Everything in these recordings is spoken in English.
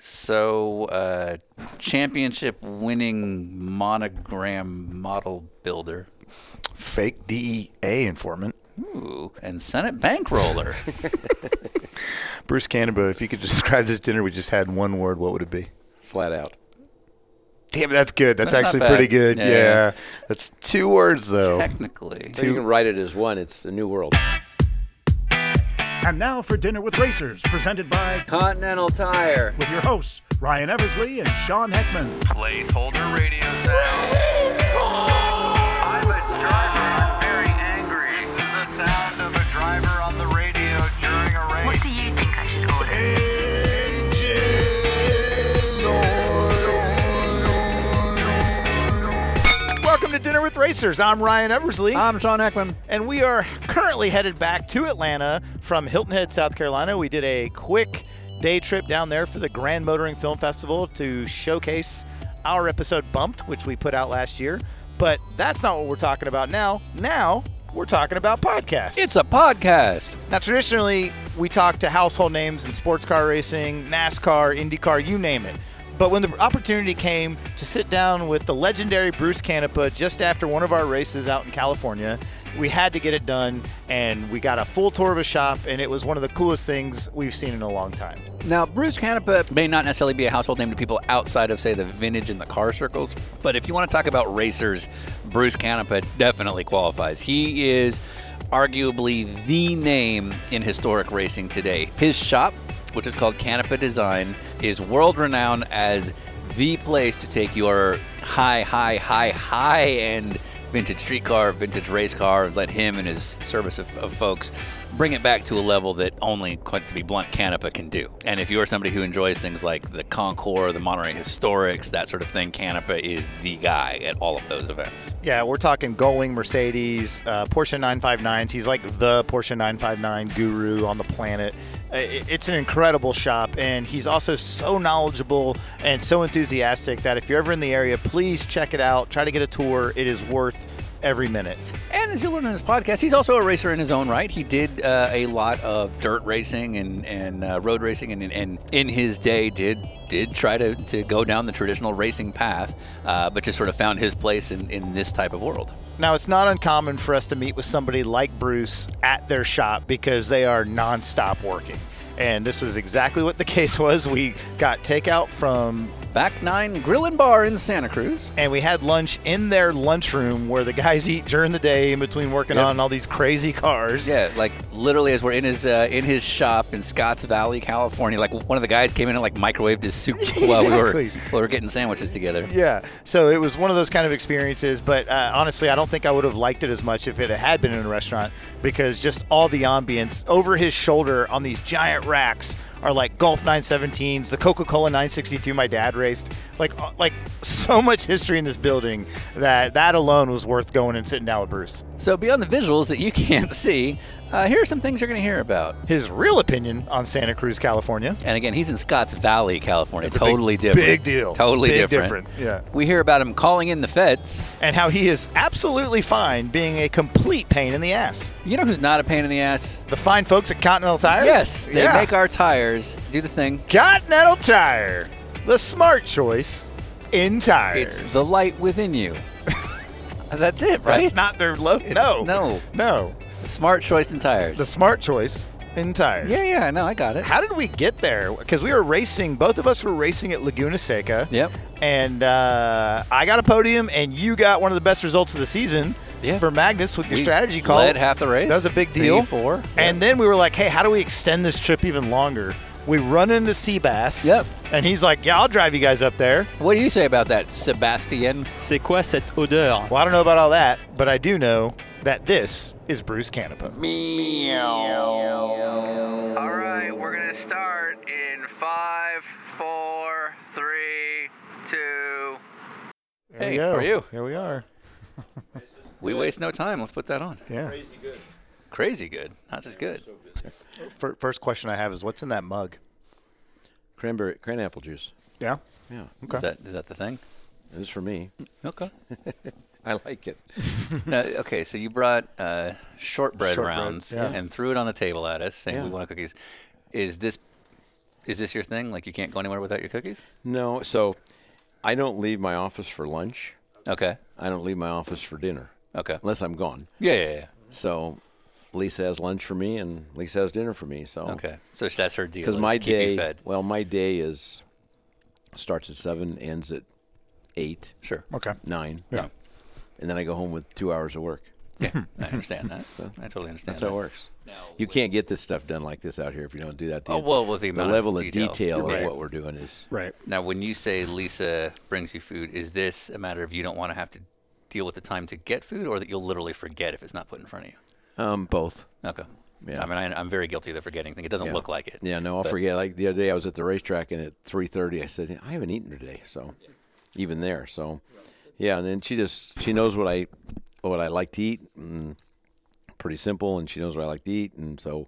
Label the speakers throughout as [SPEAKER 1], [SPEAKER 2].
[SPEAKER 1] So, uh, championship winning monogram model builder.
[SPEAKER 2] Fake DEA informant.
[SPEAKER 1] Ooh, and Senate bankroller.
[SPEAKER 2] Bruce Cannonbo, if you could describe this dinner we just had in one word, what would it be?
[SPEAKER 3] Flat out.
[SPEAKER 2] Damn, that's good. That's,
[SPEAKER 1] That's not
[SPEAKER 2] actually pretty
[SPEAKER 1] bad.
[SPEAKER 2] good.
[SPEAKER 1] Yeah.
[SPEAKER 2] Yeah. That's two words, though.
[SPEAKER 1] Technically.
[SPEAKER 3] So you can write it as one. It's the new world.
[SPEAKER 4] And now for Dinner with Racers, presented by
[SPEAKER 3] Continental Tire.
[SPEAKER 4] with your hosts, Ryan Eversley and Sean Heckman.
[SPEAKER 5] Placeholder radio sound. I'm a driver. I'm very angry. This is the sound of a driver on the radio during a race.
[SPEAKER 6] What do you think I should order?
[SPEAKER 7] Welcome to Dinner with Racers. I'm Ryan Eversley,
[SPEAKER 1] I'm Sean Eckman.
[SPEAKER 7] and we are currently headed back to Atlanta from Hilton Head, South Carolina. We did a quick day trip down there for the Grand Motoring Film Festival to showcase our episode Bumped, which we put out last year. But that's not what we're talking about now. Now, we're talking about podcasts.
[SPEAKER 1] It's a podcast.
[SPEAKER 7] Now, traditionally, we talk to household names in sports car racing, NASCAR, IndyCar, you name it. But when the opportunity came to sit down with the legendary Bruce Canepa just after one of our races out in California, we had to get it done, and we got a full tour of a shop, and it was one of the coolest things we've seen in a long time.
[SPEAKER 1] Now, Bruce Canepa may not necessarily be a household name to people outside of, say, the vintage and the car circles, but if you want to talk about racers, Bruce Canepa definitely qualifies. He is arguably the name in historic racing today. His shop, which is called Canepa Design, is world renowned as the place to take your high, high, high, high end vintage street car, vintage race car, let him and his service of, of folks bring it back to a level that only, quite to be blunt, Canepa can do. And if you're somebody who enjoys things like the Concours, the Monterey Historics, that sort of thing, Canepa is the guy at all of those events.
[SPEAKER 7] Yeah, we're talking Goling, Mercedes, uh, Porsche 959s. He's like the Porsche 959 guru on the planet. Uh, it- It's an incredible shop, and he's also so knowledgeable and so enthusiastic that if you're ever in the area, please check it out. Try to get a tour. It is worth every minute.
[SPEAKER 1] And as you'll learn in this podcast, he's also a racer in his own right. He did uh, a lot of dirt racing and and uh, road racing, and, and in his day did did try to, to go down the traditional racing path, uh, but just sort of found his place in, in this type of world.
[SPEAKER 7] Now, it's not uncommon for us to meet with somebody like Bruce at their shop because they are nonstop working. And this was exactly what the case was. We got takeout from
[SPEAKER 1] Back Nine Grill and Bar in Santa Cruz.
[SPEAKER 7] and we had lunch in their lunchroom where the guys eat during the day in between working
[SPEAKER 1] Yep.
[SPEAKER 7] on all these crazy cars.
[SPEAKER 1] Yeah, like literally, as we're in his uh, in his shop in Scotts Valley, California, like one of the guys came in and like microwaved his soup while we were
[SPEAKER 7] Exactly.
[SPEAKER 1] while we were getting sandwiches together.
[SPEAKER 7] Yeah. So it was one of those kind of experiences, but uh, honestly, I don't think I would have liked it as much if it had been in a restaurant because just all the ambience over his shoulder on these giant racks are like Golf 917s, the Coca-Cola 962 my dad raced, like uh, like so much history in this building that that alone was worth going and sitting down with Bruce.
[SPEAKER 1] So beyond the visuals that you can't see, uh, here are some things you're going to hear about.
[SPEAKER 7] His real opinion on Santa Cruz, California.
[SPEAKER 1] And again, he's in Scotts Valley, California.
[SPEAKER 7] a big-
[SPEAKER 1] totally different.
[SPEAKER 7] big deal.
[SPEAKER 1] Totally
[SPEAKER 7] Big
[SPEAKER 1] different.
[SPEAKER 7] different, yeah.
[SPEAKER 1] We hear about him calling in the feds.
[SPEAKER 7] and how he is absolutely fine being a complete pain in the ass.
[SPEAKER 1] You know who's not a pain in the ass?
[SPEAKER 7] The fine folks at Continental Tire?
[SPEAKER 1] Yes, they
[SPEAKER 7] Yeah.
[SPEAKER 1] make our tires do the thing.
[SPEAKER 7] Continental Tire, the smart choice in tires.
[SPEAKER 1] It's the light within you. That's it, right?
[SPEAKER 7] That's not their low. No.
[SPEAKER 1] no.
[SPEAKER 7] No.
[SPEAKER 1] smart choice in tires.
[SPEAKER 7] The smart choice in tires.
[SPEAKER 1] yeah, yeah, no, I got it.
[SPEAKER 7] How did we get there? Because we were racing, both of us were racing at Laguna Seca.
[SPEAKER 1] Yep.
[SPEAKER 7] And uh, I got a podium, and you got one of the best results of the season
[SPEAKER 1] Yeah.
[SPEAKER 7] for Magnus with your
[SPEAKER 1] We
[SPEAKER 7] strategy call.
[SPEAKER 1] led half the race.
[SPEAKER 7] That was a big
[SPEAKER 1] Three,
[SPEAKER 7] deal.
[SPEAKER 1] four.
[SPEAKER 7] And then we were like, hey, how do we extend this trip even longer? We run into Seabass.
[SPEAKER 1] Yep.
[SPEAKER 7] And he's like, yeah, I'll drive you guys up there.
[SPEAKER 1] What do you say about that, Sebastian?
[SPEAKER 8] C'est quoi cette odeur
[SPEAKER 7] Well, I don't know about all that, but I do know that this is Bruce Canepa.
[SPEAKER 5] All right, we're gonna start in five, four, three, two.
[SPEAKER 7] There
[SPEAKER 1] Hey,
[SPEAKER 7] we go.
[SPEAKER 1] how are you?
[SPEAKER 7] Here we are.
[SPEAKER 1] We waste no time. Let's put that on.
[SPEAKER 7] Yeah.
[SPEAKER 1] Crazy good, not just good.
[SPEAKER 7] Fir- First question I have is what's in that mug?
[SPEAKER 3] Cranberry, cranapple juice.
[SPEAKER 7] Yeah.
[SPEAKER 3] Yeah,
[SPEAKER 1] Is that is that the thing?
[SPEAKER 3] it is for me.
[SPEAKER 1] Okay.
[SPEAKER 3] I like it.
[SPEAKER 1] Now, okay, so you brought uh, shortbread, rounds
[SPEAKER 7] yeah.
[SPEAKER 1] and threw it on the table at us, saying we
[SPEAKER 3] Yeah.
[SPEAKER 1] want cookies. Is this Is this your thing? Like you can't go anywhere without your cookies?
[SPEAKER 3] No, so I don't leave my office for lunch.
[SPEAKER 1] Okay.
[SPEAKER 3] I don't leave my office for dinner
[SPEAKER 1] Okay.
[SPEAKER 3] unless I'm gone.
[SPEAKER 1] Yeah, yeah, yeah.
[SPEAKER 3] So Lisa has lunch for me and Lisa has dinner for me. So
[SPEAKER 1] Okay. So that's her deal.
[SPEAKER 3] because
[SPEAKER 1] is
[SPEAKER 3] my
[SPEAKER 1] keep
[SPEAKER 3] day,
[SPEAKER 1] you fed.
[SPEAKER 3] well, my day is starts at seven, ends at eight,
[SPEAKER 1] Sure.
[SPEAKER 7] Okay.
[SPEAKER 3] nine,
[SPEAKER 1] Yeah.
[SPEAKER 3] and then I go home with two hours of work.
[SPEAKER 1] Yeah. I understand that. Hmm. I totally understand
[SPEAKER 3] That's
[SPEAKER 1] that.
[SPEAKER 3] how it works. You can't get this stuff done like this out here if you don't do that. The,
[SPEAKER 1] Oh, well, with the amount of
[SPEAKER 3] level of
[SPEAKER 1] detail.
[SPEAKER 3] detail, of
[SPEAKER 1] Right.
[SPEAKER 3] what we're doing is
[SPEAKER 7] Right.
[SPEAKER 1] Now, when you say Lisa brings you food, is this a matter of you don't want to have to deal with the time to get food, or that you'll literally forget if it's not put in front of you?
[SPEAKER 3] um, both.
[SPEAKER 1] Okay.
[SPEAKER 3] Yeah.
[SPEAKER 1] I mean, I, I'm very guilty of the forgetting thing. It doesn't look like it.
[SPEAKER 3] Yeah, no, I'll forget. Like the other day, I was at the racetrack, and at three thirty, I said, "I haven't eaten today." So, even there, so yeah. And then she just she knows what I what I like to eat, and pretty simple. And she knows what I like to eat, and so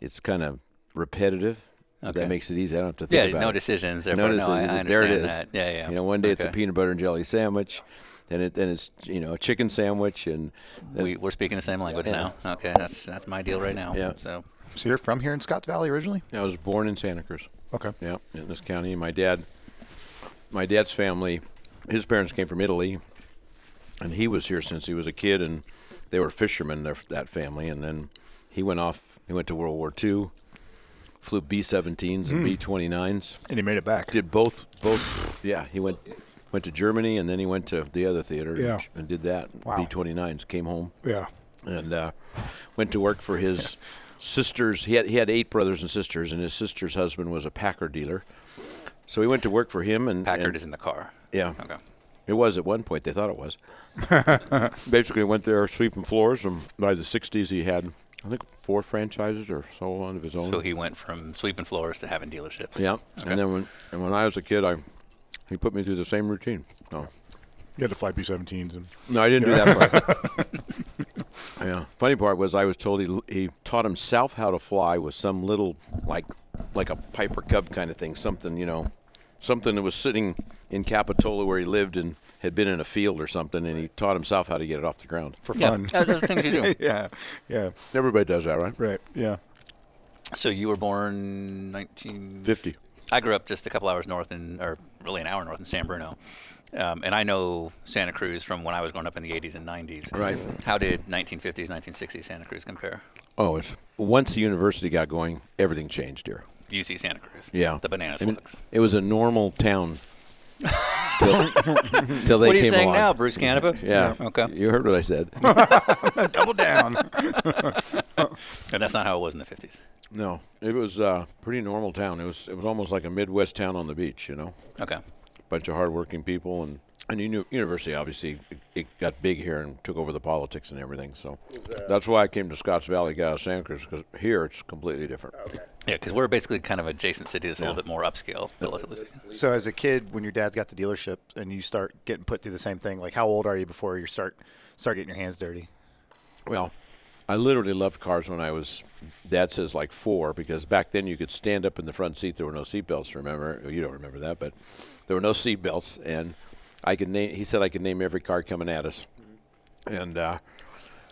[SPEAKER 3] it's kind of repetitive.
[SPEAKER 1] Okay.
[SPEAKER 3] That makes it easy. I don't have to think
[SPEAKER 1] Yeah,
[SPEAKER 3] about
[SPEAKER 1] no
[SPEAKER 3] it.
[SPEAKER 1] decisions. Therefore,
[SPEAKER 3] No
[SPEAKER 1] no, I, I
[SPEAKER 3] decisions.
[SPEAKER 1] understand
[SPEAKER 3] there it is.
[SPEAKER 1] that. Yeah, yeah.
[SPEAKER 3] You know, one day it's a
[SPEAKER 1] Okay.
[SPEAKER 3] peanut butter and jelly sandwich, then it then it's you know a chicken sandwich, and then
[SPEAKER 1] We, we're speaking the same language
[SPEAKER 3] Yeah.
[SPEAKER 1] now. Okay, that's that's my deal right now.
[SPEAKER 3] Yeah.
[SPEAKER 1] So
[SPEAKER 7] So you're from here in Scotts Valley originally?
[SPEAKER 3] I was born in Santa Cruz.
[SPEAKER 7] Okay.
[SPEAKER 3] Yeah, in this county. My dad, my dad's family, his parents came from Italy, and he was here since he was a kid, and they were fishermen. Their, that family, and then he went off. He went to World War II, flew B-17s and B-29s.
[SPEAKER 2] And he made it back.
[SPEAKER 3] Did both both. yeah, he went went to Germany, and then he went to the other theater.
[SPEAKER 2] Yeah.
[SPEAKER 3] and did that.
[SPEAKER 7] Wow.
[SPEAKER 3] B-29s came home
[SPEAKER 2] yeah.
[SPEAKER 3] and uh, went to work for his sister's. He had he had eight brothers and sisters, and his sister's husband was a Packer dealer. So he went to work for him, and
[SPEAKER 1] Packard
[SPEAKER 3] and-
[SPEAKER 1] is in the car.
[SPEAKER 3] yeah,
[SPEAKER 1] Okay.
[SPEAKER 3] it was at one point. They thought it was. Basically, went there sweeping floors, and by the '60s, he had I think four franchises or so on of his own.
[SPEAKER 1] So he went from sweeping floors to having dealerships.
[SPEAKER 3] yeah,
[SPEAKER 1] Okay.
[SPEAKER 3] and then when and when I was a kid, I he put me through the same routine. No,
[SPEAKER 2] You had to fly B-17s and
[SPEAKER 3] no, I didn't do that part. yeah. Funny part was I was told he he taught himself how to fly with some little like like a Piper Cub kind of thing, something you know, something that was sitting in Capitola where he lived and had been in a field or something, and he taught himself how to get it off the ground.
[SPEAKER 2] for
[SPEAKER 1] Yeah,
[SPEAKER 2] fun.
[SPEAKER 1] uh, those are things you do.
[SPEAKER 2] yeah. Yeah.
[SPEAKER 3] Everybody does that, right?
[SPEAKER 2] Right. Yeah.
[SPEAKER 1] So you were born 19.
[SPEAKER 3] Fifty.
[SPEAKER 1] I grew up just a couple hours north in, or really an hour north in San Bruno, um, and I know Santa Cruz from when I was growing up in the 80s and 90s.
[SPEAKER 3] Right.
[SPEAKER 1] How did 1950s, 1960s Santa Cruz compare?
[SPEAKER 3] Oh, it's, once the university got going, everything changed here.
[SPEAKER 1] UC Santa Cruz.
[SPEAKER 3] Yeah,
[SPEAKER 1] The banana
[SPEAKER 3] I mean,
[SPEAKER 1] slugs.
[SPEAKER 3] It was a normal town. till, till they
[SPEAKER 1] What are you
[SPEAKER 3] came
[SPEAKER 1] saying
[SPEAKER 3] along.
[SPEAKER 1] now, Bruce Canapa?
[SPEAKER 3] Yeah.
[SPEAKER 1] Okay.
[SPEAKER 3] You heard what I said.
[SPEAKER 2] Double down.
[SPEAKER 1] And that's not how it was in the 50s.
[SPEAKER 3] No, it was a uh, pretty normal town. It was it was almost like a Midwest town on the beach, you know,
[SPEAKER 1] Okay.
[SPEAKER 3] bunch of hardworking people and and you knew university obviously it, it got big here and took over the politics and everything. So that's why I came to Scotts Valley, got out of Santa Cruz, because here it's completely different.
[SPEAKER 1] Yeah, because we're basically kind of adjacent city that's a little bit more upscale, relatively speaking.
[SPEAKER 7] So as a kid, when your dad's got the dealership and you start getting put through the same thing, like how old are you before you start start getting your hands dirty?
[SPEAKER 3] Well, I literally loved cars when I was, dad says like four, because back then you could stand up in the front seat. There were no seatbelts, remember? You don't remember that, but there were no seatbelts. And I could name, he said I could name every car coming at us. And, uh,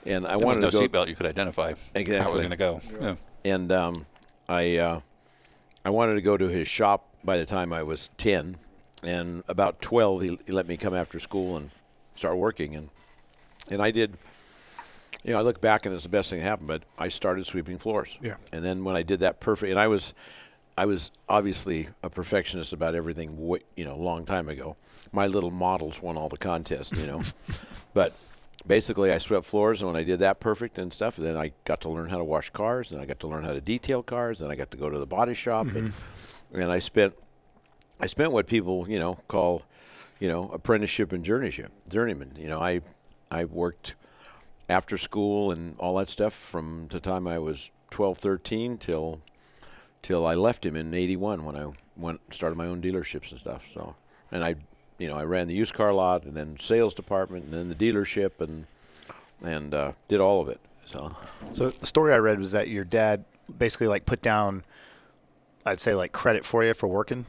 [SPEAKER 3] and I wanted
[SPEAKER 1] With
[SPEAKER 3] to
[SPEAKER 1] no
[SPEAKER 3] go.
[SPEAKER 1] seatbelt, you could identify how it was
[SPEAKER 3] Exactly.
[SPEAKER 1] going to go. Yeah.
[SPEAKER 3] and um, I uh, I wanted to go to his shop by the time I was ten, and about twelve he, he let me come after school and start working, and and I did. You know, I look back and it's the best thing that happened, but I started sweeping floors.
[SPEAKER 2] Yeah.
[SPEAKER 3] And then when I did that perfect, and I was, I was obviously a perfectionist about everything. wa- You know, a long time ago, my little models won all the contests. You know, but basically I swept floors, and when I did that perfect and stuff, then I got to learn how to wash cars, and I got to learn how to detail cars, and I got to go to the body shop, and, and I spent, I spent what people you know call, you know, apprenticeship and journeyship, journeyman. You know, I, I worked after school and all that stuff from the time I was 12, 13 till till I left him in '81 when I went started my own dealerships and stuff. So, and I, you know, I ran the used car lot and then sales department and then the dealership and and uh, did all of it. So,
[SPEAKER 7] So the story I read was that your dad basically like put down, I'd say like credit for you for working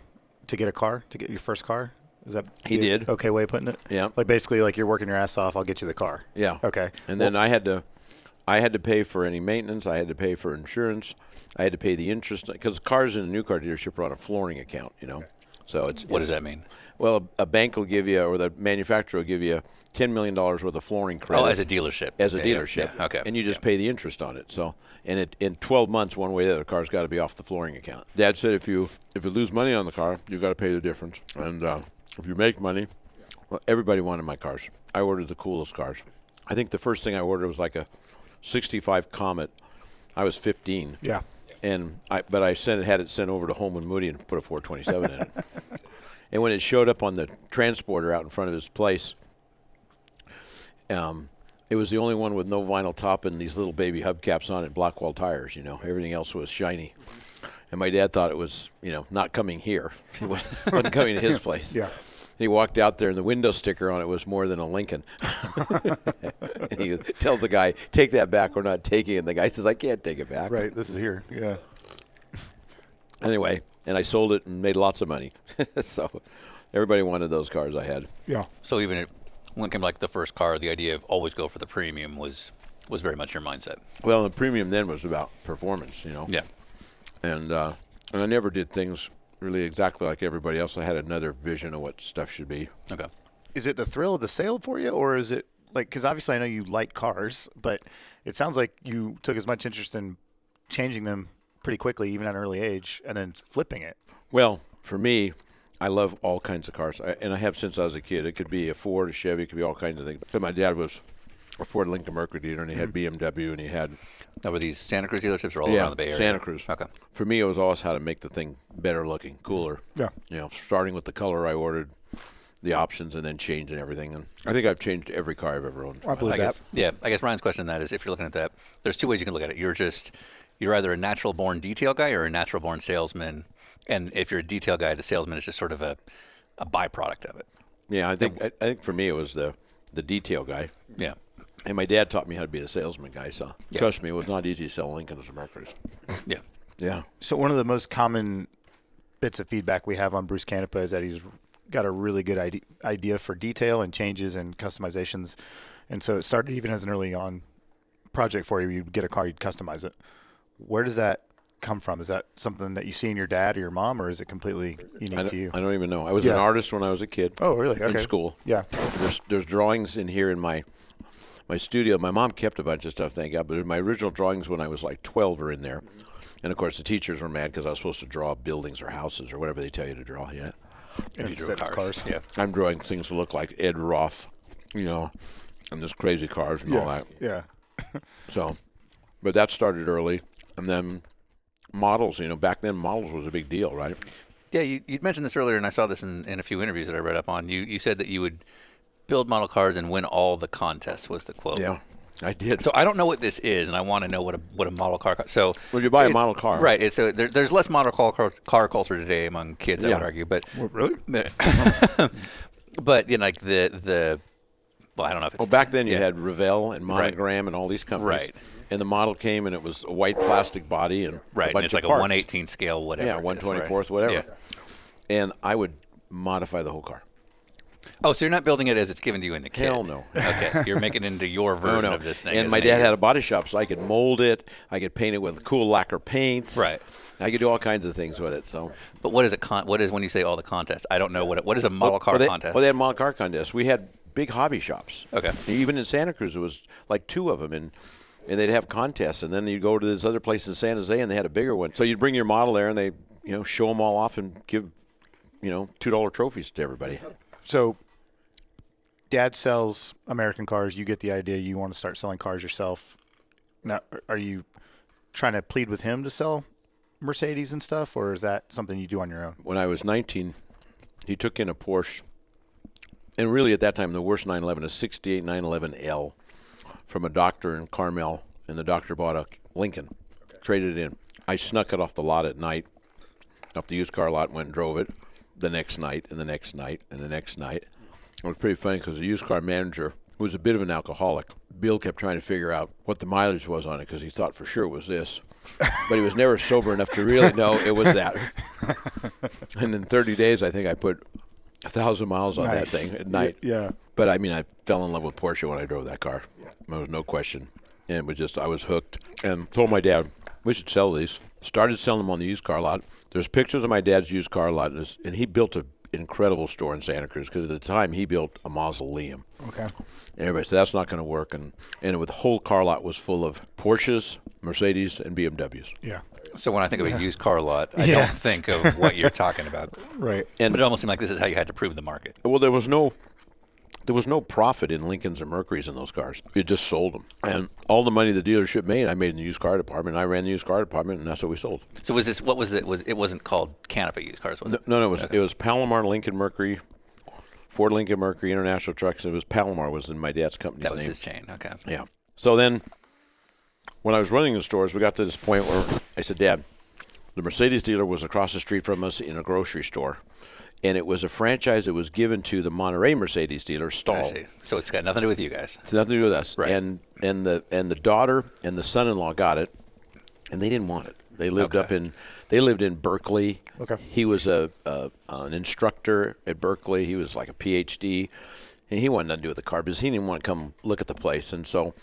[SPEAKER 7] to get a car to get your first car. Is that
[SPEAKER 3] He
[SPEAKER 7] the
[SPEAKER 3] did.
[SPEAKER 7] Okay, way of putting it.
[SPEAKER 3] Yeah.
[SPEAKER 7] Like basically like you're working your ass off. I'll get you the car.
[SPEAKER 3] yeah,
[SPEAKER 7] Okay.
[SPEAKER 3] And then I had to, I I had to pay for any maintenance. I had to pay for insurance. I had to pay the interest because cars in a new car dealership are on a flooring account, you know. So it's
[SPEAKER 1] What does
[SPEAKER 3] it's-
[SPEAKER 1] that mean?
[SPEAKER 3] Well, a, a bank will give you, or the manufacturer will give you, ten million dollars worth of flooring credit.
[SPEAKER 1] Oh, as a dealership.
[SPEAKER 3] As a
[SPEAKER 1] Yeah, yeah,
[SPEAKER 3] dealership.
[SPEAKER 1] yeah, okay.
[SPEAKER 3] And you just pay the interest on it. So, and it in 12 months, one way or the other, the car's got to be off the flooring account. Dad said if you if you lose money on the car, you got to pay the difference. And uh, if you make money, well, everybody wanted my cars. I ordered the coolest cars. I think the first thing I ordered was like a 65 Comet. I was 15.
[SPEAKER 2] Yeah.
[SPEAKER 3] And I, but I sent had it sent over to Holman Moody and put a 427 in it. And when it showed up on the transporter out in front of his place, um, it was the only one with no vinyl top and these little baby hubcaps on it, Blackwell tires. You know, everything else was shiny. And my dad thought it was, you know, not coming here. It wasn't wasn't coming to his place.
[SPEAKER 2] Yeah.
[SPEAKER 3] And he walked out there, and the window sticker on it was more than a Lincoln. and he tells the guy, "Take that back. We're not taking it." And the guy says, "I can't take it back."
[SPEAKER 2] Right. This is here. Yeah.
[SPEAKER 3] Anyway, and I sold it and made lots of money. so everybody wanted those cars I had.
[SPEAKER 2] Yeah.
[SPEAKER 1] So even it- when it came to like the first car, the idea of always go for the premium was was very much your mindset.
[SPEAKER 3] Well, the premium then was about performance, you know. And uh, and I never did things really exactly like everybody else. I had another vision of what stuff should be.
[SPEAKER 1] Okay.
[SPEAKER 7] Is it the thrill of the sale for you, or is it like because obviously I know you like cars, but it sounds like you took as much interest in changing them pretty quickly, even at an early age, and then flipping it.
[SPEAKER 3] Well, for me, I love all kinds of cars, I, and I have since I was a kid. It could be a Ford, a Chevy, it could be all kinds of things. But my dad was a Ford Lincoln Mercury dealer, and he had BMW, and he had
[SPEAKER 1] Now were these Santa Cruz dealerships or all
[SPEAKER 3] yeah,
[SPEAKER 1] around the Bay Area?
[SPEAKER 3] Santa Cruz.
[SPEAKER 1] Okay.
[SPEAKER 3] For me, it was always how to make the thing better looking, cooler.
[SPEAKER 2] Yeah.
[SPEAKER 3] You know, starting with the color I ordered, the options, and then changing everything. And I think I've changed every car I've ever owned.
[SPEAKER 2] I believe
[SPEAKER 1] I
[SPEAKER 2] that.
[SPEAKER 1] guess, yeah, I guess Ryan's question on that is if you're looking at that, there's two ways you can look at it. You're just you're either a natural born detail guy or a natural born salesman, and if you're a detail guy, the salesman is just sort of a a byproduct of it.
[SPEAKER 3] Yeah, I think I, I think for me it was the the detail guy,
[SPEAKER 1] Yeah.
[SPEAKER 3] and my dad taught me how to be a salesman guy. So trust me, it was not easy to sell Lincolns and Mercurys.
[SPEAKER 1] Yeah.
[SPEAKER 3] Yeah,
[SPEAKER 7] So one of the most common bits of feedback we have on Bruce Canepa is that he's got a really good ide- idea for detail and changes and customizations, and so it started even as an early on project for you. You'd get a car, you'd customize it. Where does that come from? Is that something that you see in your dad or your mom, or is it completely
[SPEAKER 3] I
[SPEAKER 7] unique
[SPEAKER 3] don't,
[SPEAKER 7] to you?
[SPEAKER 3] I don't even know. I was an
[SPEAKER 7] Yeah.
[SPEAKER 3] artist when I was a kid.
[SPEAKER 7] Oh, really?
[SPEAKER 3] In
[SPEAKER 7] Okay.
[SPEAKER 3] school.
[SPEAKER 7] Yeah.
[SPEAKER 3] There's there's drawings in here in my my studio. My mom kept a bunch of stuff, thank God. But my original drawings when I was like 12 are in there, and of course the teachers were mad because I was supposed to draw buildings or houses or whatever they tell you to draw. Yeah.
[SPEAKER 1] And you drove
[SPEAKER 7] Instead of
[SPEAKER 1] cars. Yeah.
[SPEAKER 3] I'm drawing things that look like Ed Roth, you know, and this crazy cars and all that.
[SPEAKER 7] Yeah.
[SPEAKER 3] So, but that started early, and then models. You know, back then models was a big deal, right?
[SPEAKER 1] Yeah, you, you mentioned this earlier, and I saw this in, in a few interviews that I read up on. You you said that you would build model cars and win all the contests was the quote.
[SPEAKER 3] I did.
[SPEAKER 1] So I don't know what this is, and I want to know what a what a model car. So
[SPEAKER 3] Well, you buy a
[SPEAKER 1] it's-
[SPEAKER 3] model car.
[SPEAKER 1] right? It's, so there, there's less model car, car car culture today among kids, I
[SPEAKER 3] Yeah.
[SPEAKER 1] would argue. But
[SPEAKER 7] Really?
[SPEAKER 1] but, but, you know, like the the well, I don't know if it's
[SPEAKER 3] well, back then you
[SPEAKER 1] yeah.
[SPEAKER 3] had Revell and Monogram and all these companies,
[SPEAKER 1] Right.
[SPEAKER 3] And the model came, and it was a white plastic body and
[SPEAKER 1] right.
[SPEAKER 3] A
[SPEAKER 1] and
[SPEAKER 3] bunch
[SPEAKER 1] it's
[SPEAKER 3] of
[SPEAKER 1] like
[SPEAKER 3] parts.
[SPEAKER 1] a one eighteen scale, whatever.
[SPEAKER 3] yeah,
[SPEAKER 1] it is,
[SPEAKER 3] one twenty fourth,
[SPEAKER 1] right?
[SPEAKER 3] whatever.
[SPEAKER 1] Yeah.
[SPEAKER 3] And I would modify the whole car.
[SPEAKER 1] Oh, so you're not building it as it's given to you in the kit?
[SPEAKER 3] Hell no.
[SPEAKER 1] okay, you're making it into your version of this thing.
[SPEAKER 3] Oh, And my
[SPEAKER 1] isn't it?
[SPEAKER 3] dad had a body shop, so I could mold it. I could paint it with cool lacquer paints.
[SPEAKER 1] Right.
[SPEAKER 3] I could do all kinds of things with it. So
[SPEAKER 1] But what is a con? What is when you say all the contests? I don't know what it, what is a model car
[SPEAKER 3] well, they,
[SPEAKER 1] contest.
[SPEAKER 3] Well, they had model car contests. We had big hobby shops.
[SPEAKER 1] Okay.
[SPEAKER 3] Even in Santa Cruz, there was like two of them, and and they'd have contests, and then you'd go to this other place in San Jose, and they had a bigger one. So you'd bring your model there, and they you know show them all off and give you know two dollar trophies to everybody.
[SPEAKER 7] So, dad sells American cars. You get the idea. You want to start selling cars yourself. Now, are you trying to plead with him to sell Mercedes and stuff, or is that something you do on your own?
[SPEAKER 3] When I was 19, he took in a Porsche, and really at that time the worst 911, a '68 911L, from a doctor in Carmel, and the doctor bought a Lincoln, traded it in. I snuck it off the lot at night. up the used car lot and went and drove it the next night and the next night and the next night. It was pretty funny because the used car manager, who was a bit of an alcoholic, Bill kept trying to figure out what the mileage was on it because he thought for sure it was this, but he was never sober enough to really know it was that. and in 30 days, I think I put a thousand miles on
[SPEAKER 2] Nice.
[SPEAKER 3] that thing at night.
[SPEAKER 2] yeah.
[SPEAKER 3] But I mean, I fell in love with Porsche when I drove that car. There was no question. and it was just I was hooked. And told my dad we should sell these. Started selling them on the used car lot. There's pictures of my dad's used car lot, and, this, and he built an incredible store in Santa Cruz because at the time he built a mausoleum.
[SPEAKER 2] Okay.
[SPEAKER 3] And everybody said that's not going to work, and and with the whole car lot was full of Porsches, Mercedes, and BMWs.
[SPEAKER 2] Yeah.
[SPEAKER 1] So when I think of a used car lot, I
[SPEAKER 2] Yeah.
[SPEAKER 1] don't think of what you're talking about.
[SPEAKER 2] Right.
[SPEAKER 1] But it almost seemed like this is how you had to prove the market.
[SPEAKER 3] Well, there was no there was no profit in Lincolns or Mercurys in those cars. You just sold them, and all the money the dealership made, I made in the used car department. I ran the used car department, and that's what we sold.
[SPEAKER 1] So was this what was it? Was it wasn't called Canopy Used Cars? Was
[SPEAKER 3] No,
[SPEAKER 1] it?
[SPEAKER 3] no, no, it was it was Palomar Lincoln Mercury, Ford Lincoln Mercury International Trucks. It was Palomar was in my dad's company's
[SPEAKER 1] that was
[SPEAKER 3] name.
[SPEAKER 1] his chain. Okay.
[SPEAKER 3] Yeah. So then, when I was running the stores, we got to this point where I said, Dad, the Mercedes dealer was across the street from us in a grocery store, and it was a franchise that was given to the Monterey Mercedes dealer, Stahl.
[SPEAKER 1] I see. So it's got nothing to do with you guys.
[SPEAKER 3] It's nothing to do with us.
[SPEAKER 1] Right.
[SPEAKER 3] And and the and the daughter and the son-in-law got it, and they didn't want it. They lived up in they lived in Berkeley.
[SPEAKER 2] Okay.
[SPEAKER 3] He was a, a an instructor at Berkeley. He was like a PhD, and he wanted nothing to do with the car because he didn't want to come look at the place. And so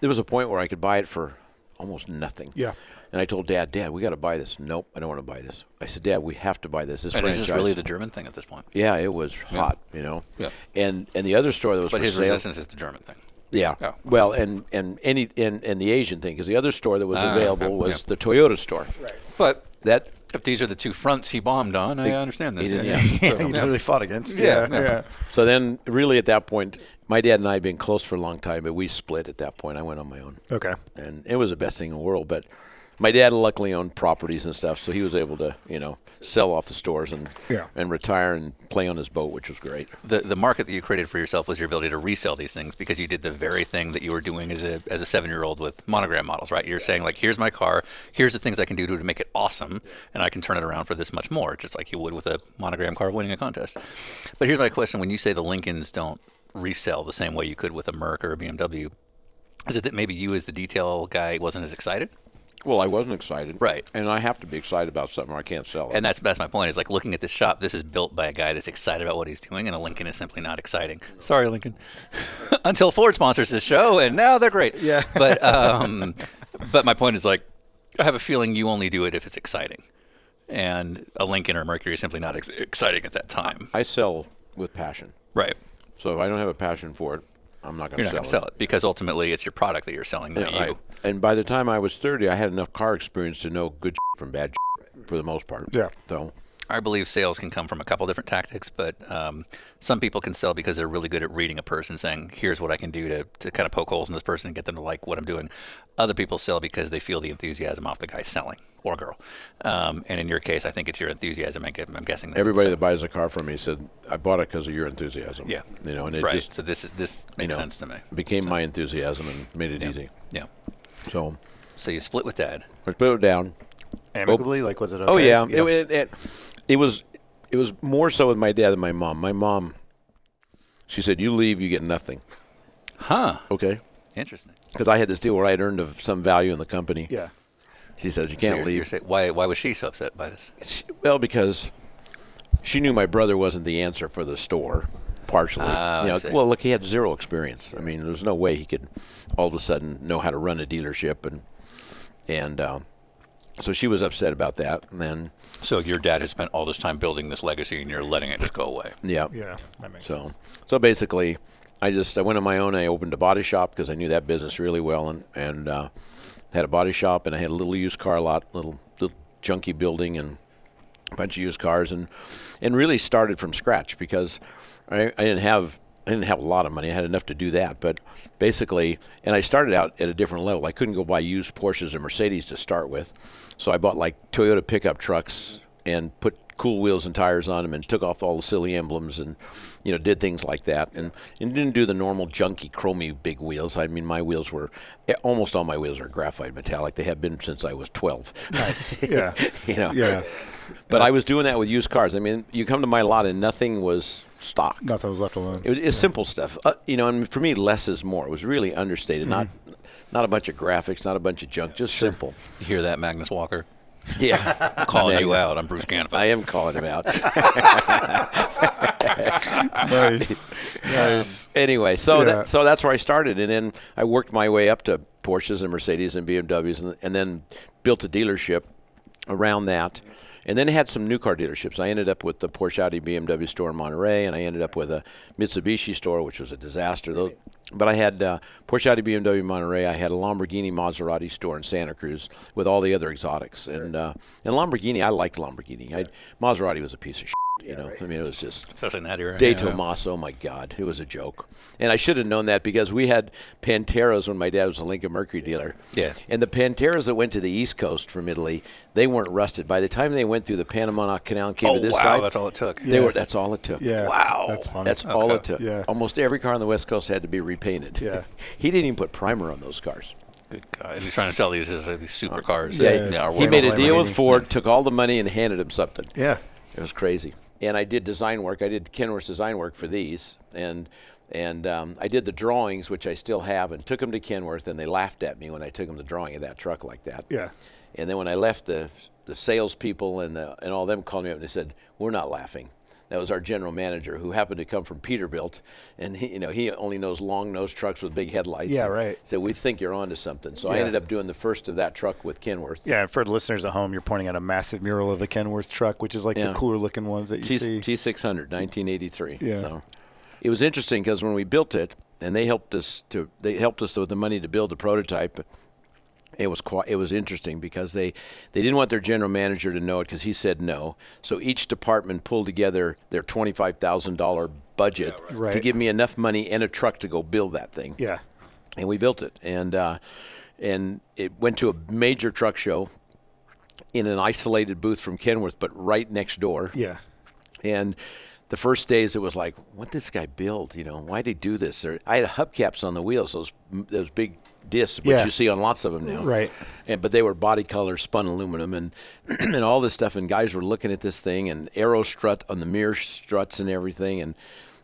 [SPEAKER 3] there was a point where I could buy it for almost nothing.
[SPEAKER 2] Yeah.
[SPEAKER 3] And I told Dad, Dad, we got to buy this. Nope, I don't want to buy this. I said, Dad, we have to buy this. This
[SPEAKER 1] And is
[SPEAKER 3] franchise.
[SPEAKER 1] this really the German thing at this point?
[SPEAKER 3] yeah, it was hot, you know.
[SPEAKER 1] Yeah.
[SPEAKER 3] And and the other store that was
[SPEAKER 1] But
[SPEAKER 3] for
[SPEAKER 1] his
[SPEAKER 3] sale.
[SPEAKER 1] resistance is the German thing.
[SPEAKER 3] Yeah.
[SPEAKER 1] Oh.
[SPEAKER 3] Well, and and any and, and the Asian thing because the other store that was
[SPEAKER 1] Ah,
[SPEAKER 3] available
[SPEAKER 1] okay,
[SPEAKER 3] was
[SPEAKER 1] yeah.
[SPEAKER 3] the Toyota store. Right.
[SPEAKER 1] But
[SPEAKER 3] That
[SPEAKER 1] if these are the two fronts he bombed on, I understand this.
[SPEAKER 3] he didn't-
[SPEAKER 1] yeah.
[SPEAKER 3] yeah.
[SPEAKER 1] So,
[SPEAKER 2] He
[SPEAKER 1] yeah.
[SPEAKER 2] really fought against.
[SPEAKER 1] Yeah,
[SPEAKER 2] Yeah.
[SPEAKER 1] yeah.
[SPEAKER 2] yeah.
[SPEAKER 3] so then really at that point, my dad and I had been close for a long time, but we split at that point. I went on my own,
[SPEAKER 2] Okay.
[SPEAKER 3] and it was the best thing in the world. But my dad luckily owned properties and stuff, so he was able to you know sell off the stores and
[SPEAKER 2] Yeah.
[SPEAKER 3] and retire and play on his boat, which was great.
[SPEAKER 1] The the market that you created for yourself was your ability to resell these things because you did the very thing that you were doing as a as a seven year old with monogram models, right? You're saying like, here's my car, here's the things I can do to, to make it awesome, and I can turn it around for this much more, just like you would with a monogram car winning a contest. But here's my question: When you say the Lincolns don't resell the same way you could with a Merc or a BMW, is it that maybe you as the detail guy wasn't as excited?
[SPEAKER 3] Well, I wasn't excited,
[SPEAKER 1] Right.
[SPEAKER 3] And I have to be excited about something, or I can't sell it.
[SPEAKER 1] And that's that's my point. Is like looking at this shop. This is built by a guy that's excited about what he's doing, and a Lincoln is simply not exciting. Sorry, Lincoln. Until Ford sponsors this show, and now they're great. Yeah. But um, but my point is like, I have a feeling you only do it if it's exciting, and a Lincoln or a Mercury is simply not ex- exciting at that time.
[SPEAKER 3] I sell with passion,
[SPEAKER 1] Right.
[SPEAKER 3] so if I don't have a passion for it, I'm not going
[SPEAKER 1] You're
[SPEAKER 3] to
[SPEAKER 1] not going
[SPEAKER 3] sell
[SPEAKER 1] to
[SPEAKER 3] it.
[SPEAKER 1] sell it because ultimately it's your product that you're selling, not
[SPEAKER 3] Yeah,
[SPEAKER 1] you.
[SPEAKER 3] right. And by the time I was 30, I had enough car experience to know good from bad for the most part.
[SPEAKER 2] Yeah.
[SPEAKER 3] So,
[SPEAKER 1] I believe sales can come from a couple different tactics, but um, some people can sell because they're really good at reading a person, saying, "Here's what I can do to, to kind of poke holes in this person and get them to like what I'm doing." Other people sell because they feel the enthusiasm off the guy selling or girl. Um, and in your case, I think it's your enthusiasm. I gu- I'm guessing that
[SPEAKER 3] everybody
[SPEAKER 1] so-
[SPEAKER 3] that buys a car from me said, I bought it because of your enthusiasm.
[SPEAKER 1] yeah,
[SPEAKER 3] You know, and it
[SPEAKER 1] right.
[SPEAKER 3] just
[SPEAKER 1] so this is this
[SPEAKER 3] you
[SPEAKER 1] makes
[SPEAKER 3] know,
[SPEAKER 1] sense to me.
[SPEAKER 3] became my enthusiasm and made it easy.
[SPEAKER 1] Yeah.
[SPEAKER 3] So,
[SPEAKER 1] So you split with dad.
[SPEAKER 3] I put it down.
[SPEAKER 7] Amicably, like was it? Okay?
[SPEAKER 3] Oh, yeah. It, it, it, it was it was more so with my dad than my mom. My mom, she said, You leave, you get nothing.
[SPEAKER 1] Huh.
[SPEAKER 3] Okay.
[SPEAKER 1] Interesting.
[SPEAKER 3] Because I had this deal where I had earned of some value in the company.
[SPEAKER 2] Yeah.
[SPEAKER 3] She says, You
[SPEAKER 1] So
[SPEAKER 3] can't
[SPEAKER 1] you're-
[SPEAKER 3] leave.
[SPEAKER 1] you're say- why? Why was she so upset by this?
[SPEAKER 3] She, well, because she knew my brother wasn't the answer for the store, partially. you know,
[SPEAKER 1] see.
[SPEAKER 3] well, look, he had zero experience. I mean, there's no way he could all of a sudden know how to run a dealership, and and uh, so she was upset about that. And then,
[SPEAKER 1] So your dad has spent all this time building this legacy, and you're letting it just go away.
[SPEAKER 3] yeah,
[SPEAKER 2] Yeah. That makes
[SPEAKER 3] So, so basically, I just I went on my own. I opened a body shop because I knew that business really well, and and uh, had a body shop, and I had a little used car lot, little little junky building, and a bunch of used cars, and and really started from scratch because I, I didn't have. I didn't have a lot of money. I had enough to do that, but basically, and I started out at a different level. I couldn't go buy used Porsches or Mercedes to start with, so I bought like Toyota pickup trucks and put cool wheels and tires on them and took off all the silly emblems and you know did things like that and, and didn't do the normal junky chromy big wheels i mean my wheels were eh, almost all my wheels are graphite metallic they have been since i was 12
[SPEAKER 2] sense. Yeah.
[SPEAKER 3] you know
[SPEAKER 2] Yeah.
[SPEAKER 3] but i was doing that with used cars i mean you come to my lot and nothing was stock
[SPEAKER 2] Nothing was left alone.
[SPEAKER 3] it was it's simple stuff, uh, you know. And for me, less is more. It was really understated, not
[SPEAKER 2] Mm-hmm.
[SPEAKER 3] not a bunch of graphics, not a bunch of junk, just simple.
[SPEAKER 1] You hear that, Magnus Walker?
[SPEAKER 3] Yeah,
[SPEAKER 1] calling you out. I'm Bruce Canfield.
[SPEAKER 3] I am calling him out.
[SPEAKER 2] nice. nice.
[SPEAKER 3] anyway, so
[SPEAKER 2] Yeah.
[SPEAKER 3] that, so that's where I started, and then I worked my way up to Porsches and Mercedes and BMWs, and, and then built a dealership around that. And then had some new car dealerships. I ended up with the Porsche Audi BMW store in Monterey, and I ended up with a Mitsubishi store, which was a disaster. Those, but I had uh, Porsche Audi BMW Monterey. I had a Lamborghini Maserati store in Santa Cruz with all the other exotics. And uh, and Lamborghini, I liked Lamborghini. I, Maserati was a piece of shit, you know. I mean, it was just
[SPEAKER 1] especially in that era.
[SPEAKER 3] De
[SPEAKER 1] yeah.
[SPEAKER 3] Tomas, oh my God, it was a joke. And I should have known that because we had Panteras when my dad was a Lincoln Mercury dealer.
[SPEAKER 1] Yeah.
[SPEAKER 3] And the Panteras that went to the East Coast from Italy, they weren't rusted. By the time they went through the Panama Canal and came
[SPEAKER 1] Oh
[SPEAKER 3] to this
[SPEAKER 1] wow,
[SPEAKER 3] side,
[SPEAKER 1] that's all it took.
[SPEAKER 3] they were. That's all it took.
[SPEAKER 2] Yeah.
[SPEAKER 1] Wow.
[SPEAKER 2] That's funny.
[SPEAKER 3] That's all
[SPEAKER 1] Okay.
[SPEAKER 3] it took.
[SPEAKER 2] Yeah.
[SPEAKER 3] Almost every car on the West Coast had to be repainted.
[SPEAKER 2] Yeah.
[SPEAKER 3] he didn't even put primer on those cars.
[SPEAKER 1] Good God. He's trying to sell these, uh, these supercars.
[SPEAKER 3] Yeah,
[SPEAKER 1] are
[SPEAKER 3] he
[SPEAKER 1] worth-
[SPEAKER 3] made a
[SPEAKER 2] Lamborghini.
[SPEAKER 3] deal with Ford, took all the money, and handed him something.
[SPEAKER 2] Yeah.
[SPEAKER 3] It was crazy. And I did design work. I did Kenworth's design work for these, and and um, I did the drawings, which I still have, and took them to Kenworth, and they laughed at me when I took them the drawing of that truck like that.
[SPEAKER 2] Yeah.
[SPEAKER 3] And then when I left, the the salespeople and the, and all them called me up and they said, "We're not laughing." That was our general manager, who happened to come from Peterbilt, and he, you know he only knows long nose trucks with big headlights.
[SPEAKER 2] Yeah, right.
[SPEAKER 3] So we think you're onto something. So I
[SPEAKER 2] Yeah.
[SPEAKER 3] ended up doing the first of that truck with Kenworth.
[SPEAKER 2] Yeah, for the listeners at home, you're pointing at a massive mural of a Kenworth truck, which is like
[SPEAKER 3] Yeah.
[SPEAKER 2] the cooler looking ones that you see.
[SPEAKER 3] T six hundred, nineteen eighty three.
[SPEAKER 2] Yeah.
[SPEAKER 3] So it was interesting because when we built it, and they helped us to they helped us with the money to build the prototype. It was quite, it was interesting because they they didn't want their general manager to know it because he said no. So each department pulled together their twenty five thousand dollar budget
[SPEAKER 2] right.
[SPEAKER 3] to
[SPEAKER 2] Right.
[SPEAKER 3] give me enough money and a truck to go build that thing
[SPEAKER 2] yeah.
[SPEAKER 3] and we built it and uh, and it went to a major truck show in an isolated booth from Kenworth, but right next door.
[SPEAKER 2] Yeah.
[SPEAKER 3] And the first days it was like, what did this guy build? You know, why did he do this? There, I had hubcaps on the wheels, those those big discs, which
[SPEAKER 2] Yeah.
[SPEAKER 3] you see on lots of them now.
[SPEAKER 2] Right.
[SPEAKER 3] And but they were body color spun aluminum and and all this stuff. And guys were looking at this thing and arrow strut on the mirror struts and everything. And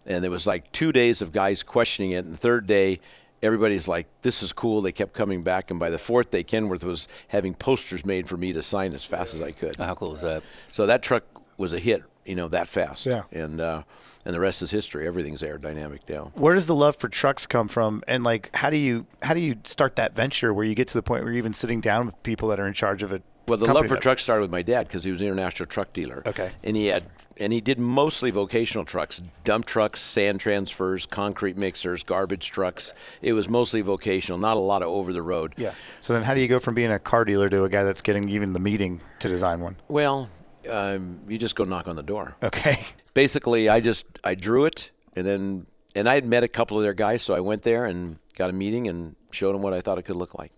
[SPEAKER 3] and there was like two days of guys questioning it. And the third day. Everybody's like, this is cool. They kept coming back. And by the fourth day, Kenworth was having posters made for me to sign as fast as I could.
[SPEAKER 1] How cool is that?
[SPEAKER 3] So that truck was a hit, you know, that fast.
[SPEAKER 2] Yeah.
[SPEAKER 3] And uh, and the rest is history. Everything's aerodynamic now.
[SPEAKER 7] Where does the love for trucks come from? And like, how do you how do you start that venture where you get to the point where you're even sitting down with people that are in charge of it?
[SPEAKER 3] Well, the love for trucks started with my dad because he was an international truck dealer.
[SPEAKER 7] Okay.
[SPEAKER 3] And he had and he did mostly vocational trucks, dump trucks, sand transfers, concrete mixers, garbage trucks. It was mostly vocational, not a lot of over the road.
[SPEAKER 7] Yeah. So then, how do you go from being a car dealer to a guy that's getting even the meeting to design one?
[SPEAKER 3] Well, um, you just go knock on the door.
[SPEAKER 7] Okay.
[SPEAKER 3] basically I just I drew it and then and I had met a couple of their guys, so I went there and got a meeting and showed them what I thought it could look like.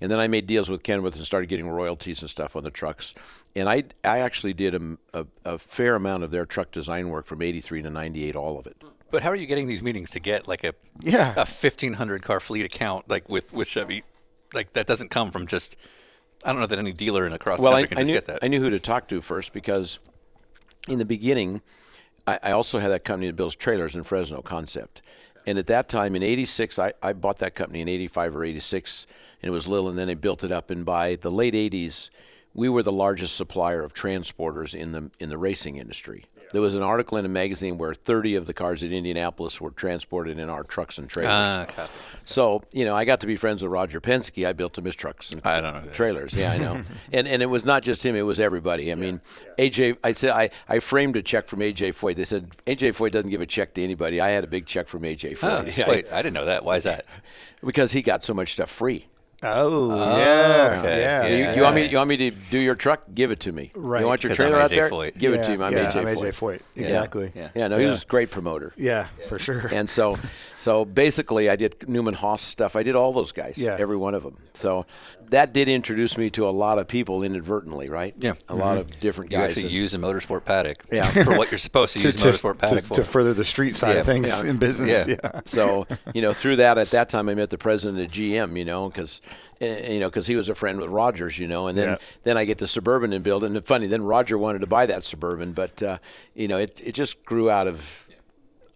[SPEAKER 3] And then I made deals with Kenworth and started getting royalties and stuff on the trucks. And I I actually did a, a, a fair amount of their truck design work from '83 to '98, all of it.
[SPEAKER 1] But how are you getting these meetings to get like a
[SPEAKER 7] Yeah.
[SPEAKER 1] a fifteen hundred car fleet account like with with Chevy? Like that doesn't come from just. I don't know that any dealer in across
[SPEAKER 3] well,
[SPEAKER 1] the
[SPEAKER 3] I,
[SPEAKER 1] country
[SPEAKER 3] I
[SPEAKER 1] can just
[SPEAKER 3] knew,
[SPEAKER 1] get that.
[SPEAKER 3] I knew who to talk to first because in the beginning, I, I also had that company that builds trailers in Fresno Concept. And at that time in 86, I, I bought that company in 85 or 86, and it was little, and then they built it up. And by the late 80s, we were the largest supplier of transporters in the, in the racing industry. There was an article in a magazine where 30 of the cars in Indianapolis were transported in our trucks and trailers.
[SPEAKER 1] Ah, okay.
[SPEAKER 3] So you know, I got to be friends with Roger Penske. I built him his trucks and
[SPEAKER 1] I don't know who that is.
[SPEAKER 3] trailers. Yeah, I know. and and it was not just him; it was everybody. I mean, AJ. I said I, I framed a check from AJ Foyt. They said AJ Foyt doesn't give a check to anybody. I had a big check from AJ
[SPEAKER 1] Huh,
[SPEAKER 3] Foyt. Yeah, I-
[SPEAKER 1] Wait, I didn't know that. Why is that?
[SPEAKER 3] because he got so much stuff free.
[SPEAKER 7] Oh, yeah.
[SPEAKER 1] okay.
[SPEAKER 7] Yeah.
[SPEAKER 1] Yeah.
[SPEAKER 3] You want me? You want me to do your truck? Give it to me.
[SPEAKER 7] Right.
[SPEAKER 3] You want your
[SPEAKER 1] 'Cause I'm
[SPEAKER 3] trailer out
[SPEAKER 1] AJ
[SPEAKER 3] there?
[SPEAKER 1] Foyt.
[SPEAKER 3] Give it
[SPEAKER 7] Yeah.
[SPEAKER 3] to me. I'm
[SPEAKER 7] Yeah,
[SPEAKER 3] AJ
[SPEAKER 7] I'm AJ
[SPEAKER 3] Foyt.
[SPEAKER 7] Foyt. Exactly.
[SPEAKER 1] Yeah.
[SPEAKER 3] Yeah. No, he was a great promoter.
[SPEAKER 7] Yeah, for sure.
[SPEAKER 3] and so so basically i did newman haas stuff i did all those guys
[SPEAKER 7] Yeah.
[SPEAKER 3] every one of them so that did introduce me to a lot of people inadvertently right
[SPEAKER 1] Yeah.
[SPEAKER 3] a
[SPEAKER 7] Mm-hmm.
[SPEAKER 3] lot of different
[SPEAKER 1] You
[SPEAKER 3] guys
[SPEAKER 1] actually
[SPEAKER 3] and-
[SPEAKER 1] use a motorsport paddock
[SPEAKER 3] Yeah.
[SPEAKER 1] for what you're supposed to, use a motorsport
[SPEAKER 2] to,
[SPEAKER 1] paddock for.
[SPEAKER 2] to further the street side
[SPEAKER 1] Yeah.
[SPEAKER 2] of things
[SPEAKER 3] Yeah.
[SPEAKER 2] in business.
[SPEAKER 1] Yeah.
[SPEAKER 2] Yeah.
[SPEAKER 3] so you know through that at that time i met the president of gm you know because you know because he was a friend with rogers you know and then
[SPEAKER 2] Yeah.
[SPEAKER 3] then i get the suburban and build it. and funny then roger wanted to buy that suburban but uh, you know it, it just grew out of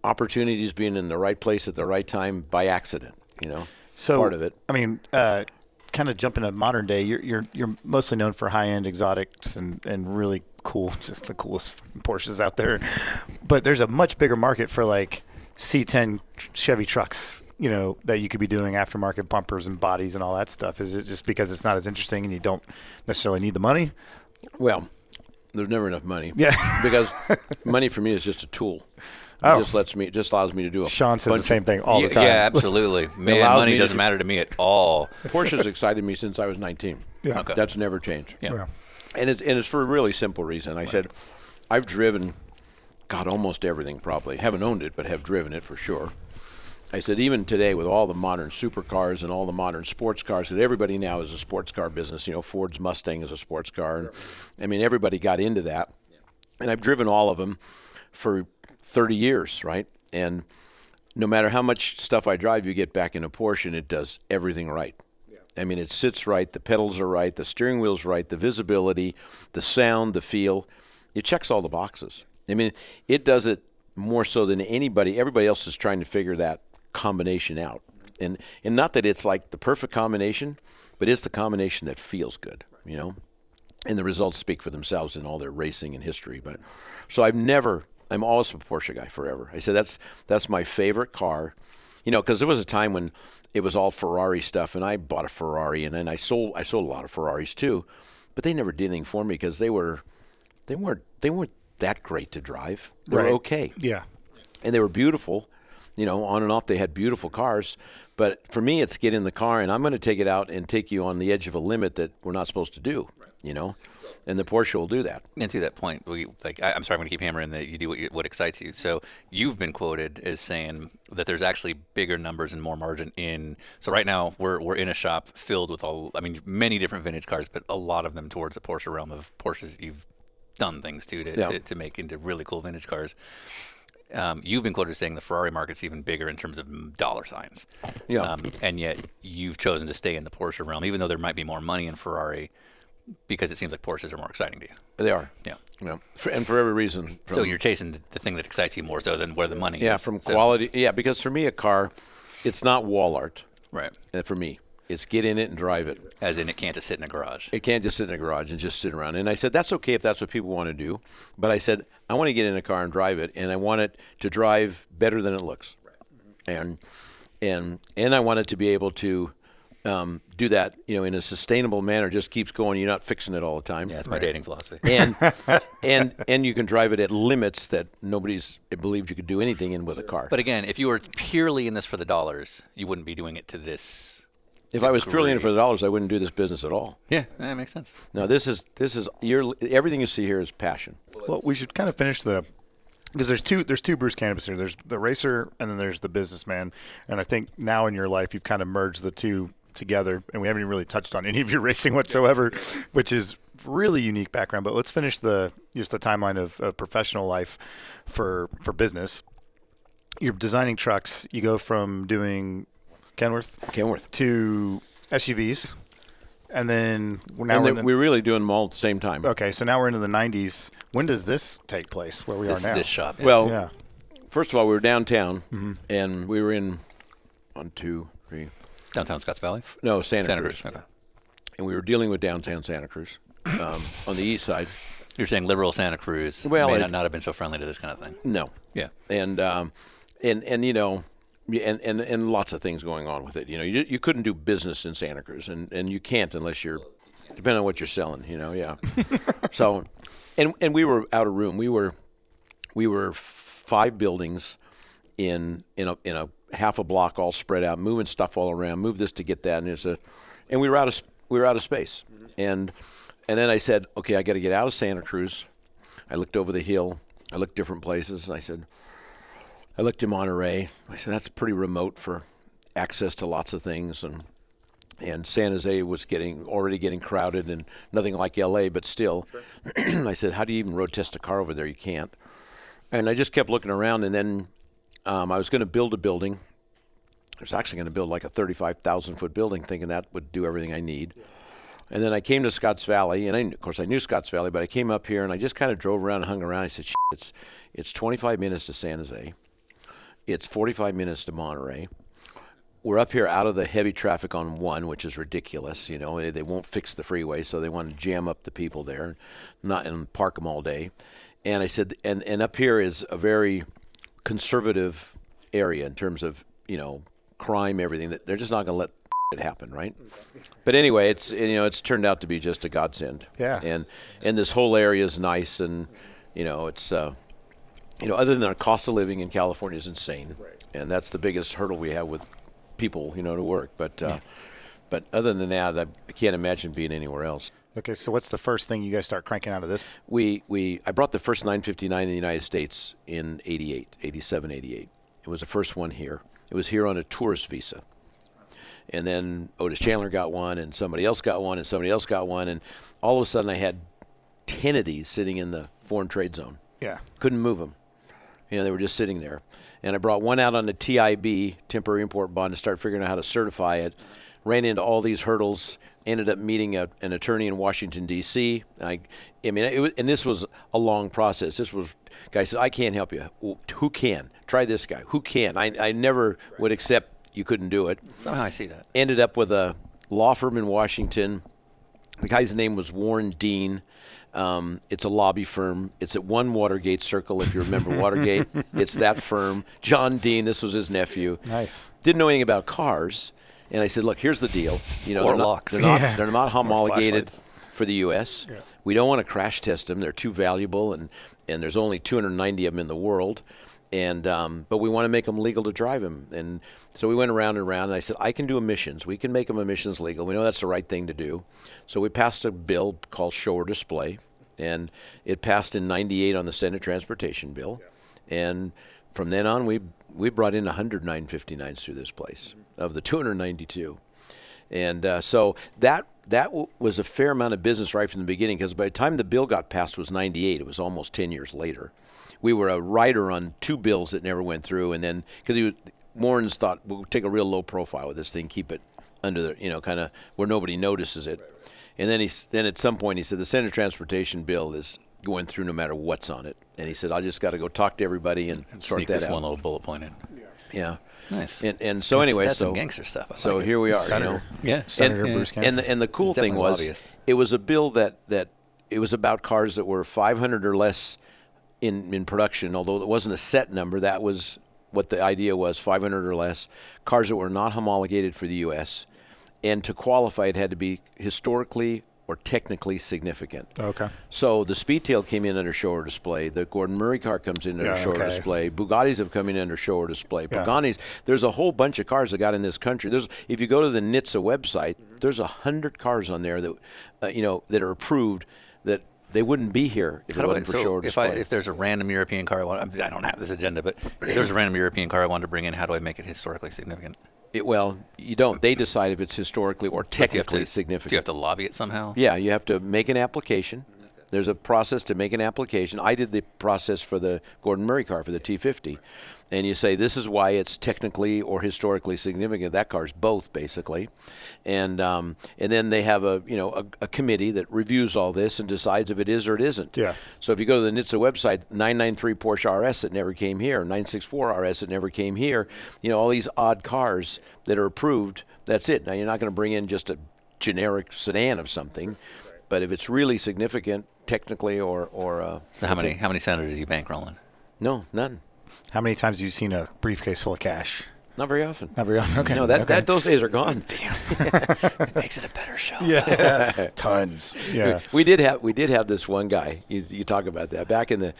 [SPEAKER 3] opportunities being in the right place at the right time by accident you know
[SPEAKER 7] so
[SPEAKER 3] part of it
[SPEAKER 7] I mean, uh, kind of jumping to modern day. You're you're you're mostly known for high end exotics and and really cool, just the coolest Porsches out there. But there's a much bigger market for like C10 tr- Chevy trucks. you know that you could be doing aftermarket bumpers and bodies and all that stuff? Is it just because it's not as interesting and you don't necessarily need the money?
[SPEAKER 3] Well, there's never enough money.
[SPEAKER 7] Yeah.
[SPEAKER 3] because money for me is just a tool.
[SPEAKER 7] Oh.
[SPEAKER 3] It just lets me, it just allows me to do a.
[SPEAKER 7] Sean says the
[SPEAKER 3] bunch of-
[SPEAKER 7] same thing all
[SPEAKER 1] yeah,
[SPEAKER 7] the time.
[SPEAKER 1] yeah, absolutely. Man,
[SPEAKER 3] allows
[SPEAKER 1] money
[SPEAKER 3] me to
[SPEAKER 1] doesn't
[SPEAKER 3] do-
[SPEAKER 1] matter to me at all.
[SPEAKER 3] Porsche's excited me since I was 19.
[SPEAKER 7] Yeah. Okay.
[SPEAKER 3] That's never changed.
[SPEAKER 1] Yeah.
[SPEAKER 7] Yeah.
[SPEAKER 3] And it's and it's for a really simple reason. I said, I've driven, God, almost everything probably. Haven't owned it, but have driven it for sure. I said, even today with all the modern supercars and all the modern sports cars, because everybody now is a sports car business. You know, Ford's Mustang is a sports car. And, I mean, everybody got into that. And I've driven all of them for 30 years, right? And no matter how much stuff I drive, you get back in a Porsche and it does everything right. I mean, it sits right, the pedals are right, the steering wheel's right, the visibility, the sound, the feel. It checks all the boxes. I mean, it does it more so than anybody. Everybody else is trying to figure that combination out. And, and not that it's like the perfect combination, but it's the combination that feels good, you know? and the results speak for themselves in all their racing and history. But so I've never, I'm always a Porsche guy forever. I said that's that's my favorite car, you know, because there was a time when it was all Ferrari stuff, and I bought a Ferrari, and then I sold I sold a lot of Ferraris too, but they never did anything for me because they were they weren't they weren't that great to drive. They
[SPEAKER 7] Right.
[SPEAKER 3] were okay
[SPEAKER 7] Yeah.
[SPEAKER 3] and they were beautiful. You know, on and off, they had beautiful cars. But for me, it's get in the car and I'm going to take it out and take you on the edge of a limit that we're not supposed to do. You know, and the Porsche will do that.
[SPEAKER 1] And to that point, we like I, I'm sorry, I'm going to keep hammering that you do what, you, what excites you. So you've been quoted as saying that there's actually bigger numbers and more margin in. So right now we're we're in a shop filled with all I mean many different vintage cars, but a lot of them towards the Porsche realm of Porsches that you've done things to to,
[SPEAKER 3] Yeah.
[SPEAKER 1] to to make into really cool vintage cars. Um, you've been quoted as saying the Ferrari market's even bigger in terms of dollar signs.
[SPEAKER 3] Yeah.
[SPEAKER 1] Um, and yet you've chosen to stay in the Porsche realm, even though there might be more money in Ferrari, because it seems like Porsches are more exciting to you.
[SPEAKER 3] They are.
[SPEAKER 1] Yeah.
[SPEAKER 3] Yeah. For, and for every reason. From,
[SPEAKER 1] So you're chasing the, the thing that excites you more so than where the money
[SPEAKER 3] yeah,
[SPEAKER 1] is.
[SPEAKER 3] from
[SPEAKER 1] So-
[SPEAKER 3] quality. Yeah, because for me, a car, it's not wall art.
[SPEAKER 1] Right.
[SPEAKER 3] Uh, For me, it's get in it and drive it.
[SPEAKER 1] As in, it can't just sit in a garage.
[SPEAKER 3] It can't just sit in a garage and just sit around. And I said, that's okay if that's what people want to do. But I said, I want to get in a car and drive it, and I want it to drive better than it looks. And and and I want it to be able to um, do that, you know, in a sustainable manner. Just keeps going. You're not fixing it all the time.
[SPEAKER 1] That's my dating philosophy.
[SPEAKER 3] and and and you can drive it at limits that nobody's believed you could do anything in with a car.
[SPEAKER 1] But again, if you were purely in this for the dollars, you wouldn't be doing it to this.
[SPEAKER 3] if I was purely in it for the dollars, I wouldn't do this business at all.
[SPEAKER 1] Yeah, that makes sense.
[SPEAKER 3] No, this is this is your everything you see here is passion.
[SPEAKER 7] Well, we should kind of finish the because there's two there's two Bruce Cannabis here. There's the racer and then there's the businessman. And I think now in your life you've kind of merged the two together. And we haven't even really touched on any of your racing whatsoever, which is really unique background. But let's finish the just the timeline of, of professional life for for business. You're designing trucks. You go from doing Kenworth
[SPEAKER 3] Kenworth.
[SPEAKER 7] to SUVs, and then we're now
[SPEAKER 3] and
[SPEAKER 7] we're
[SPEAKER 3] they-
[SPEAKER 7] in the-
[SPEAKER 3] we're really doing them all at the same time.
[SPEAKER 7] Okay, so now we're into the 90s. When does this take place? Where we
[SPEAKER 1] This,
[SPEAKER 7] are now?
[SPEAKER 1] this shop. yeah.
[SPEAKER 3] Well,
[SPEAKER 7] Yeah.
[SPEAKER 3] first of all, we were downtown, and we were in one, two, three,
[SPEAKER 1] downtown Scotts Valley.
[SPEAKER 3] no Santa,
[SPEAKER 1] Santa
[SPEAKER 3] Cruz,
[SPEAKER 1] Cruz. Okay.
[SPEAKER 3] and we were dealing with downtown Santa Cruz um, on the east side.
[SPEAKER 1] You're saying liberal Santa Cruz
[SPEAKER 3] Well,
[SPEAKER 1] may
[SPEAKER 3] it-
[SPEAKER 1] not, not have been so friendly to this kind of thing.
[SPEAKER 3] No,
[SPEAKER 1] Yeah.
[SPEAKER 3] and um, and and you know. yeah, And, and and lots of things going on with it. You know, you, you couldn't do business in Santa Cruz, and, and you can't unless you're, depending on what you're selling. You know, yeah. so, and and we were out of room. We were we were five buildings in in a in a half a block all spread out moving stuff all around move this to get that and it's a and we were out of s- we were out of space and and then i said okay i got to get out of santa cruz i looked over the hill i looked different places and i said i looked in monterey i said that's pretty remote for access to lots of things and and San Jose was getting already getting crowded and nothing like LA, but still, I said, "How do you even road test a car over there? You can't." And I just kept looking around, and then um, I was going to build a building. I was actually going to build like a thirty-five thousand foot building, thinking that would do everything I need. And then I came to Scotts Valley, and I, kn- of course I knew Scotts Valley, but I came up here and I just kind of drove around and hung around. I said, "Shit, "It's it's twenty-five minutes to San Jose, it's forty-five minutes to Monterey." we're up here out of the heavy traffic on one, which is ridiculous. You know, they, they won't fix the freeway, so they want to jam up the people there, not and park them all day. And I said, and and up here is a very conservative area in terms of you know crime, everything. That they're just not going to let it happen, right? But anyway, it's you know it's turned out to be just a godsend.
[SPEAKER 2] Yeah.
[SPEAKER 3] And and this whole area is nice, and you know it's uh, you know other than our cost of living in California is insane, right. and that's the biggest hurdle we have with people, you know, to work. But uh, but other than that, I I can't imagine being anywhere else.
[SPEAKER 7] Okay, so what's the first thing you guys start cranking out of this?
[SPEAKER 3] we, we I brought the first 959 in the United States in 88, 87, 88. It was the first one here. It was here on a tourist visa. And then Otis Chandler got one, and somebody else got one, and somebody else got one. And all of a sudden, I had 10 of these sitting in the foreign trade zone.
[SPEAKER 7] Yeah.
[SPEAKER 3] Couldn't move them. You know, they were just sitting there. And I brought one out on the TIB, temporary import bond, to start figuring out how to certify it. Ran into all these hurdles. Ended up meeting a, an attorney in Washington D.C. I, I mean, it was, and this was a long process. This was guy said, "I can't help you. Well, Who can? Try this guy. Who can? I, I never would accept you couldn't do it."
[SPEAKER 1] Somehow I see that.
[SPEAKER 3] ended up with a law firm in Washington. The guy's name was Warren Dean. Um, it's a lobby firm. It's at one Watergate Circle, if you remember Watergate. It's that firm. John Dean. This was his nephew.
[SPEAKER 7] Nice.
[SPEAKER 3] Didn't know anything about cars, and I said, "Look, here's the deal. You know,
[SPEAKER 1] Or
[SPEAKER 3] they're not-
[SPEAKER 1] locks.
[SPEAKER 3] they're not-
[SPEAKER 7] Yeah.
[SPEAKER 3] they're not homologated
[SPEAKER 2] flashlights.
[SPEAKER 3] for the U.S. We don't want to crash test them. They're too valuable, and, and there's only 290 of them in the world. And um, but we want to make them legal to drive them. And so we went around and around. And I said, I can do emissions. We can make them emissions legal. We know that's the right thing to do. So we passed a bill called Show or Display, and it passed in '98 on the Senate Transportation Bill. And from then on, we we brought in 100 959s through this place of the 292 and uh, so that that w- was a fair amount of business right from the beginning because by the time the bill got passed was 98 it was almost 10 years later we were a rider on two bills that never went through and then because he was warren's thought we'll take a real low profile with this thing keep it under the you know kind of where nobody notices it and then he s- then at some point he said the senate transportation bill is going through no matter what's on it and he said i just got to go talk to everybody and, sort
[SPEAKER 1] Sneak
[SPEAKER 3] that
[SPEAKER 1] this
[SPEAKER 3] out
[SPEAKER 1] one little bullet point in.
[SPEAKER 3] yeah
[SPEAKER 1] Nice.
[SPEAKER 3] and, and so
[SPEAKER 1] That's-
[SPEAKER 3] anyway
[SPEAKER 1] that's
[SPEAKER 3] so
[SPEAKER 1] some gangster stuff. I
[SPEAKER 3] so
[SPEAKER 1] like it.
[SPEAKER 3] here we are you know
[SPEAKER 2] Senator.
[SPEAKER 1] Yeah.
[SPEAKER 2] Senator
[SPEAKER 1] And-
[SPEAKER 2] Bruce Campbell.
[SPEAKER 3] and the, and the cool
[SPEAKER 1] He's
[SPEAKER 3] thing
[SPEAKER 1] definitely
[SPEAKER 3] was,
[SPEAKER 1] lobbyist.
[SPEAKER 3] it was a bill that that it was about cars that were 500 or less in in production. Although it wasn't a set number, that was what the idea was: 500 or less cars that were not homologated for the U.S. And to qualify, it had to be historically or technically significant.
[SPEAKER 2] Okay.
[SPEAKER 3] So the Speedtail came in under show or display. The Gordon Murray car comes in under
[SPEAKER 2] Yeah,
[SPEAKER 3] show or
[SPEAKER 2] okay.
[SPEAKER 3] display. Bugattis have come in under show or display. Paganis. There's a whole bunch of cars that got in this country. There's if you go to the NHTSA website,
[SPEAKER 1] Mm-hmm.
[SPEAKER 3] there's a hundred cars on there that uh, you know that are approved that they wouldn't be here if
[SPEAKER 1] How
[SPEAKER 3] it
[SPEAKER 1] do I,
[SPEAKER 3] wasn't for show
[SPEAKER 1] so
[SPEAKER 3] or
[SPEAKER 1] if, I,
[SPEAKER 3] display.
[SPEAKER 1] if there's a random European car I want, I don't have this agenda, but if there's a random European car I wanted to bring in, how do I make it historically significant?
[SPEAKER 3] It- well, you don't. They decide if it's historically or
[SPEAKER 1] But do you have
[SPEAKER 3] technically
[SPEAKER 1] to-
[SPEAKER 3] significant.
[SPEAKER 1] Do you have to lobby it somehow?
[SPEAKER 3] Yeah, you have to make an application. There's a process to make an application. I did the process for the Gordon Murray car for the T50. And you say, this is why it's technically or historically significant. That car's both, basically. And, um, and then they have a, you know, a, a committee that reviews all this and decides if it is or it isn't.
[SPEAKER 2] Yeah.
[SPEAKER 3] So if you go to the NHTSA website, 993 Porsche RS that never came here, 964 RS that never came here, you know, all these odd cars that are approved, that's it. Now you're not going to bring in just a generic sedan of something, but if it's really significant technically or, or uh,
[SPEAKER 1] So how many how many senators are you bankrolling?
[SPEAKER 3] no, none.
[SPEAKER 7] How many times have you seen a briefcase full of cash?
[SPEAKER 3] Not very often.
[SPEAKER 7] Not very often. Okay.
[SPEAKER 3] No, that,
[SPEAKER 7] okay.
[SPEAKER 3] that those days are gone. Damn.
[SPEAKER 1] Makes it a better show.
[SPEAKER 2] Tons.
[SPEAKER 7] Yeah.
[SPEAKER 3] We did have we did have this one guy. You, you talk about that back in the,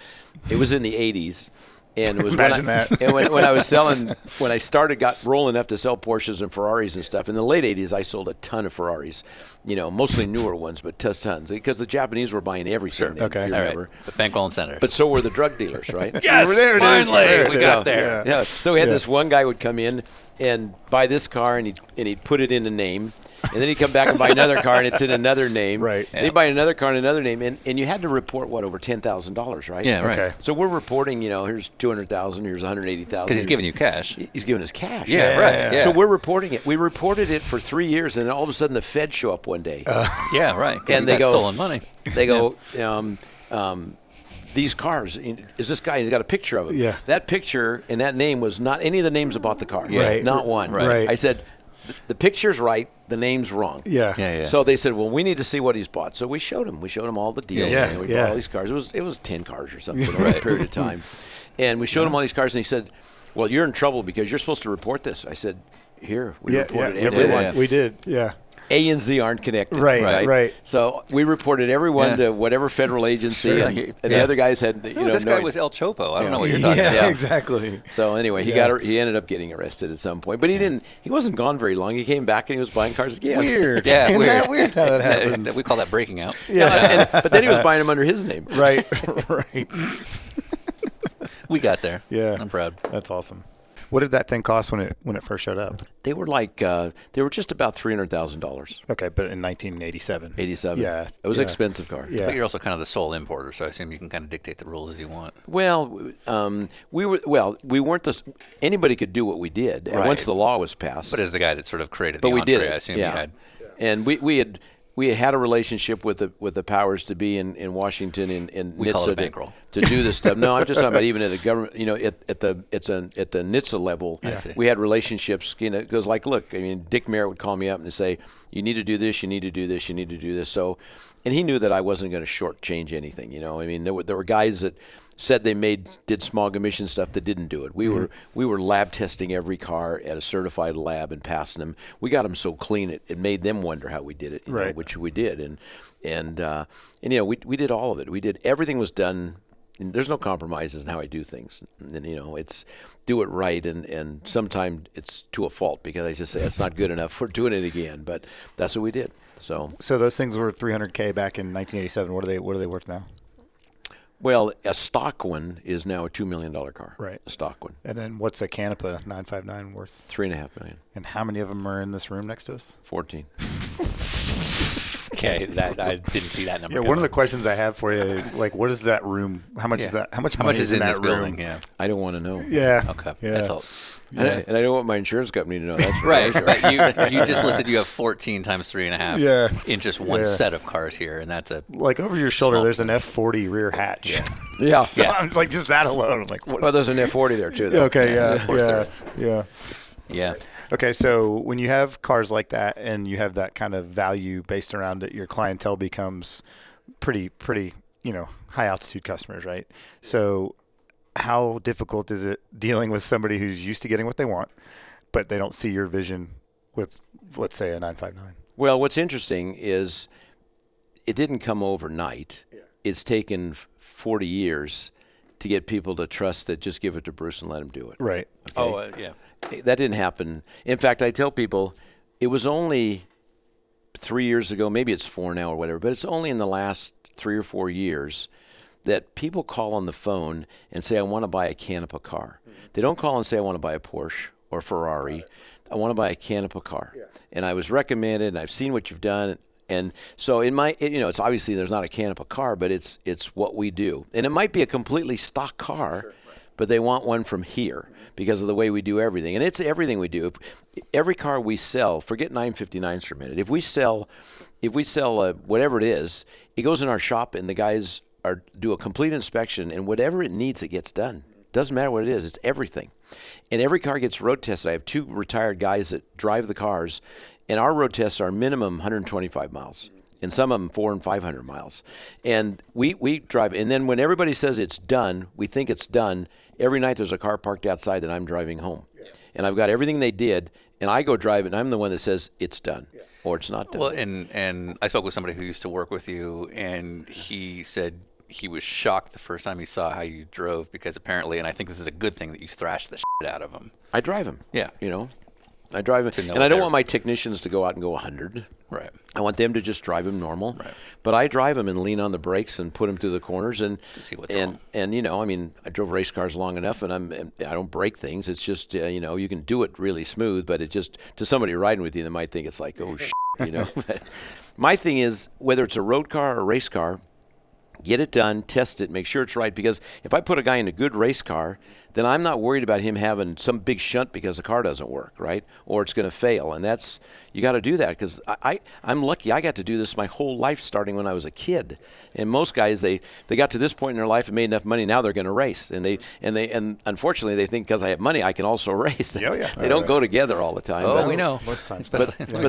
[SPEAKER 3] it was in the eighties, and it was when I,
[SPEAKER 7] Imagine that.
[SPEAKER 3] and when, when I was selling when I started got rolling enough to sell Porsches and Ferraris and stuff. In the late eighties, I sold a ton of Ferraris, you know, mostly newer ones, but just tons because the Japanese were buying everything. then,
[SPEAKER 7] Okay.
[SPEAKER 3] if you
[SPEAKER 1] All
[SPEAKER 3] remember.
[SPEAKER 1] right. But bankrolling senators.
[SPEAKER 3] But so were the drug dealers, right?
[SPEAKER 1] yes,
[SPEAKER 2] There it is.
[SPEAKER 1] finally
[SPEAKER 2] There it
[SPEAKER 1] we
[SPEAKER 2] is.
[SPEAKER 1] got there.
[SPEAKER 3] Yeah. So we had this one guy would come in and buy this car, and he'd and he'd put it in a name, and then he'd come back and buy another car, and it's in another name.
[SPEAKER 2] Right.
[SPEAKER 3] And He'd buy another car and another name, and, and you had to report what over ten thousand dollars, right?
[SPEAKER 1] Yeah, right.
[SPEAKER 2] Okay.
[SPEAKER 1] Because
[SPEAKER 3] So we're reporting, you know, here's two hundred thousand, here's one hundred eighty thousand.
[SPEAKER 1] he's giving you cash.
[SPEAKER 3] He's giving us cash.
[SPEAKER 1] Yeah, Yeah. right, yeah.
[SPEAKER 3] So we're reporting it. We reported it for three years, and then all of a sudden the Fed show up one day.
[SPEAKER 1] Yeah, right. 'cause
[SPEAKER 3] And
[SPEAKER 1] you
[SPEAKER 3] they
[SPEAKER 1] got
[SPEAKER 3] go-
[SPEAKER 1] stolen money.
[SPEAKER 3] They go, um, um, these cars. Is this guy? He's got a picture of him.
[SPEAKER 2] Yeah.
[SPEAKER 3] That picture and that name was not any of the names about the car.
[SPEAKER 2] Right.
[SPEAKER 3] Not one.
[SPEAKER 1] Right.
[SPEAKER 2] Right.
[SPEAKER 3] I said, "The- the picture's right. The name's wrong.
[SPEAKER 2] Yeah.
[SPEAKER 1] Yeah, yeah.
[SPEAKER 3] So they said, well, we need to see what he's bought. So we showed him. We showed him all the deals.
[SPEAKER 2] Yeah,
[SPEAKER 3] and we
[SPEAKER 2] yeah.
[SPEAKER 3] bought all these cars. It was it was ten cars or something over a period of time, and we showed him all these cars. And he said, well, you're in trouble because you're supposed to report this. I said. here. We
[SPEAKER 6] yeah, yeah,
[SPEAKER 3] reported
[SPEAKER 6] everyone.
[SPEAKER 3] everyone.
[SPEAKER 6] We did. Yeah.
[SPEAKER 3] A and Z aren't connected.
[SPEAKER 6] Right, right.
[SPEAKER 3] So we reported everyone
[SPEAKER 1] Yeah.
[SPEAKER 3] to whatever federal agency,
[SPEAKER 1] Sure.
[SPEAKER 3] and, and the
[SPEAKER 1] Yeah.
[SPEAKER 3] other guys had you
[SPEAKER 1] No,
[SPEAKER 3] know
[SPEAKER 1] this
[SPEAKER 3] no
[SPEAKER 1] guy was El Chopo. I don't know what you're
[SPEAKER 6] Yeah,
[SPEAKER 1] talking about.
[SPEAKER 6] exactly.
[SPEAKER 3] So anyway, he
[SPEAKER 6] Yeah.
[SPEAKER 3] got he ended up getting arrested at some point, but he didn't. He wasn't gone very long. He came back and he was buying cars again.
[SPEAKER 6] Weird.
[SPEAKER 1] Yeah,
[SPEAKER 6] Isn't
[SPEAKER 1] weird.
[SPEAKER 6] that weird how that happens?
[SPEAKER 1] we call that breaking out.
[SPEAKER 3] Yeah. And- but then he was buying them under his name.
[SPEAKER 6] right. right.
[SPEAKER 1] We got there.
[SPEAKER 6] Yeah.
[SPEAKER 1] I'm proud.
[SPEAKER 6] That's awesome.
[SPEAKER 2] What did that thing cost when it when it first showed up?
[SPEAKER 3] They were like uh, they were just about three hundred thousand dollars.
[SPEAKER 2] Okay, but in 1987.
[SPEAKER 3] Eighty seven.
[SPEAKER 6] Yeah,
[SPEAKER 3] It was
[SPEAKER 6] yeah.
[SPEAKER 3] an expensive car.
[SPEAKER 6] Yeah.
[SPEAKER 1] But you're also kind of the sole importer, so I assume you can kind of dictate the rules you want.
[SPEAKER 3] Well, um, we were well. We weren't the s- anybody could do what we did and
[SPEAKER 1] Right.
[SPEAKER 3] once the law was passed.
[SPEAKER 1] But as the guy that sort of created
[SPEAKER 3] but
[SPEAKER 1] the
[SPEAKER 3] we
[SPEAKER 1] entree,
[SPEAKER 3] did it.
[SPEAKER 1] I assume
[SPEAKER 3] yeah.
[SPEAKER 1] you had.
[SPEAKER 3] And we, we had we had had a relationship with the with the powers to be in, in Washington in in
[SPEAKER 1] We call it
[SPEAKER 3] NHTSA
[SPEAKER 1] a bankroll.
[SPEAKER 3] to, to do this stuff. No, I'm just talking about even at a government, you know, at, at the it's an at the NHTSA level,
[SPEAKER 1] see.
[SPEAKER 3] we had relationships. You know, because like, look, I mean, Dick Merritt would call me up and say, "You need to do this. You need to do this. You need to do this." So, and he knew that I wasn't going to shortchange anything. You know, I mean, there were there were guys that said they made did smog emission stuff that didn't do it. We were we were lab testing every car at a certified lab and passing them. We got them so clean it, it made them wonder how we did it, you know,
[SPEAKER 6] Right.
[SPEAKER 3] which we did, and and uh, and you know we we did all of it. We did everything was done. And there's no compromises in how I do things. And you know it's do it right, and and sometimes it's to a fault because I just say that's not good enough. We're doing it again, but that's what we did. So
[SPEAKER 2] So those things were 300k back in 1987. What are they? What are they worth now?
[SPEAKER 3] well, a stock one is now a two million dollar car.
[SPEAKER 2] Right.
[SPEAKER 3] a stock one,
[SPEAKER 2] And then what's a Canapa 959 worth?
[SPEAKER 3] three and a half million,
[SPEAKER 2] And how many of them are in this room next to us?
[SPEAKER 3] fourteen.
[SPEAKER 1] Okay, that I didn't see that number.
[SPEAKER 2] Yeah, one of the questions I have for you is like, what is that room? How much is that? How much
[SPEAKER 1] how
[SPEAKER 2] money
[SPEAKER 1] much is
[SPEAKER 2] in,
[SPEAKER 1] in
[SPEAKER 2] that
[SPEAKER 1] this
[SPEAKER 2] room?
[SPEAKER 1] building? Yeah.
[SPEAKER 3] I don't want to know.
[SPEAKER 6] Yeah.
[SPEAKER 1] Okay.
[SPEAKER 6] Yeah.
[SPEAKER 1] That's all.
[SPEAKER 3] And, I, and I don't want my insurance company to know. That's for
[SPEAKER 1] Right,
[SPEAKER 3] sure.
[SPEAKER 1] but you you just listed you have 14 times three and a half
[SPEAKER 6] Yeah.
[SPEAKER 1] in just one
[SPEAKER 6] Yeah.
[SPEAKER 1] set of cars here, and that's a
[SPEAKER 2] Like over your shoulder,
[SPEAKER 1] Small.
[SPEAKER 2] there's an F40 rear hatch.
[SPEAKER 3] Yeah.
[SPEAKER 2] so I'm like just that alone. I'm like, what?
[SPEAKER 3] Well, there's an F40 there too. Though.
[SPEAKER 6] Okay. Yeah.
[SPEAKER 1] course there
[SPEAKER 6] Yeah.
[SPEAKER 1] is.
[SPEAKER 6] Yeah.
[SPEAKER 1] yeah.
[SPEAKER 2] Okay, so when you have cars like that and you have that kind of value based around it, your clientele becomes pretty, pretty, you know, high altitude customers, right? So, how difficult is it dealing with somebody who's used to getting what they want, but they don't see your vision with, let's say, a 959?
[SPEAKER 3] Well, what's interesting is it didn't come overnight. It's taken f- 40 years to get people to trust that just give it to Bruce and let him do it.
[SPEAKER 2] Right.
[SPEAKER 1] Oh, uh, yeah.
[SPEAKER 3] That didn't happen. In fact, I tell people it was only three years ago, maybe it's four now or whatever, but it's only in the last three or four years that people call on the phone and say, I want to buy a Canapa car. They don't call and say, I want to buy a Porsche or Ferrari. I want to buy a Canapa car. And I was recommended and I've seen what you've done. And so in my, it- you know, it's obviously there's not a Canapa car, but it's, it's what we do. And it might be a completely stock car. But they want one from here because of the way we do everything, and it's everything we do. If, every car we sell, forget 959s for a minute. If we sell if we sell uh whatever it is, it goes in our shop, and the guys are do a complete inspection, and whatever it needs, it gets done. Doesn't matter what it is, it's everything. And every car gets road tested. I have two retired guys that drive the cars, and our road tests are minimum 125 miles, and some of them four and 500 miles. And we we drive, and then when everybody says it's done, we think it's done. Every night there's a car parked outside that I'm driving home, and I've got everything they did, and I go drive it, and I'm the one that says it's done or it's not done.
[SPEAKER 1] Well, and and I spoke with somebody who used to work with you, and he said he was shocked the first time he saw how you drove because apparently, and I think this is a good thing that you thrashed the shit out of him.
[SPEAKER 3] I drive them.
[SPEAKER 1] Yeah.
[SPEAKER 3] You know, I drive them.
[SPEAKER 1] know
[SPEAKER 3] And I don't
[SPEAKER 1] they're-
[SPEAKER 3] want my technicians to go out and go 100.
[SPEAKER 1] Right.
[SPEAKER 3] I want them to just drive them normal. Right. But I drive them and lean on the brakes and put them through the corners and
[SPEAKER 1] To see what's
[SPEAKER 3] and
[SPEAKER 1] wrong.
[SPEAKER 3] and you know, I mean, I drove race cars long enough and I'm and I don't break things. It's just uh, you know, you can do it really smooth, but it just to somebody riding with you they might think it's like, "Oh shit," you know. my thing is whether it's a road car or a race car, get it done, test it, make sure it's right. Because if I put a guy in a good race car, then I'm not worried about him having some big shunt because the car doesn't work, right? Or it's going to fail. And that's, you got to do that because I, I, I'm lucky. I got to do this my whole life starting when I was a kid. And most guys, they, they got to this point in their life and made enough money. Now they're going to race. And they, and they, and unfortunately, they think because I have money, I can also race.
[SPEAKER 2] Yeah, yeah.
[SPEAKER 3] they don't go together all the time.
[SPEAKER 1] Oh,
[SPEAKER 3] but-
[SPEAKER 1] we know.
[SPEAKER 2] most times.
[SPEAKER 1] Especially,
[SPEAKER 3] but
[SPEAKER 1] they,
[SPEAKER 3] they-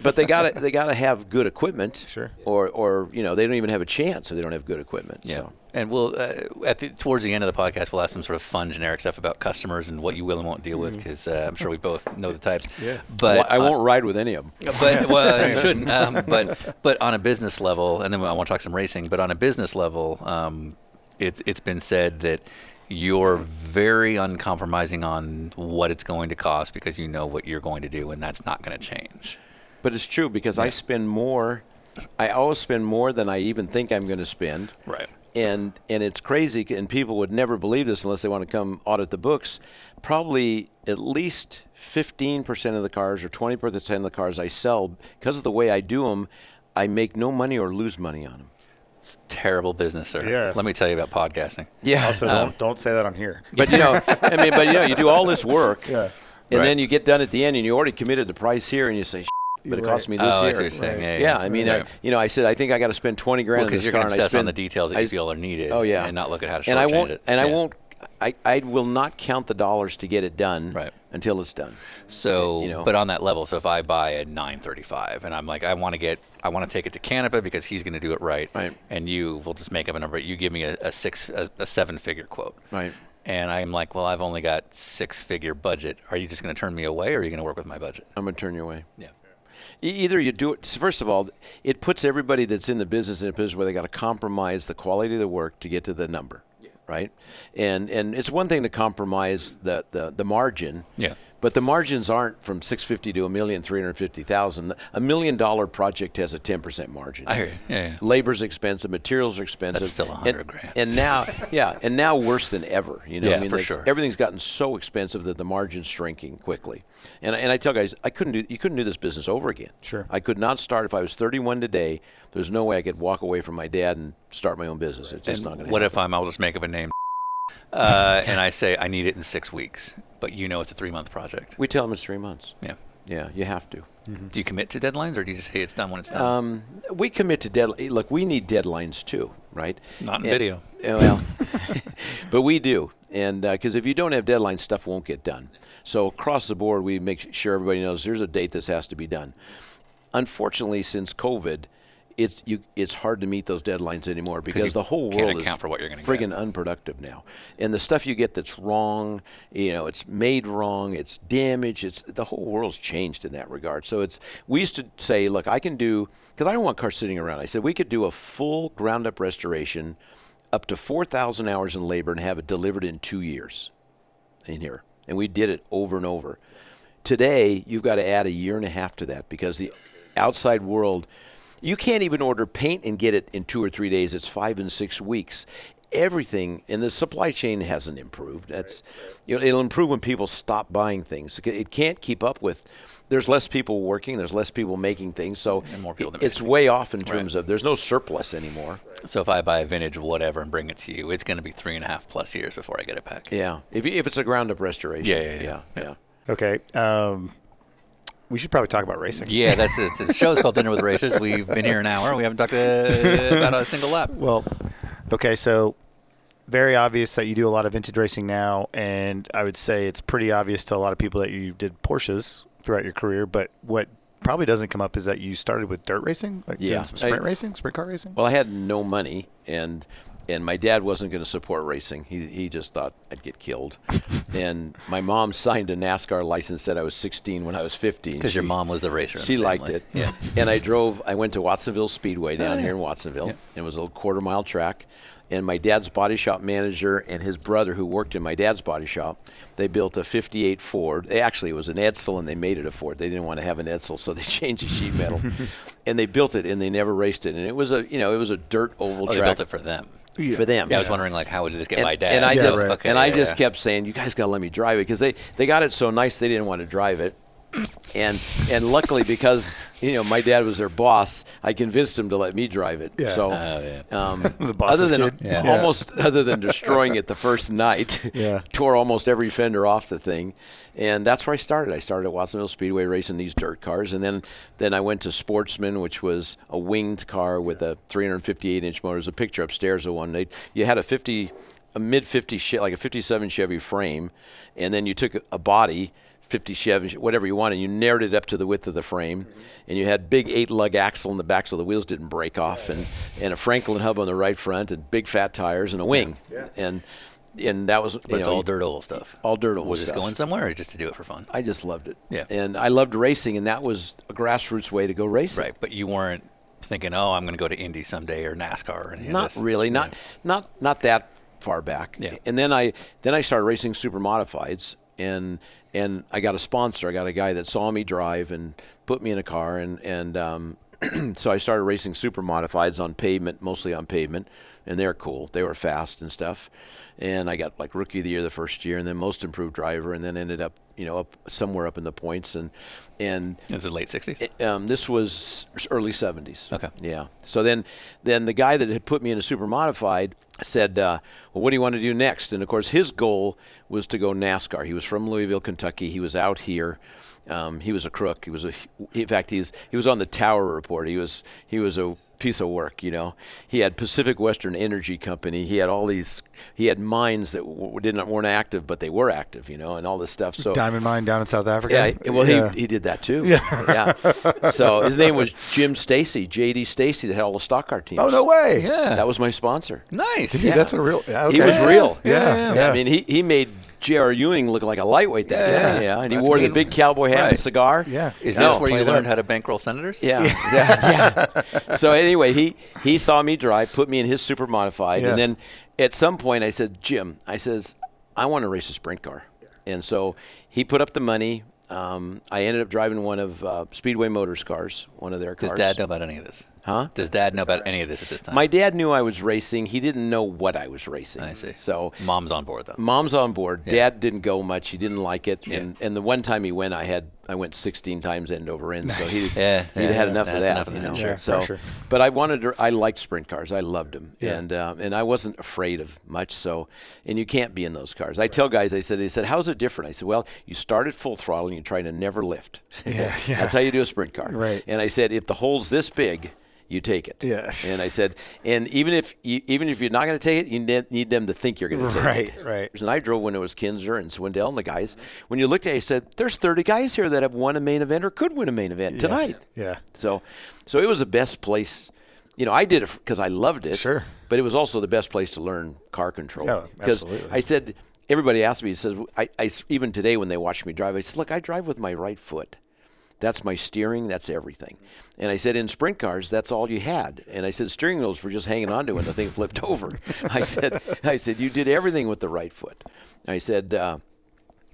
[SPEAKER 3] but they got to they got to have good equipment,
[SPEAKER 2] Sure.
[SPEAKER 3] Or or you know they don't even have a chance if they don't have have good equipment.
[SPEAKER 1] Yeah.
[SPEAKER 3] So.
[SPEAKER 1] And we'll uh, at the, towards the end of the podcast, we'll have some sort of fun generic stuff about customers and what you will and won't deal with
[SPEAKER 2] Mm-hmm.
[SPEAKER 1] because uh, I'm sure we both know the types. Yeah. But
[SPEAKER 3] Well, I
[SPEAKER 1] uh,
[SPEAKER 3] won't ride with any of them.
[SPEAKER 1] but well, you shouldn't. Um, but but on a business level, and then I want to talk some racing. But on a business level, um, it's it's been said that you're very uncompromising on what it's going to cost because you know what you're going to do, and that's not going to change.
[SPEAKER 3] But it's true because I spend more. I always spend more than I even think I'm going to spend.
[SPEAKER 1] Right.
[SPEAKER 3] And and it's crazy, c- and people would never believe this unless they want to come audit the books. Probably at least 15% of the cars or 20% of the cars I sell, because of the way I do them, I make no money or lose money on them.
[SPEAKER 1] It's terrible business, sir.
[SPEAKER 2] Yeah.
[SPEAKER 1] Let me tell you about podcasting.
[SPEAKER 3] Yeah.
[SPEAKER 2] Also,
[SPEAKER 1] Uh,
[SPEAKER 2] don't, don't say that on here.
[SPEAKER 3] But you know, I mean, but you know, you do all this work, and
[SPEAKER 1] Right.
[SPEAKER 3] then you get done at the end, and you already committed the price here, and you say, "Shit, but it cost me this
[SPEAKER 1] Oh, I
[SPEAKER 3] here.
[SPEAKER 1] see what you're saying. Yeah,
[SPEAKER 3] Yeah,
[SPEAKER 1] yeah.
[SPEAKER 3] I mean,
[SPEAKER 1] Right.
[SPEAKER 3] I, you know, I said I think I got to spend twenty grand on
[SPEAKER 1] Because
[SPEAKER 3] this
[SPEAKER 1] you're
[SPEAKER 3] car,
[SPEAKER 1] going to
[SPEAKER 3] and I
[SPEAKER 1] obsess on
[SPEAKER 3] spend-
[SPEAKER 1] the details that
[SPEAKER 3] I-
[SPEAKER 1] you feel are needed.
[SPEAKER 3] Oh yeah,
[SPEAKER 1] And not look at how to
[SPEAKER 3] and I
[SPEAKER 1] shortchange
[SPEAKER 3] won't,
[SPEAKER 1] it.
[SPEAKER 3] And I
[SPEAKER 1] Yeah.
[SPEAKER 3] won't. I, I will not count the dollars to get it done
[SPEAKER 1] Right.
[SPEAKER 3] until it's done.
[SPEAKER 1] So,
[SPEAKER 3] you know.
[SPEAKER 1] but on that level, so if I buy a 935 and I'm like, I want to get, I want to take it to Canapa because he's going to do it right,
[SPEAKER 3] Right.
[SPEAKER 1] and you will just make up a number. You give me a, a six, a, a seven figure quote,
[SPEAKER 3] Right.
[SPEAKER 1] And I'm like, well, I've only got six figure budget. Are you just going to turn me away, or are you going to work with my budget?
[SPEAKER 3] I'm gonna turn your way.
[SPEAKER 1] Yeah.
[SPEAKER 3] E- Either you do it. First of all, it puts everybody that's in the business in a position where they got to compromise the quality of the work to get to the number, right? And and it's one thing to compromise the the, the margin,
[SPEAKER 1] Yeah.
[SPEAKER 3] But the margins aren't from six fifty to a million three hundred fifty thousand. A million dollar project has a ten percent margin.
[SPEAKER 1] I hear you. Yeah, yeah.
[SPEAKER 3] Labor's expensive, materials are expensive.
[SPEAKER 1] That's still a
[SPEAKER 3] and-
[SPEAKER 1] hundred grand.
[SPEAKER 3] And now, yeah, and now worse than ever. You know,
[SPEAKER 1] Yeah,
[SPEAKER 3] I mean,
[SPEAKER 1] for
[SPEAKER 3] that's-
[SPEAKER 1] sure.
[SPEAKER 3] everything's gotten so expensive that the margin's shrinking quickly. And and I tell guys, I couldn't do you couldn't do this business over again. Sure, I could not start if I was 31 today. There's no way I could walk away from my dad and start my own business. It's just not going to.
[SPEAKER 1] What if I'm? I'll just make up a name, uh, and I say I need it in six weeks, but you know it's a three month project.
[SPEAKER 3] we tell them it's three months?
[SPEAKER 1] Yeah.
[SPEAKER 3] Yeah, you have to.
[SPEAKER 1] Do you commit to deadlines, or do you just say it's done when it's done?
[SPEAKER 3] Um, we commit to deadline. Look, we need deadlines too, right?
[SPEAKER 1] Not in
[SPEAKER 3] And-
[SPEAKER 1] video.
[SPEAKER 3] Yeah, Well, but we do, and because if you don't have deadlines, stuff won't get done. So across the board, we make sure everybody knows there's a date this has to be done. Unfortunately, since COVID, it's you, it's hard to meet those deadlines anymore
[SPEAKER 1] you
[SPEAKER 3] because the whole
[SPEAKER 1] can't
[SPEAKER 3] world
[SPEAKER 1] account
[SPEAKER 3] is
[SPEAKER 1] for what you're gonna get.
[SPEAKER 3] friggin' unproductive now. And the stuff you get that's wrong, you know, it's made wrong, it's damaged, it's the whole world's changed in that regard. So it's we used to say, look, I can do because I don't want cars sitting around. I said we could do a full ground up restoration, up to four thousand hours in labor and have it delivered in two years in here. And we did it over and over. Today, you've got to add a year and a half to that because the outside world, you can't even order paint and get it in two or three days. It's five and six weeks. Everything and the supply chain hasn't improved. That's you know it'll improve when people stop buying things. It can't keep up with. There's less people working. There's less people making things. So
[SPEAKER 1] And more people to
[SPEAKER 3] it's
[SPEAKER 1] make.
[SPEAKER 3] way off in terms of there's no surplus anymore.
[SPEAKER 1] So if I buy a vintage whatever and bring it to you, it's going to be three and a half plus years before I get it back.
[SPEAKER 3] Yeah, if you, if it's a ground up restoration.
[SPEAKER 1] Yeah, yeah, yeah.
[SPEAKER 3] yeah. yeah.
[SPEAKER 2] Okay. Um, we should probably talk about racing.
[SPEAKER 1] Yeah, that's it. The show's called Dinner with Racers. We've been here an hour. We haven't talked uh, about a single lap.
[SPEAKER 2] Well, okay, so very obvious that you do a lot of vintage racing now, and I would say it's pretty obvious to a lot of people that you did Porsches throughout your career. But what probably doesn't come up is that you started with dirt racing, like
[SPEAKER 3] Yeah.
[SPEAKER 2] doing some sprint
[SPEAKER 3] I-
[SPEAKER 2] racing, sprint car racing.
[SPEAKER 3] Well, I had no money, and and my dad wasn't going to support racing. He he just thought I'd get killed. and my mom signed a NASCAR license. Said I was 16 when I was 15.
[SPEAKER 1] Because your
[SPEAKER 3] She-
[SPEAKER 1] mom was the racer. in
[SPEAKER 3] She
[SPEAKER 1] the
[SPEAKER 3] liked
[SPEAKER 1] family.
[SPEAKER 3] it.
[SPEAKER 1] Yeah. Oh,
[SPEAKER 3] And I drove. I went to Watsonville Speedway down
[SPEAKER 1] yeah.
[SPEAKER 3] here in Watsonville, and it was a little quarter mile track. And my dad's body shop manager and his brother, who worked in my dad's body shop, they built a '58 Ford. They actually it was an Edsel, and they made it a Ford. They didn't want to have an Edsel, so they changed the sheet metal, and they built it, and they never raced it. And it was a you know it was a dirt oval
[SPEAKER 1] Oh, they
[SPEAKER 3] track
[SPEAKER 1] built it for them.
[SPEAKER 3] for them.
[SPEAKER 1] Yeah, I was wondering, like, how did this get
[SPEAKER 3] And,
[SPEAKER 1] my dad?
[SPEAKER 3] and I
[SPEAKER 1] So-
[SPEAKER 3] just
[SPEAKER 1] okay,
[SPEAKER 3] and I
[SPEAKER 1] yeah,
[SPEAKER 3] just
[SPEAKER 1] yeah.
[SPEAKER 3] kept saying, "You guys got to let me drive it," because they they got it so nice they didn't want to drive it. And and luckily because you know my dad was their boss, I convinced him to let me drive it.
[SPEAKER 2] Yeah.
[SPEAKER 3] So
[SPEAKER 1] Oh,
[SPEAKER 3] um, other
[SPEAKER 2] boss's
[SPEAKER 3] than
[SPEAKER 2] kid. Yeah. Yeah.
[SPEAKER 3] almost other than destroying it the first night,
[SPEAKER 2] Yeah.
[SPEAKER 3] tore almost every fender off the thing, and that's where I started. I started at Watsonville Speedway racing these dirt cars, and then then I went to Sportsman, which was a winged car with a 358 inch motor. There's a picture upstairs of one. They, you had a 50, a mid 50 Che- like a 57 Chevy frame, and then you took a body. 50 Chevy, whatever you wanted. You narrowed it up to the width of the frame, and you had big eight lug axle in the back so the wheels didn't break off, and, and a Franklin hub on the right front, and big fat tires, and a wing. And and that was
[SPEAKER 1] But it's all dirt old stuff.
[SPEAKER 3] All dirt old
[SPEAKER 1] Was
[SPEAKER 3] stuff.
[SPEAKER 1] this going somewhere or just to do it for fun?
[SPEAKER 3] I just loved it.
[SPEAKER 1] Yeah.
[SPEAKER 3] And I loved racing, and that was a grassroots way to go racing.
[SPEAKER 1] Right, but you weren't thinking, oh, I'm going to go to Indy someday or NASCAR or any
[SPEAKER 3] Not
[SPEAKER 1] of this.
[SPEAKER 3] really. Not not not that far back.
[SPEAKER 1] Yeah.
[SPEAKER 3] And then I then I started racing super modifieds and and I got a sponsor. I got a guy that saw me drive and put me in a car and and um, so I started racing super modifieds on pavement, mostly on pavement, and they're cool. They were fast and stuff. And I got like rookie of the year the first year, and then most improved driver, and then ended up you know up somewhere up in the points and and
[SPEAKER 1] This is late 60s.
[SPEAKER 3] it- um, this was early 70s.
[SPEAKER 1] Okay.
[SPEAKER 3] Yeah. So then, then the guy that had put me in a super modified said, uh, "Well, what do you want to do next?" And of course, his goal was to go NASCAR. He was from Louisville, Kentucky. He was out here. Um, he was a crook. He was a. In fact, he's he was on the Tower Report. He was he was a piece of work. You know, he had Pacific Western Energy Company. He had all these. He had mines that w- didn't weren't active, but they were active. You know, and all this stuff. So
[SPEAKER 2] Diamond Mine down in South Africa.
[SPEAKER 3] yeah, he- well,
[SPEAKER 2] Yeah.
[SPEAKER 3] he, he did that too. Yeah. So his name was Jim Stacy, J.D. Stacy, that had all the stock car teams.
[SPEAKER 2] oh no way.
[SPEAKER 1] Yeah.
[SPEAKER 3] That was my sponsor.
[SPEAKER 1] nice.
[SPEAKER 2] Dude, that's a real. yeah,
[SPEAKER 3] He
[SPEAKER 2] okay.
[SPEAKER 3] was real.
[SPEAKER 2] Yeah, yeah, yeah.
[SPEAKER 3] I mean, he, he made J.R. Ewing look like a lightweight that day. Yeah. And he wore the
[SPEAKER 1] mean.
[SPEAKER 3] big cowboy hat
[SPEAKER 1] Right.
[SPEAKER 3] and cigar.
[SPEAKER 2] Yeah.
[SPEAKER 1] Is
[SPEAKER 3] No,
[SPEAKER 1] this where you
[SPEAKER 2] played
[SPEAKER 1] learned
[SPEAKER 2] up.
[SPEAKER 1] how to bankroll senators?
[SPEAKER 3] Yeah. yeah. yeah. So anyway, he he saw me drive, put me in his super modified,
[SPEAKER 2] Yeah.
[SPEAKER 3] and then at some point I said, Jim, I says, I want to race a sprint car, and so he put up the money. Um, I ended up driving one of uh, Speedway Motors cars, one of their cars.
[SPEAKER 1] Does dad know about any of this?
[SPEAKER 3] Huh?
[SPEAKER 1] Does dad know about any of this at this time?
[SPEAKER 3] My dad knew I was racing. He didn't know what I was racing.
[SPEAKER 1] I see.
[SPEAKER 3] So
[SPEAKER 1] Mom's on board, though.
[SPEAKER 3] mom's on board. Dad didn't go much. He didn't like it. And and the one time he went, I had I went 16 times end over end. So he
[SPEAKER 1] Yeah,
[SPEAKER 3] he
[SPEAKER 1] yeah,
[SPEAKER 3] had
[SPEAKER 1] yeah.
[SPEAKER 3] enough
[SPEAKER 1] That's
[SPEAKER 3] of that.
[SPEAKER 1] enough of
[SPEAKER 3] you
[SPEAKER 1] that,
[SPEAKER 3] know.
[SPEAKER 1] sure,
[SPEAKER 3] so,
[SPEAKER 2] sure.
[SPEAKER 3] but I wanted to. I liked sprint cars. I loved them. And um, and I wasn't afraid of much. So and you can't be in those cars. I tell guys. I said. They said, "How's it different?" I said, "Well, you start at full throttle and you try to never lift. Yeah, That's how you do a sprint car.
[SPEAKER 2] Right.
[SPEAKER 3] And I said, if the hole's this big. You take it.
[SPEAKER 2] Yeah.
[SPEAKER 3] And I said, and even if you, even if you're not going to take it, you ne- need them to think you're going to take it.
[SPEAKER 2] Right, right.
[SPEAKER 3] And I drove when it was Kinzer and Swindell and the guys. When you looked at it, you said, there's 30 guys here that have won a main event or could win a main event tonight.
[SPEAKER 2] Yeah.
[SPEAKER 3] So, so it was the best place. You know, I did it because I loved it.
[SPEAKER 2] Sure.
[SPEAKER 3] But it was also the best place to learn car control.
[SPEAKER 2] Yeah,
[SPEAKER 3] Because
[SPEAKER 2] absolutely.
[SPEAKER 3] I said, everybody asked me, says, I, I s- even today when they watch me drive, I said, look, I drive with my right foot. That's my steering. That's everything. And I said, in sprint cars, that's all you had. And I said, steering wheels were just hanging onto when the thing flipped over. I said, I said, you did everything with the right foot. I said, uh,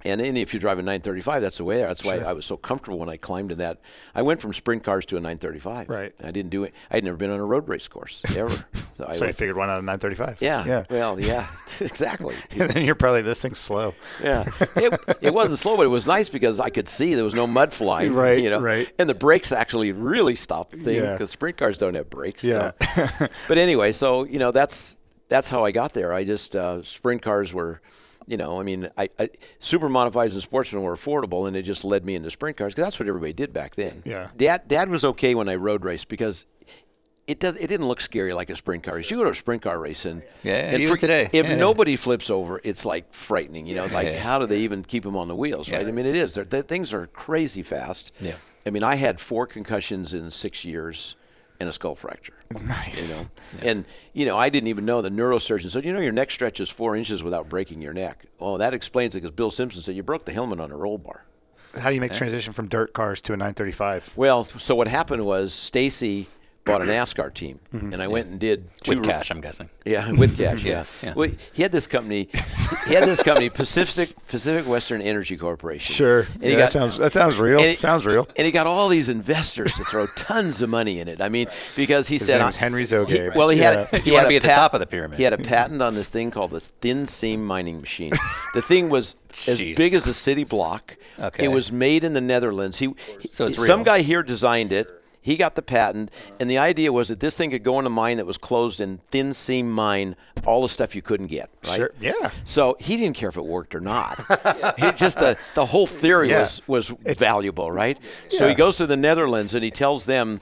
[SPEAKER 3] and then if you drive a 935, that's the way. That's why I was so comfortable when I climbed in that. I went from sprint cars to a 935.
[SPEAKER 2] Right.
[SPEAKER 3] I didn't do it. I'd never been on a road race course ever. So
[SPEAKER 2] So
[SPEAKER 3] I
[SPEAKER 2] you
[SPEAKER 3] went-
[SPEAKER 2] figured one out of 935.
[SPEAKER 3] yeah,
[SPEAKER 2] Yeah.
[SPEAKER 3] Well, yeah. exactly.
[SPEAKER 2] and then you're probably this thing's slow.
[SPEAKER 3] Yeah, it, it wasn't slow, but it was nice because I could see there was no mud flying.
[SPEAKER 2] Right,
[SPEAKER 3] you know,
[SPEAKER 2] right.
[SPEAKER 3] And the brakes actually really stopped the thing
[SPEAKER 2] Yeah.
[SPEAKER 3] because sprint cars don't have brakes. So. but anyway, so you know that's that's how I got there. I just uh, sprint cars were, you know, I mean, I, I super modifieds and sportsmen were affordable, and it just led me into sprint cars because that's what everybody did back then.
[SPEAKER 2] Yeah.
[SPEAKER 3] Dad, Dad was okay when I road raced because. It does. It didn't look scary like a sprint car. race. You go to a sprint car race and
[SPEAKER 1] Yeah,
[SPEAKER 3] and
[SPEAKER 1] even
[SPEAKER 3] for-
[SPEAKER 1] today.
[SPEAKER 3] If
[SPEAKER 1] Yeah.
[SPEAKER 3] nobody flips over, it's like frightening. You know, like
[SPEAKER 1] Yeah.
[SPEAKER 3] how do they even keep them on the wheels, right?
[SPEAKER 1] Yeah.
[SPEAKER 3] I mean, it is. They're, they, things are crazy fast.
[SPEAKER 1] Yeah.
[SPEAKER 3] I mean, I had four concussions in six years and a skull fracture. Nice. You know, and you know, I didn't even know the neurosurgeon said, you know, your neck stretches four inches without breaking your neck. Well, that explains it because Bill Simpson said you broke the helmet on a roll bar.
[SPEAKER 2] How do you make the transition from dirt cars to a 935?
[SPEAKER 3] Well, so what happened was Stacy bought a NASCAR team, and I went and did two
[SPEAKER 1] Mm-hmm. With cash, I'm guessing.
[SPEAKER 3] Yeah, with cash.
[SPEAKER 1] Yeah,
[SPEAKER 3] yeah.
[SPEAKER 1] yeah.
[SPEAKER 3] Well, he had this company. He had this company, Pacific Pacific Western Energy Corporation.
[SPEAKER 6] Sure.
[SPEAKER 3] And he
[SPEAKER 6] Yeah,
[SPEAKER 3] got-
[SPEAKER 6] that sounds that sounds real.
[SPEAKER 3] and he-
[SPEAKER 6] sounds real.
[SPEAKER 3] And he got all these investors to throw tons of money in it. I mean, because he said
[SPEAKER 2] name is Henry Zogabe.
[SPEAKER 3] he- well, he had a- he
[SPEAKER 1] You wanna
[SPEAKER 3] had a
[SPEAKER 1] be at the
[SPEAKER 3] pat-
[SPEAKER 1] top of the pyramid.
[SPEAKER 3] He had a patent on this thing called the thin seam mining machine. the thing was as
[SPEAKER 1] Jeez.
[SPEAKER 3] big as a city block.
[SPEAKER 1] Okay.
[SPEAKER 3] It was made in the Netherlands. He, he-
[SPEAKER 1] So it's
[SPEAKER 3] some
[SPEAKER 1] real.
[SPEAKER 3] guy here designed it. He got the patent, and the idea was that this thing could go in a mine that was closed in thin seam mine, all the stuff you couldn't get. Right?
[SPEAKER 2] Sure, yeah.
[SPEAKER 3] So he didn't care if it worked or not. He just the, the whole theory
[SPEAKER 2] Yeah.
[SPEAKER 3] was was valuable, right? So he goes to the Netherlands and he tells them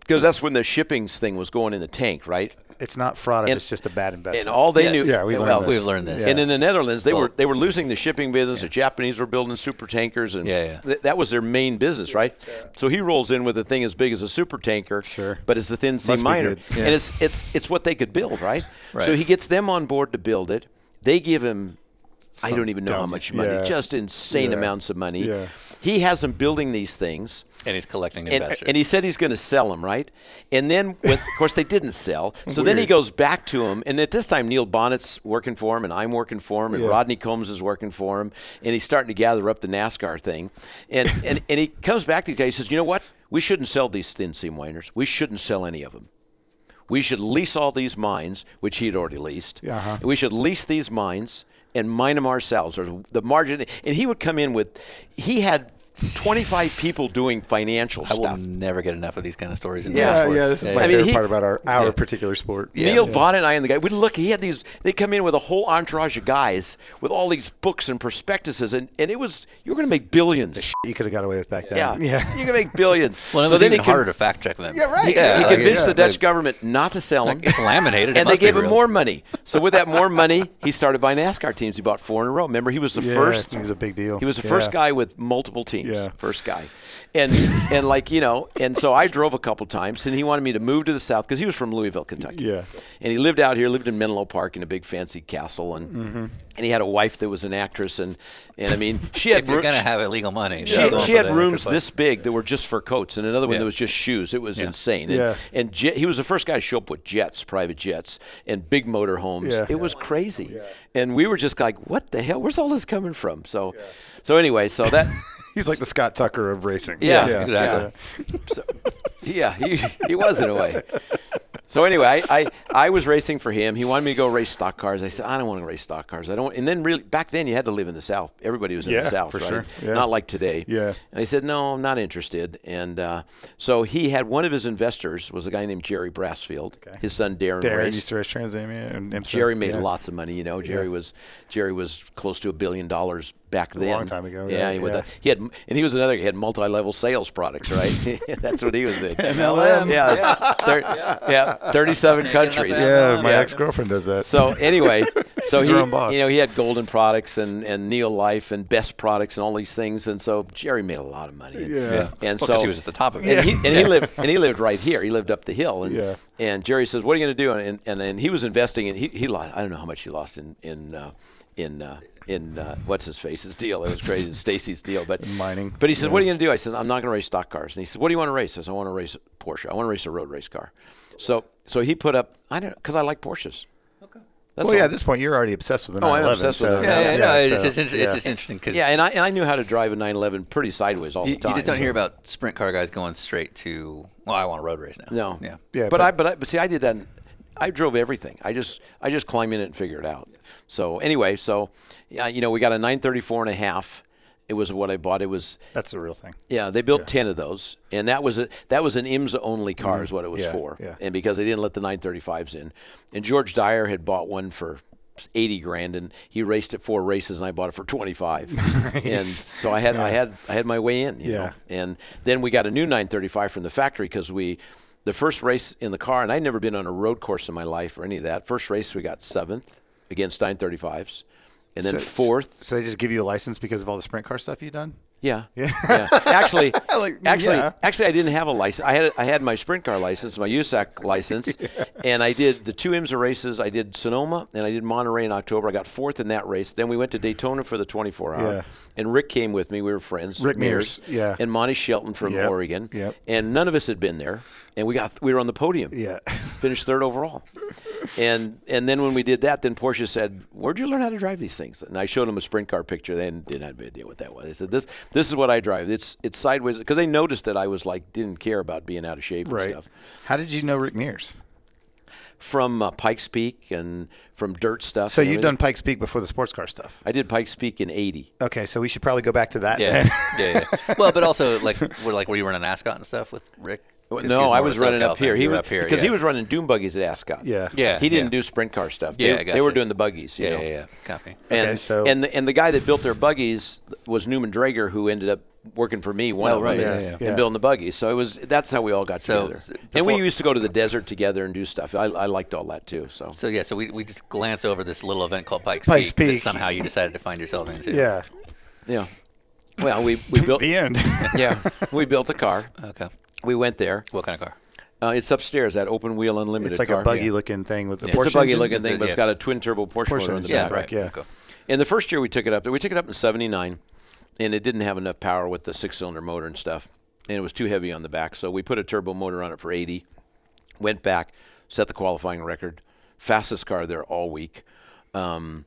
[SPEAKER 3] because that's when the shipping's thing was going in the tank, right?
[SPEAKER 2] It's not fraud.
[SPEAKER 3] And-
[SPEAKER 2] it's just a bad investment.
[SPEAKER 3] And all they
[SPEAKER 1] Yes.
[SPEAKER 3] knew,
[SPEAKER 2] Yeah, we learned
[SPEAKER 3] well,
[SPEAKER 2] this.
[SPEAKER 1] we've learned this.
[SPEAKER 3] And in the Netherlands, they
[SPEAKER 1] Well-
[SPEAKER 3] were they were losing the shipping business. The Japanese were building super tankers, and
[SPEAKER 1] Yeah, yeah.
[SPEAKER 3] th- that was their main business, right? So he rolls in with a thing as big as a super tanker,
[SPEAKER 2] Sure.
[SPEAKER 3] but it's a thin C
[SPEAKER 2] Must be
[SPEAKER 3] minor,
[SPEAKER 2] good.
[SPEAKER 1] Yeah.
[SPEAKER 3] and it's it's it's what they could build, right?
[SPEAKER 1] Right.
[SPEAKER 3] So he gets them on board to build it. They give him. I don't even know how
[SPEAKER 2] dumb-
[SPEAKER 3] much money,
[SPEAKER 2] yeah.
[SPEAKER 3] just insane
[SPEAKER 2] Yeah.
[SPEAKER 3] amounts of money.
[SPEAKER 2] Yeah.
[SPEAKER 3] He has them building these things
[SPEAKER 1] and he's collecting
[SPEAKER 3] and,
[SPEAKER 1] investors.
[SPEAKER 3] and he said he's going to sell them, right? And then, when, of course, they didn't sell. So then he goes back to him, and at this time, Neil Bonnet's working for him, and I'm working for him, and Rodney Combs is working for him, and he's starting to gather up the NASCAR thing, and and, and he comes back to these guys. He says, "You know what? We shouldn't sell these thin seam winders. We shouldn't sell any of them." We should lease all these mines, which he'd already leased.
[SPEAKER 2] Uh-huh.
[SPEAKER 3] We should lease these mines and mine them ourselves. Or the margin, and he would come in with, he had 25 people doing financial
[SPEAKER 1] I will
[SPEAKER 3] stuff.
[SPEAKER 1] never get enough of these kind of stories. In
[SPEAKER 3] Yeah,
[SPEAKER 1] sports.
[SPEAKER 2] yeah, this is my
[SPEAKER 3] I mean,
[SPEAKER 2] favorite
[SPEAKER 3] he-
[SPEAKER 2] part about our our particular sport.
[SPEAKER 3] Neil Bonnet and I and the guy, we look, he had these, they come in with a whole entourage of guys with all these books and prospectuses, and, and it was, you were going to make billions.
[SPEAKER 2] You could have got away with back then.
[SPEAKER 3] Yeah. You can make billions.
[SPEAKER 1] Well, it
[SPEAKER 3] so
[SPEAKER 1] was
[SPEAKER 3] then
[SPEAKER 1] even
[SPEAKER 3] he con-
[SPEAKER 1] harder to fact check them.
[SPEAKER 3] Yeah, right.
[SPEAKER 1] Yeah,
[SPEAKER 3] he
[SPEAKER 1] like,
[SPEAKER 3] convinced
[SPEAKER 1] yeah,
[SPEAKER 3] the Dutch
[SPEAKER 1] like,
[SPEAKER 3] government not to sell them.
[SPEAKER 1] like, it's laminated. It
[SPEAKER 3] and they
[SPEAKER 1] must be
[SPEAKER 3] gave him
[SPEAKER 1] real.
[SPEAKER 3] more money. So with that more money, he started buying NASCAR teams. He bought four in a row. Remember, he was the
[SPEAKER 2] Yeah,
[SPEAKER 3] first.
[SPEAKER 2] he was a big deal.
[SPEAKER 3] He was the first
[SPEAKER 2] Yeah.
[SPEAKER 3] guy with multiple teams.
[SPEAKER 2] Yeah.
[SPEAKER 3] First guy, and and like you know, and so I drove a couple times, and he wanted me to move to the south because he was from Louisville, Kentucky.
[SPEAKER 2] Yeah.
[SPEAKER 3] and he lived out here, lived in Menlo Park in a big fancy castle, and
[SPEAKER 2] Mm-hmm.
[SPEAKER 3] and he had a wife that was an actress, and and I mean, she had
[SPEAKER 1] If you're
[SPEAKER 3] roo-
[SPEAKER 1] gonna have illegal money,
[SPEAKER 3] she,
[SPEAKER 1] you're going
[SPEAKER 3] she
[SPEAKER 1] for
[SPEAKER 3] had
[SPEAKER 1] the-
[SPEAKER 3] rooms
[SPEAKER 1] the-
[SPEAKER 3] this big that were just for coats, and another one
[SPEAKER 1] Yeah.
[SPEAKER 3] that was just shoes. It was insane. And,
[SPEAKER 2] Yeah.
[SPEAKER 3] and jet, he was the first guy to show up with jets, private jets, and big motor homes.
[SPEAKER 2] Yeah.
[SPEAKER 3] It was crazy. And we were just like, what the hell? Where's all this coming from? So, so anyway, so that,
[SPEAKER 2] He's like the Scott Tucker of racing.
[SPEAKER 3] yeah,
[SPEAKER 1] Yeah, exactly.
[SPEAKER 3] So, yeah, he, he was in a way. So anyway, I, I, I was racing for him. He wanted me to go race stock cars. I said, I don't want to race stock cars. I don't. Want, and then really back then you had to live in the South. Everybody was in
[SPEAKER 2] Yeah,
[SPEAKER 3] the South,
[SPEAKER 2] for
[SPEAKER 3] right?
[SPEAKER 2] sure. Yeah.
[SPEAKER 3] Not like today.
[SPEAKER 2] Yeah.
[SPEAKER 3] And I said, no, I'm not interested. And uh, so he had one of his investors was a guy named Jerry Brassfield. His son Darren,
[SPEAKER 2] Darren
[SPEAKER 3] raced.
[SPEAKER 2] used to race Trans Am yeah, and IMSA.
[SPEAKER 3] Jerry made
[SPEAKER 2] yeah.
[SPEAKER 3] lots of money. You know, Jerry was Jerry was close to a billion dollars back then.
[SPEAKER 2] long time ago,
[SPEAKER 3] Yeah,
[SPEAKER 2] yeah,
[SPEAKER 3] with
[SPEAKER 2] yeah.
[SPEAKER 3] A, he had and he was another. He had multi-level sales products, right? That's what he was in.
[SPEAKER 1] MLM.
[SPEAKER 3] Yeah, thir- yeah. thirty-seven countries.
[SPEAKER 2] Yeah, my ex girlfriend does that.
[SPEAKER 3] So anyway, so
[SPEAKER 2] He's
[SPEAKER 3] he,
[SPEAKER 2] your own boss.
[SPEAKER 3] you know, he had Golden Products and and Neo Life and Best Products and all these things, and so Jerry made a lot of money. And,
[SPEAKER 2] Yeah.
[SPEAKER 3] and
[SPEAKER 1] Well,
[SPEAKER 3] so
[SPEAKER 1] 'cause he was at the top of it.
[SPEAKER 3] And he, and he lived and he lived right here. He lived up the hill. And
[SPEAKER 2] Yeah.
[SPEAKER 3] and Jerry says, "What are you going to do?" And and and he was investing, and he he lost. I don't know how much he lost in in. Uh, in uh, in uh, what's his face's deal? It was crazy. in Stacy's deal, but
[SPEAKER 2] Mining.
[SPEAKER 3] But he said, "What are you going to do?" I said, "I'm not going to race stock cars." And he said, "What do you want to race?" I said, "I want to race a Porsche. I want to race a road race car." So so he put up. I don't because I like Porsches. That's
[SPEAKER 2] well, yeah,
[SPEAKER 3] all.
[SPEAKER 2] at this point, you're already obsessed with the
[SPEAKER 3] Oh, I'm
[SPEAKER 2] 911.
[SPEAKER 3] obsessed with
[SPEAKER 2] so,
[SPEAKER 3] it.
[SPEAKER 1] Yeah, yeah, no, it's,
[SPEAKER 2] so,
[SPEAKER 1] just inter-
[SPEAKER 2] yeah.
[SPEAKER 1] it's just interesting because
[SPEAKER 3] yeah, and I, and I knew how to drive a 911 pretty sideways all
[SPEAKER 1] you,
[SPEAKER 3] the time.
[SPEAKER 1] you just don't
[SPEAKER 3] so-
[SPEAKER 1] hear about sprint car guys going straight to. Well, I want a road race now.
[SPEAKER 3] No.
[SPEAKER 1] Yeah.
[SPEAKER 2] Yeah,
[SPEAKER 3] but,
[SPEAKER 2] but-
[SPEAKER 3] I but I but see I did that. in- I drove everything. I just I just climb in it and figure it out. So anyway, so yeah, you know, we got a 934 and a half. It was what I bought. It was
[SPEAKER 2] That's the real thing.
[SPEAKER 3] yeah, they built 10 of those and that was a, that was an IMSA only car is what it was
[SPEAKER 2] Mm-hmm. Yeah,
[SPEAKER 3] for.
[SPEAKER 2] yeah.
[SPEAKER 3] And because they didn't let the 935s in. And George Dyer had bought one for 80 grand and he raced it four races and I bought it for 25. And so I had I had I had my way in, you
[SPEAKER 2] Yeah.
[SPEAKER 3] know. And then we got a new 935 from the factory because we, the first race in the car, and I'd never been on a road course in my life or any of that. First race, we got seventh against 935s, and
[SPEAKER 2] So-
[SPEAKER 3] then fourth.
[SPEAKER 2] So they just give you a license because of all the sprint car stuff you've done?
[SPEAKER 3] Yeah, yeah. Actually,
[SPEAKER 2] Like,
[SPEAKER 3] actually,
[SPEAKER 2] yeah.
[SPEAKER 3] actually, I didn't have a license. I had I had my sprint car license, my USAC license, and I did the two IMSA races. I did Sonoma and I did Monterey in October. I got fourth in that race. Then we went to Daytona for the 24 hour,
[SPEAKER 2] Yeah.
[SPEAKER 3] and Rick came with me. We were friends.
[SPEAKER 2] Rick Mears, yeah.
[SPEAKER 3] and Monty Shelton from
[SPEAKER 2] Yep,
[SPEAKER 3] Oregon.
[SPEAKER 2] yep.
[SPEAKER 3] and none of us had been there, and we got we were on the podium
[SPEAKER 2] Yeah.
[SPEAKER 3] finished third overall. And and then when we did that, then Porsche said, "Where'd you learn how to drive these things?" And I showed them a sprint car picture. They didn't have any idea what that was. They said, "This this is what I drive. It's it's sideways." Because they noticed that I was like didn't care about being out of shape and
[SPEAKER 2] Right.
[SPEAKER 3] stuff.
[SPEAKER 2] How did you know Rick Mears?
[SPEAKER 3] From uh, Pikes Peak and from dirt stuff.
[SPEAKER 2] So
[SPEAKER 3] and
[SPEAKER 2] you've
[SPEAKER 3] everything.
[SPEAKER 2] done Pikes Peak before the sports car stuff.
[SPEAKER 3] I did Pikes Peak in '80.
[SPEAKER 2] Okay, so we should probably go back to that.
[SPEAKER 1] Yeah. yeah, yeah. Well, but also like, we're like, were you running an ascot and stuff with Rick? It's-
[SPEAKER 3] No,
[SPEAKER 1] he's
[SPEAKER 3] I
[SPEAKER 1] more
[SPEAKER 3] was
[SPEAKER 1] of a
[SPEAKER 3] running
[SPEAKER 1] SoCal
[SPEAKER 3] up here.
[SPEAKER 1] thing.
[SPEAKER 3] He
[SPEAKER 1] You were
[SPEAKER 3] was
[SPEAKER 1] up here
[SPEAKER 3] because he
[SPEAKER 1] yeah.
[SPEAKER 3] was running Doom buggies at Ascot.
[SPEAKER 2] Yeah.
[SPEAKER 1] Yeah,
[SPEAKER 3] He didn't
[SPEAKER 1] yeah.
[SPEAKER 3] do sprint car stuff.
[SPEAKER 1] Yeah, I
[SPEAKER 3] they, they
[SPEAKER 1] gotcha.
[SPEAKER 3] were doing the buggies. you
[SPEAKER 1] Yeah,
[SPEAKER 3] know.
[SPEAKER 1] yeah, yeah. Copy.
[SPEAKER 3] And,
[SPEAKER 2] Okay, so-
[SPEAKER 3] and the, and the guy that built their buggies was Newman Drager, who ended up working for me. One
[SPEAKER 1] Oh,
[SPEAKER 3] of
[SPEAKER 1] right,
[SPEAKER 3] them,
[SPEAKER 1] yeah,
[SPEAKER 3] and-
[SPEAKER 1] yeah,
[SPEAKER 2] yeah.
[SPEAKER 3] and building the buggies. So it was that's how we all got
[SPEAKER 1] So,
[SPEAKER 3] together.
[SPEAKER 1] s-
[SPEAKER 3] and we
[SPEAKER 1] before-
[SPEAKER 3] used to go to the desert together and do stuff. I, I liked all that too. So,
[SPEAKER 1] So yeah, so we, we just glance over this little event called Pikes,
[SPEAKER 2] Pikes
[SPEAKER 1] Peak, that
[SPEAKER 2] Peak.
[SPEAKER 1] somehow you decided to find yourself into.
[SPEAKER 2] Yeah.
[SPEAKER 3] yeah. Well, we we built
[SPEAKER 2] The end.
[SPEAKER 3] yeah we built a car.
[SPEAKER 1] Okay.
[SPEAKER 3] We went there.
[SPEAKER 1] What kind of car?
[SPEAKER 3] Uh, it's upstairs that open wheel unlimited.
[SPEAKER 2] it's like
[SPEAKER 3] car.
[SPEAKER 2] a buggy looking thing with the
[SPEAKER 3] It's a
[SPEAKER 2] Porsche
[SPEAKER 3] buggy
[SPEAKER 2] engine?
[SPEAKER 3] looking thing, but it's
[SPEAKER 1] Yeah.
[SPEAKER 3] got a twin turbo Porsche, motor in the
[SPEAKER 2] engine,
[SPEAKER 3] back.
[SPEAKER 2] yeah, right.
[SPEAKER 1] Yeah. Okay.
[SPEAKER 3] And the first year we took it up, we took it up in '79, and it didn't have enough power with the six-cylinder motor and stuff, and it was too heavy on the back. So we put a turbo motor on it for 80. Went back, set the qualifying record, fastest car there all week. Um,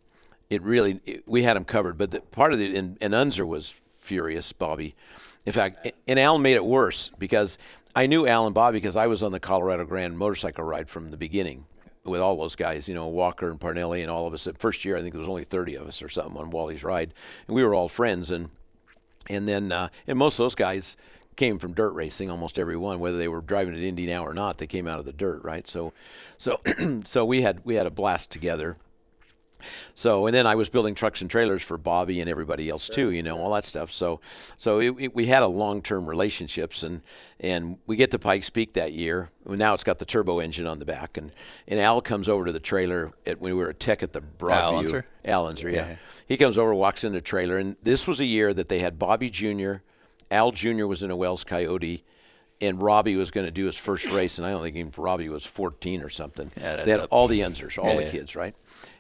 [SPEAKER 3] it really, it- we had him covered, but the, part of it, and, and Unzer was furious, Bobby. In fact, and Alan made it worse because I knew Alan Bobby because I was on the Colorado Grand motorcycle ride from the beginning with all those guys, you know, Walker and Parnelli and all of us. The first year, I think there was only 30 of us or something on Wally's ride, and we were all friends. And and then uh, and most of those guys came from dirt racing, almost every one, whether they were driving at Indy now or not. They came out of the dirt, right? So, so so we had we had a blast together. So, and then I was building trucks and trailers for Bobby and everybody else too, you know, all that stuff. So, so it, it- we had a long-term relationships, and and we get to Pikes Peak that year. Well, now it's got the turbo engine on the back, and and Al comes over to the trailer at, when we were at Tech at the Broadview.
[SPEAKER 1] Unser?
[SPEAKER 3] Allenzer, yeah. He comes over, walks in the trailer, and this was a year that they had Bobby Jr., Al Jr. was in a Wells Coyote, and Robbie was going to do his first race, and I don't think even Robbie was 14 or something.
[SPEAKER 1] Yeah, that's
[SPEAKER 3] they had
[SPEAKER 1] up.
[SPEAKER 3] all the Enzers, all
[SPEAKER 1] Yeah,
[SPEAKER 3] the
[SPEAKER 1] yeah.
[SPEAKER 3] kids, right?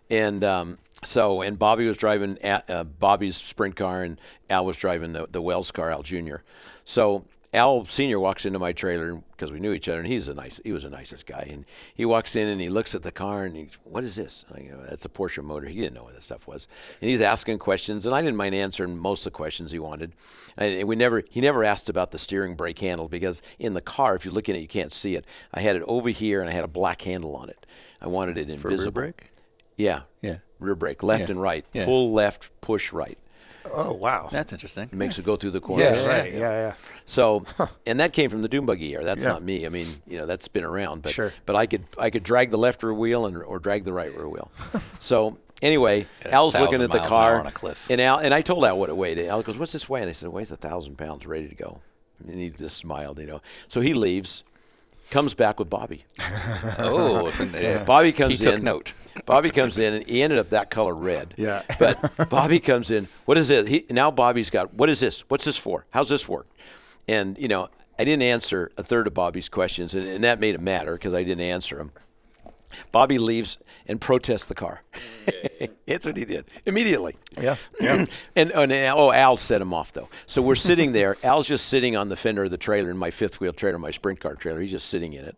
[SPEAKER 3] And um, so, and Bobby was driving at, uh, Bobby's sprint car, and Al was driving the, the Wells car, Al Jr. So Al Senior walks into my trailer because we knew each other, and he's a nice, he was the nicest guy. And he walks in and he looks at the car and he, what is this? I go, that's a Porsche motor. He didn't know what that stuff was, and he's asking questions, and I didn't mind answering most of the questions he wanted. And we never, he never asked about the steering brake handle because in the car, if you're looking at it, you can't see it. I had it over here, and I had a black handle on it. I wanted it
[SPEAKER 1] For
[SPEAKER 3] invisible.
[SPEAKER 1] rear brake.
[SPEAKER 3] Yeah.
[SPEAKER 1] Yeah.
[SPEAKER 3] Rear brake, left
[SPEAKER 1] Yeah.
[SPEAKER 3] and right.
[SPEAKER 1] Yeah.
[SPEAKER 3] Pull left, push right.
[SPEAKER 2] Oh, wow.
[SPEAKER 1] That's interesting.
[SPEAKER 3] It makes it go through the
[SPEAKER 2] Yeah,
[SPEAKER 3] corners.
[SPEAKER 2] right. Yeah, yeah.
[SPEAKER 3] So, and that came from the Doom Buggy era. That's
[SPEAKER 2] Yeah.
[SPEAKER 3] not me. I mean, you know, that's been around. But,
[SPEAKER 2] Sure.
[SPEAKER 3] But I could I could drag the left rear wheel and or drag the right rear wheel. so anyway,
[SPEAKER 1] At a
[SPEAKER 3] Al's
[SPEAKER 1] thousand
[SPEAKER 3] looking at the
[SPEAKER 1] miles an
[SPEAKER 3] car
[SPEAKER 1] hour on a cliff.
[SPEAKER 3] and Al and I told Al what it weighed. Al goes, "What's this weigh?" And I said, "It weighs a thousand pounds, ready to go." And he just smiled, you know. So he leaves, comes back with Bobby.
[SPEAKER 1] Oh, it's an- yeah.
[SPEAKER 3] Bobby comes
[SPEAKER 1] He
[SPEAKER 3] in.
[SPEAKER 1] took note.
[SPEAKER 3] Bobby comes in, and he ended up that color red.
[SPEAKER 2] Yeah.
[SPEAKER 3] But Bobby comes in. What is it? He, now Bobby's got. What is this? What's this for? How's this work? And you know, I didn't answer a third of Bobby's questions, and, and that made it matter because I didn't answer them. Bobby leaves and protests the car. That's what he did immediately. Yeah. and, and oh, Al set him off though. So we're sitting there. Al's just sitting on the fender of the trailer in my fifth wheel trailer, my sprint car trailer. He's just sitting in it.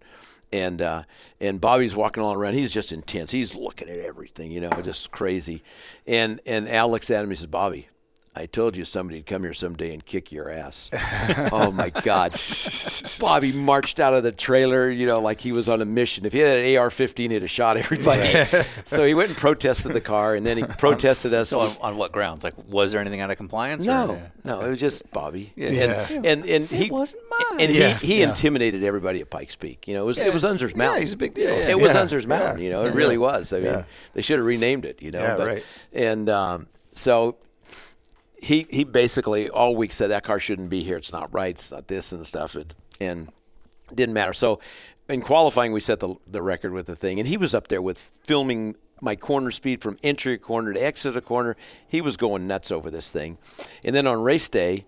[SPEAKER 3] And uh, and Bobby's walking all around. He's just intense. He's looking at everything, you know, just crazy. And and Al looks at him. He says, "Bobby, I told you somebody'd come here someday and kick your ass. oh my God. Bobby marched out of the trailer, you know, like he was on a mission. If he had an AR 15, he'd have shot everybody. so he went and protested the car, and then he protested us.
[SPEAKER 1] So on, on what grounds? Like, was there anything out of compliance?
[SPEAKER 3] no,
[SPEAKER 1] Or,
[SPEAKER 3] no, it was just Bobby.
[SPEAKER 1] Yeah.
[SPEAKER 3] And,
[SPEAKER 1] Yeah.
[SPEAKER 3] and, and he
[SPEAKER 1] wasn't mine.
[SPEAKER 3] And
[SPEAKER 2] Yeah,
[SPEAKER 3] he, he
[SPEAKER 2] yeah.
[SPEAKER 3] intimidated everybody at Pikes Peak. You know, it was it was Unser's Mountain.
[SPEAKER 2] he's a big deal.
[SPEAKER 3] It was
[SPEAKER 2] Yeah,
[SPEAKER 3] Unser's Mountain.
[SPEAKER 2] yeah.
[SPEAKER 3] You know, it really was. I mean, they should have renamed it. You know,
[SPEAKER 2] Yeah,
[SPEAKER 3] but
[SPEAKER 2] right.
[SPEAKER 3] and um, so he he basically all week said that car shouldn't be here. It's not right. It's not this and stuff. It, and it didn't matter. So in qualifying, we set the the record with the thing, and he was up there with filming my corner speed from entry of corner to exit of corner. He was going nuts over this thing, and then on race day,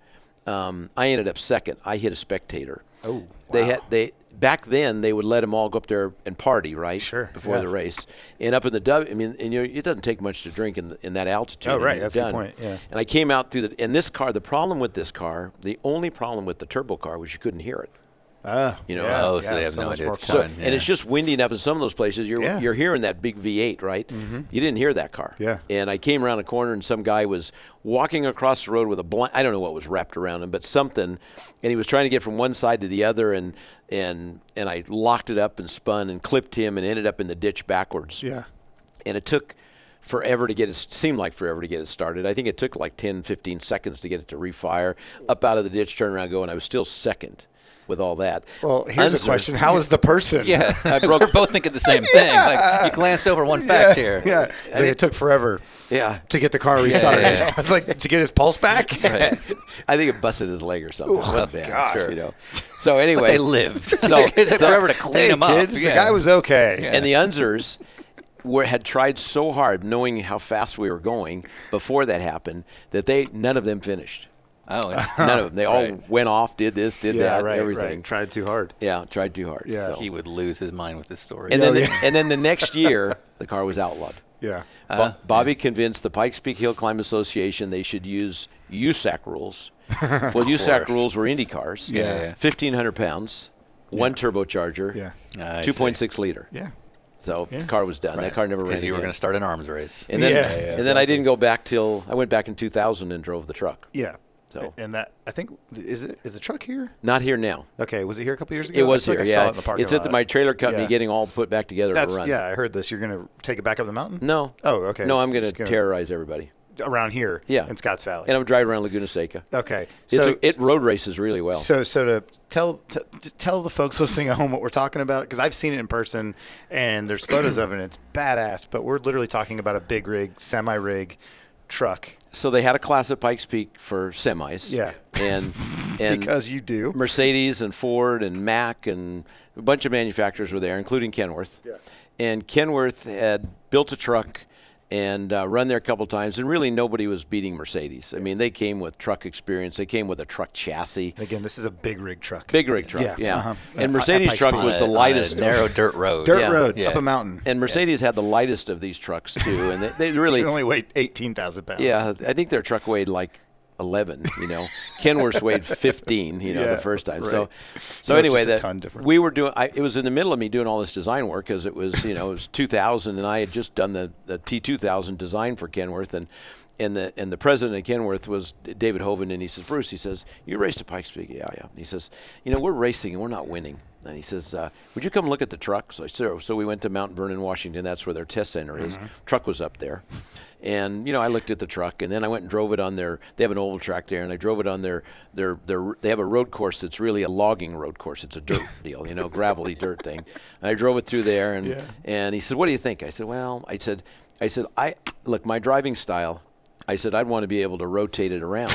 [SPEAKER 3] um, I ended up second. I hit a spectator. Oh, they had they. Back then, they would let them all go up there and party, right? Sure. Before the race, and up in the W, I mean, and you know, it doesn't take much to drink in, in that altitude.
[SPEAKER 2] Oh,
[SPEAKER 3] and
[SPEAKER 2] right.
[SPEAKER 3] you're
[SPEAKER 2] That's a good
[SPEAKER 3] done.
[SPEAKER 2] point. Yeah.
[SPEAKER 3] And I came out through the and this car. The problem with this car, the only problem with the turbo car was you couldn't hear it. Ah, you know.
[SPEAKER 1] yeah. Oh, so they have
[SPEAKER 2] so
[SPEAKER 1] no
[SPEAKER 2] much
[SPEAKER 1] idea.
[SPEAKER 2] more
[SPEAKER 1] It's
[SPEAKER 3] So,
[SPEAKER 1] coming.
[SPEAKER 3] and it's just windy enough in some of those places. You're
[SPEAKER 2] Yeah.
[SPEAKER 3] you're hearing that big V8, right? You didn't hear that car.
[SPEAKER 2] Yeah.
[SPEAKER 3] And I came around a corner, and some guy was walking across the road with a blank. I don't know what was wrapped around him, but something. And he was trying to get from one side to the other, and and and I locked it up and spun and clipped him, and ended up in the ditch backwards
[SPEAKER 2] Yeah.
[SPEAKER 3] and it took forever to get it seemed like forever to get it started. I think it took like 10, 15 seconds to get it to refire, up out of the ditch, turn around, go, and I was still second with all that.
[SPEAKER 6] Well, here's a
[SPEAKER 3] Unser-
[SPEAKER 6] question: How is the person?
[SPEAKER 1] Yeah,
[SPEAKER 3] I broke-
[SPEAKER 1] we're both thinking the same thing. Like you glanced over one fact here.
[SPEAKER 6] Yeah, It's like, it took forever.
[SPEAKER 3] Yeah.
[SPEAKER 6] to get the car restarted.
[SPEAKER 1] yeah, yeah.
[SPEAKER 6] I was like, to get his pulse back.
[SPEAKER 3] I think it busted his leg or something.
[SPEAKER 6] Oh,
[SPEAKER 3] It wasn't bad, sure, you know. So anyway,
[SPEAKER 1] They lived.
[SPEAKER 3] So-
[SPEAKER 1] So it took
[SPEAKER 3] so-
[SPEAKER 1] forever to clean them up.
[SPEAKER 6] Kids,
[SPEAKER 1] Yeah.
[SPEAKER 6] the guy was okay.
[SPEAKER 3] And the Unzers were had tried so hard, knowing how fast we were going before that happened, that they none of them finished.
[SPEAKER 1] Oh, yeah.
[SPEAKER 3] None of them. They all
[SPEAKER 1] Right.
[SPEAKER 3] went off, did this, did that, everything.
[SPEAKER 6] Tried too hard.
[SPEAKER 3] Yeah, tried too hard.
[SPEAKER 6] Yeah.
[SPEAKER 3] so.
[SPEAKER 1] he would lose his mind with this story.
[SPEAKER 3] and then the,
[SPEAKER 6] yeah.
[SPEAKER 3] and then the next year, the car was outlawed.
[SPEAKER 6] Yeah.
[SPEAKER 1] Uh-huh.
[SPEAKER 3] Bo- Bobby convinced the Pikes Peak Hill Climb Association they should use USAC rules. well, USAC
[SPEAKER 1] course.
[SPEAKER 3] rules were Indy cars.
[SPEAKER 1] Yeah, yeah.
[SPEAKER 3] Fifteen hundred pounds, one turbocharger,
[SPEAKER 6] Yeah.
[SPEAKER 1] I see.
[SPEAKER 3] two point six liter.
[SPEAKER 6] Yeah.
[SPEAKER 3] So the car was done. That car never ran.
[SPEAKER 1] because you were
[SPEAKER 3] again.
[SPEAKER 1] going to start an arms race.
[SPEAKER 3] And then,
[SPEAKER 6] Yeah.
[SPEAKER 3] and
[SPEAKER 6] Yeah,
[SPEAKER 3] then I didn't go back till I went back in 2000 and drove the truck.
[SPEAKER 6] Yeah.
[SPEAKER 3] So-
[SPEAKER 6] and that I think is it is the truck here?
[SPEAKER 3] Not here now.
[SPEAKER 6] Okay, was it here a couple years ago?
[SPEAKER 3] It was
[SPEAKER 6] I feel
[SPEAKER 3] here.
[SPEAKER 6] like I
[SPEAKER 3] yeah,
[SPEAKER 6] saw it in the parking
[SPEAKER 3] it's at the,
[SPEAKER 6] lot.
[SPEAKER 3] my trailer company
[SPEAKER 6] Yeah.
[SPEAKER 3] getting all put back together
[SPEAKER 6] That's
[SPEAKER 3] to run.
[SPEAKER 6] yeah. I heard this. You're gonna take it back up the mountain?
[SPEAKER 3] No.
[SPEAKER 6] Oh, okay.
[SPEAKER 3] No, I'm going to
[SPEAKER 6] Just gonna-
[SPEAKER 3] terrorize everybody.
[SPEAKER 6] around here.
[SPEAKER 3] Mm-hmm. Yeah.
[SPEAKER 6] in Scotts Valley.
[SPEAKER 3] And I'm driving around Laguna Seca.
[SPEAKER 6] okay,
[SPEAKER 3] It's
[SPEAKER 6] Uh, so
[SPEAKER 3] a, it road races really well.
[SPEAKER 6] So, so to tell t- t- tell the folks listening at home what we're talking about, because I've seen it in person, and there's photos of it. and It's badass, but we're literally talking about a big rig, semi rig, truck.
[SPEAKER 3] so they had a class at Pikes Peak for semis.
[SPEAKER 6] Yeah.
[SPEAKER 3] And and
[SPEAKER 6] Because you do.
[SPEAKER 3] Mercedes and Ford and Mack and a bunch of manufacturers were there, including Kenworth. Yeah. And Kenworth had built a truck and uh, run there a couple times, and really nobody was beating Mercedes. I mean, they came with truck experience. They came with a truck chassis,
[SPEAKER 6] And again, this is a big rig truck.
[SPEAKER 3] big rig truck. Yeah.
[SPEAKER 6] Yeah, uh-huh.
[SPEAKER 3] And Mercedes
[SPEAKER 6] Pikes
[SPEAKER 3] truck
[SPEAKER 6] Peak.
[SPEAKER 3] was
[SPEAKER 1] Uh,
[SPEAKER 3] the
[SPEAKER 1] On a
[SPEAKER 3] lightest.
[SPEAKER 1] narrow dirt road.
[SPEAKER 6] dirt
[SPEAKER 3] yeah,
[SPEAKER 6] road
[SPEAKER 1] yeah.
[SPEAKER 6] up a mountain.
[SPEAKER 3] and Mercedes had the lightest of these trucks too, and they, they
[SPEAKER 6] It
[SPEAKER 3] really
[SPEAKER 6] only weighed eighteen thousand pounds.
[SPEAKER 3] Yeah, I think their truck weighed like eleven. You know, Kenworth weighed fifteen. You know,
[SPEAKER 6] Yeah,
[SPEAKER 3] the first time. So,
[SPEAKER 6] right.
[SPEAKER 3] so
[SPEAKER 6] No,
[SPEAKER 3] anyway,
[SPEAKER 6] just a
[SPEAKER 3] that
[SPEAKER 6] ton difference.
[SPEAKER 3] we were doing. I, it was in the middle of me doing all this design work because it was you know it was 2000, and I had just done the the T 2000 design for Kenworth and. And the, and the president of Kenworth was David Hovind, and he says, Bruce, he says, you raced at Pikes Peak? Yeah, yeah. And he says, you know, we're racing and we're not winning. And he says, uh, would you come look at the truck? So I said, so we went to Mount Vernon, Washington. That's where their test center is.
[SPEAKER 6] Mm-hmm.
[SPEAKER 3] Truck was up there. And you know, I looked at the truck, and then I went and drove it on their. They have an oval track there, and I drove it on their their their. They have a road course that's really a logging road course. It's a dirt deal, you know, gravelly dirt thing. And I drove it through there, and and he said, "What do you think?" I said, "Well," I said, "I said I look my driving style." I said, "I'd want to be able to rotate it around,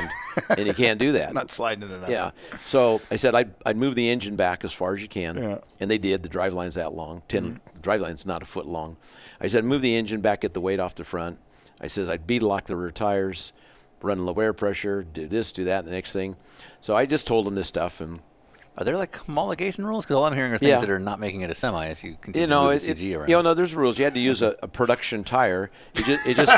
[SPEAKER 3] and you can't do that."
[SPEAKER 6] not sliding it. Out.
[SPEAKER 3] Yeah. So I said I'd, I'd move the engine back as far as you can.
[SPEAKER 6] Yeah.
[SPEAKER 3] And they did. The drive line's that long. 10 drive line's not a foot long. I said move the engine back, get the weight off the front. I says I'd bead lock the rear tires, run low air pressure, do this, do that, the next thing. So I just told them this stuff and
[SPEAKER 1] Are there like homologation rules? Because all I'm hearing are things
[SPEAKER 3] Yeah.
[SPEAKER 1] that are not making it a semi as you continue
[SPEAKER 3] you know,
[SPEAKER 1] to
[SPEAKER 3] it,
[SPEAKER 1] move the CG
[SPEAKER 3] it-
[SPEAKER 1] around.
[SPEAKER 3] you know, no, there's rules. You had to use a, a production tire. It just, it just,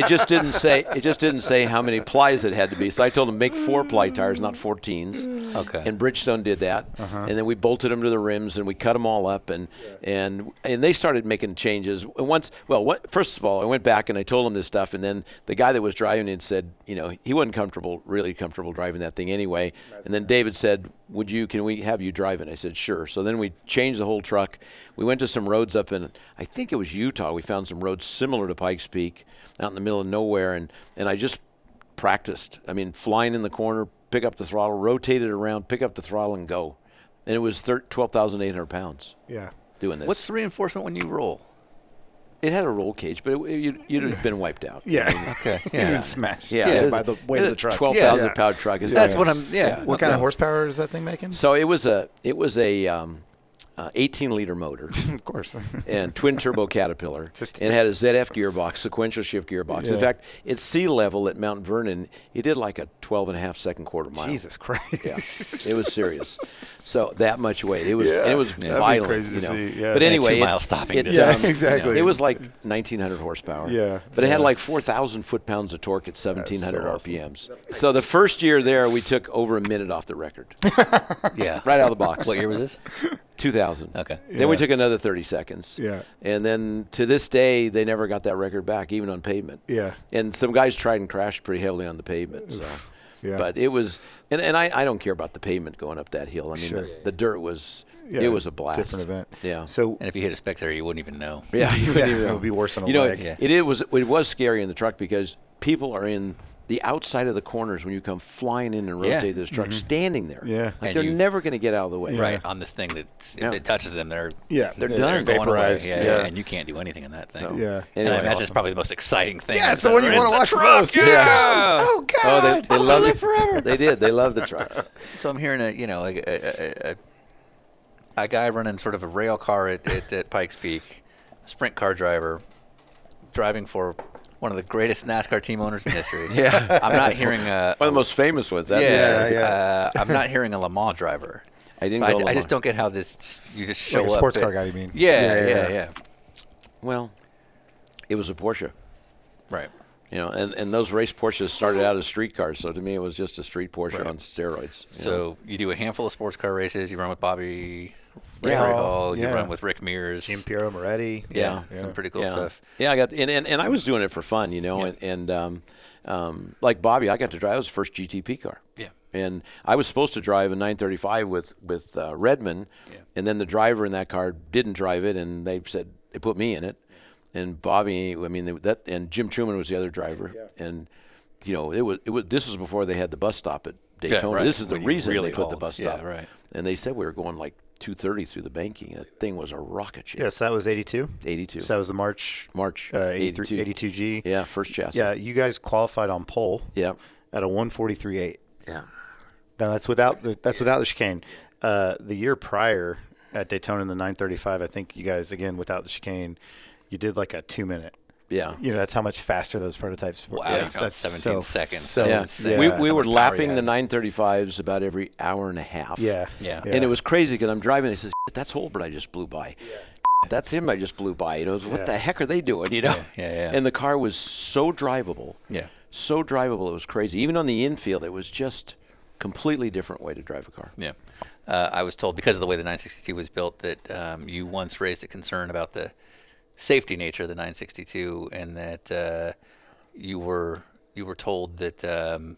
[SPEAKER 3] it just didn't say. It just didn't say how many plies it had to be. So I told them make four ply tires, not 14s.
[SPEAKER 1] Okay.
[SPEAKER 3] And Bridgestone did that, and then we bolted them to the rims and we cut them all up, and and and they started making changes. And once, well, what, first of all, I went back and I told them this stuff, and then the guy that was driving it said, you know, he wasn't comfortable, really comfortable driving that thing anyway. And then David said, "Would you? Can we have you drive it?" I said, "Sure." So then we changed the whole truck. We went to some roads up in, I think it was Utah. We found some roads similar to Pikes Peak, out in the middle of nowhere, and and I just practiced. I mean, flying in the corner, pick up the throttle, rotate it around, pick up the throttle, and go. And it was thir- 12,800 pounds
[SPEAKER 6] Yeah.
[SPEAKER 3] doing this.
[SPEAKER 1] What's the reinforcement when you roll?
[SPEAKER 3] it had a roll cage, but it, it, you'd, you'd have been wiped out.
[SPEAKER 6] Yeah.
[SPEAKER 1] Okay.
[SPEAKER 6] You've
[SPEAKER 1] Yeah.
[SPEAKER 6] been smashed.
[SPEAKER 3] Yeah,
[SPEAKER 1] Yeah,
[SPEAKER 3] it was
[SPEAKER 6] by
[SPEAKER 3] a-
[SPEAKER 6] the weight
[SPEAKER 3] it
[SPEAKER 6] of
[SPEAKER 3] was
[SPEAKER 6] the truck.
[SPEAKER 3] a 12,000
[SPEAKER 1] Yeah.
[SPEAKER 3] pound truck. It's
[SPEAKER 1] That's
[SPEAKER 3] not-
[SPEAKER 1] what I'm. Yeah.
[SPEAKER 6] What kind of horsepower is that thing making?
[SPEAKER 3] So it was a it was a um, uh, 18 liter motor
[SPEAKER 6] Of course.
[SPEAKER 3] and twin turbo Caterpillar, and had a ZF gearbox, sequential shift gearbox. In fact, at sea level at Mount Vernon, it did like a 12 and a half second quarter mile.
[SPEAKER 6] Jesus Christ.
[SPEAKER 3] Yeah, it was serious. So that much weight. It was and it was
[SPEAKER 6] that'd be
[SPEAKER 3] violent.
[SPEAKER 6] crazy
[SPEAKER 3] you
[SPEAKER 6] to
[SPEAKER 3] know.
[SPEAKER 6] see, yeah. And
[SPEAKER 3] But
[SPEAKER 6] a
[SPEAKER 3] anyway,
[SPEAKER 1] two-mile
[SPEAKER 3] it-
[SPEAKER 1] stopping
[SPEAKER 3] it,
[SPEAKER 1] distance,
[SPEAKER 6] Yeah,
[SPEAKER 3] um,
[SPEAKER 6] exactly.
[SPEAKER 3] It was like 1,900 horsepower.
[SPEAKER 6] Yeah.
[SPEAKER 3] But it had like 4,000 foot pounds of torque at 1,700
[SPEAKER 6] so awesome.
[SPEAKER 3] RPMs. So the first year there, we took over a minute off the record,
[SPEAKER 1] Yeah.
[SPEAKER 3] right out of the box.
[SPEAKER 1] What year was this?
[SPEAKER 3] 2000.
[SPEAKER 1] Okay.
[SPEAKER 3] Then we took another 30 seconds.
[SPEAKER 6] Yeah.
[SPEAKER 3] And then to this day, they never got that record back, even on pavement.
[SPEAKER 6] Yeah.
[SPEAKER 3] And some guys tried and crashed pretty heavily on the pavement. So,
[SPEAKER 2] Yeah.
[SPEAKER 3] But it was, and, and I, I don't care about the pavement going up that hill. I mean,
[SPEAKER 2] Sure.
[SPEAKER 3] the, the dirt was,
[SPEAKER 2] Yeah,
[SPEAKER 3] it was a blast.
[SPEAKER 2] Different event.
[SPEAKER 3] Yeah.
[SPEAKER 2] So
[SPEAKER 1] And if you hit a spectator, you wouldn't even know.
[SPEAKER 3] Yeah, you
[SPEAKER 2] Yeah,
[SPEAKER 3] wouldn't even
[SPEAKER 2] it
[SPEAKER 3] know.
[SPEAKER 2] would be worse than a
[SPEAKER 3] you know,
[SPEAKER 2] leg.
[SPEAKER 3] It, it, it was it was scary in the truck because people are in the outside of the corners when you come flying in and
[SPEAKER 1] Yeah.
[SPEAKER 3] rotate this truck, standing there.
[SPEAKER 2] Mm-hmm. Yeah.
[SPEAKER 3] like
[SPEAKER 1] And
[SPEAKER 3] they're
[SPEAKER 1] you-
[SPEAKER 3] never going to get out of the way.
[SPEAKER 1] Right on this thing that if
[SPEAKER 3] Yeah.
[SPEAKER 1] it touches them, they're
[SPEAKER 2] Yeah,
[SPEAKER 1] they're,
[SPEAKER 2] they're
[SPEAKER 1] done going away.
[SPEAKER 2] vaporized,
[SPEAKER 1] Yeah,
[SPEAKER 2] yeah.
[SPEAKER 1] and you can't do anything in that thing.
[SPEAKER 3] So,
[SPEAKER 2] Yeah.
[SPEAKER 1] And
[SPEAKER 3] anyway.
[SPEAKER 1] I imagine it's probably the most exciting thing.
[SPEAKER 2] Yeah, it's the one you wanna
[SPEAKER 1] It's
[SPEAKER 2] watch the most.
[SPEAKER 1] Yeah.
[SPEAKER 2] Yeah.
[SPEAKER 1] Oh God!
[SPEAKER 3] Oh, they, they
[SPEAKER 1] I'll
[SPEAKER 3] love
[SPEAKER 1] live
[SPEAKER 3] it
[SPEAKER 1] forever.
[SPEAKER 3] They did. They love the trucks.
[SPEAKER 1] So I'm hearing a you know like a, a, a, a guy running sort of a rail car at, at, at Pikes Peak, a sprint car driver, driving for one of the greatest NASCAR team owners in history. yeah, I'm not hearing a.
[SPEAKER 3] One of the most famous ones. That
[SPEAKER 1] yeah,
[SPEAKER 2] Yeah,
[SPEAKER 1] Uh, I'm not hearing a Le Mans driver.
[SPEAKER 3] I didn't
[SPEAKER 1] So
[SPEAKER 3] go
[SPEAKER 1] I,
[SPEAKER 3] Le
[SPEAKER 1] I just
[SPEAKER 3] Mans.
[SPEAKER 1] don't get how this just, you just show
[SPEAKER 2] Like a
[SPEAKER 1] up.
[SPEAKER 2] sports
[SPEAKER 1] at-
[SPEAKER 2] car guy, you mean?
[SPEAKER 1] Yeah,
[SPEAKER 2] Yeah,
[SPEAKER 1] yeah,
[SPEAKER 2] yeah,
[SPEAKER 1] yeah.
[SPEAKER 2] yeah.
[SPEAKER 3] Well, it was a Porsche.
[SPEAKER 1] Right.
[SPEAKER 3] You know, and, and those race Porsches started out as street cars, so to me it was just a street Porsche on steroids. you know.
[SPEAKER 1] So you do a handful of sports car races. You run with Bobby Ray
[SPEAKER 3] Yeah.
[SPEAKER 1] Hall. You
[SPEAKER 2] Yeah.
[SPEAKER 1] run with Rick Mears.
[SPEAKER 2] Jim Piero Moretti.
[SPEAKER 1] yeah, some pretty cool
[SPEAKER 3] yeah.
[SPEAKER 1] stuff.
[SPEAKER 3] Yeah, I got and, and, and I was doing it for fun, you know, and, and um, um, like Bobby, I got to drive. I was the first GTP car.
[SPEAKER 1] Yeah.
[SPEAKER 3] And I was supposed to drive a 935 with with uh, Redman, and then the driver in that car didn't drive it, and they said they put me in it, and Bobby, I mean that, and Jim Truman was the other driver, and you know it was it was this was before they had the bus stop at Daytona.
[SPEAKER 1] right.
[SPEAKER 3] This is the
[SPEAKER 1] When you
[SPEAKER 3] reason
[SPEAKER 1] really
[SPEAKER 3] they put the
[SPEAKER 1] hauled.
[SPEAKER 3] bus
[SPEAKER 1] Yeah,
[SPEAKER 3] stop,
[SPEAKER 1] right.
[SPEAKER 3] And they said we were going like 230 through the banking. That thing was a rocket ship.
[SPEAKER 2] Yes, that was 82.
[SPEAKER 3] 82.
[SPEAKER 2] So that was the March
[SPEAKER 3] March,
[SPEAKER 2] uh, 83,
[SPEAKER 3] 82.
[SPEAKER 2] 82G.
[SPEAKER 3] Yeah, first chassis.
[SPEAKER 2] Yeah, Uh, you guys qualified on pole.
[SPEAKER 3] Yeah.
[SPEAKER 2] At a 143.8.
[SPEAKER 3] Yeah.
[SPEAKER 2] Now that's without the that's without the chicane. Uh, the year prior at Daytona in the 935, I think you guys again without the chicane, you did like a two minute.
[SPEAKER 3] Yeah.
[SPEAKER 2] You know that's how much faster those prototypes were.
[SPEAKER 1] Wow,
[SPEAKER 2] That's-
[SPEAKER 1] you got
[SPEAKER 2] that's
[SPEAKER 1] 17 seconds.
[SPEAKER 2] So
[SPEAKER 1] Yeah.
[SPEAKER 2] yeah.
[SPEAKER 3] We,
[SPEAKER 1] That's
[SPEAKER 3] we
[SPEAKER 1] how much
[SPEAKER 3] were
[SPEAKER 1] power
[SPEAKER 3] lapping
[SPEAKER 1] you
[SPEAKER 3] the
[SPEAKER 1] uh, had.
[SPEAKER 3] 935s about every hour and a half.
[SPEAKER 2] yeah,
[SPEAKER 1] Yeah.
[SPEAKER 3] And it was crazy because I'm driving. I said, "Shit, "That's Holbert I just blew by. That's him I just blew by." You know, what the heck are they doing? You know.
[SPEAKER 1] Yeah, yeah, yeah.
[SPEAKER 3] And the car was so drivable.
[SPEAKER 1] Yeah.
[SPEAKER 3] So drivable, it was crazy. Even on the infield, it was just completely different way to drive a car.
[SPEAKER 1] Yeah. Uh, I was told because of the way the 962 was built that um, you once raised a concern about the safety nature of the 962 and that uh, you were you were told that um,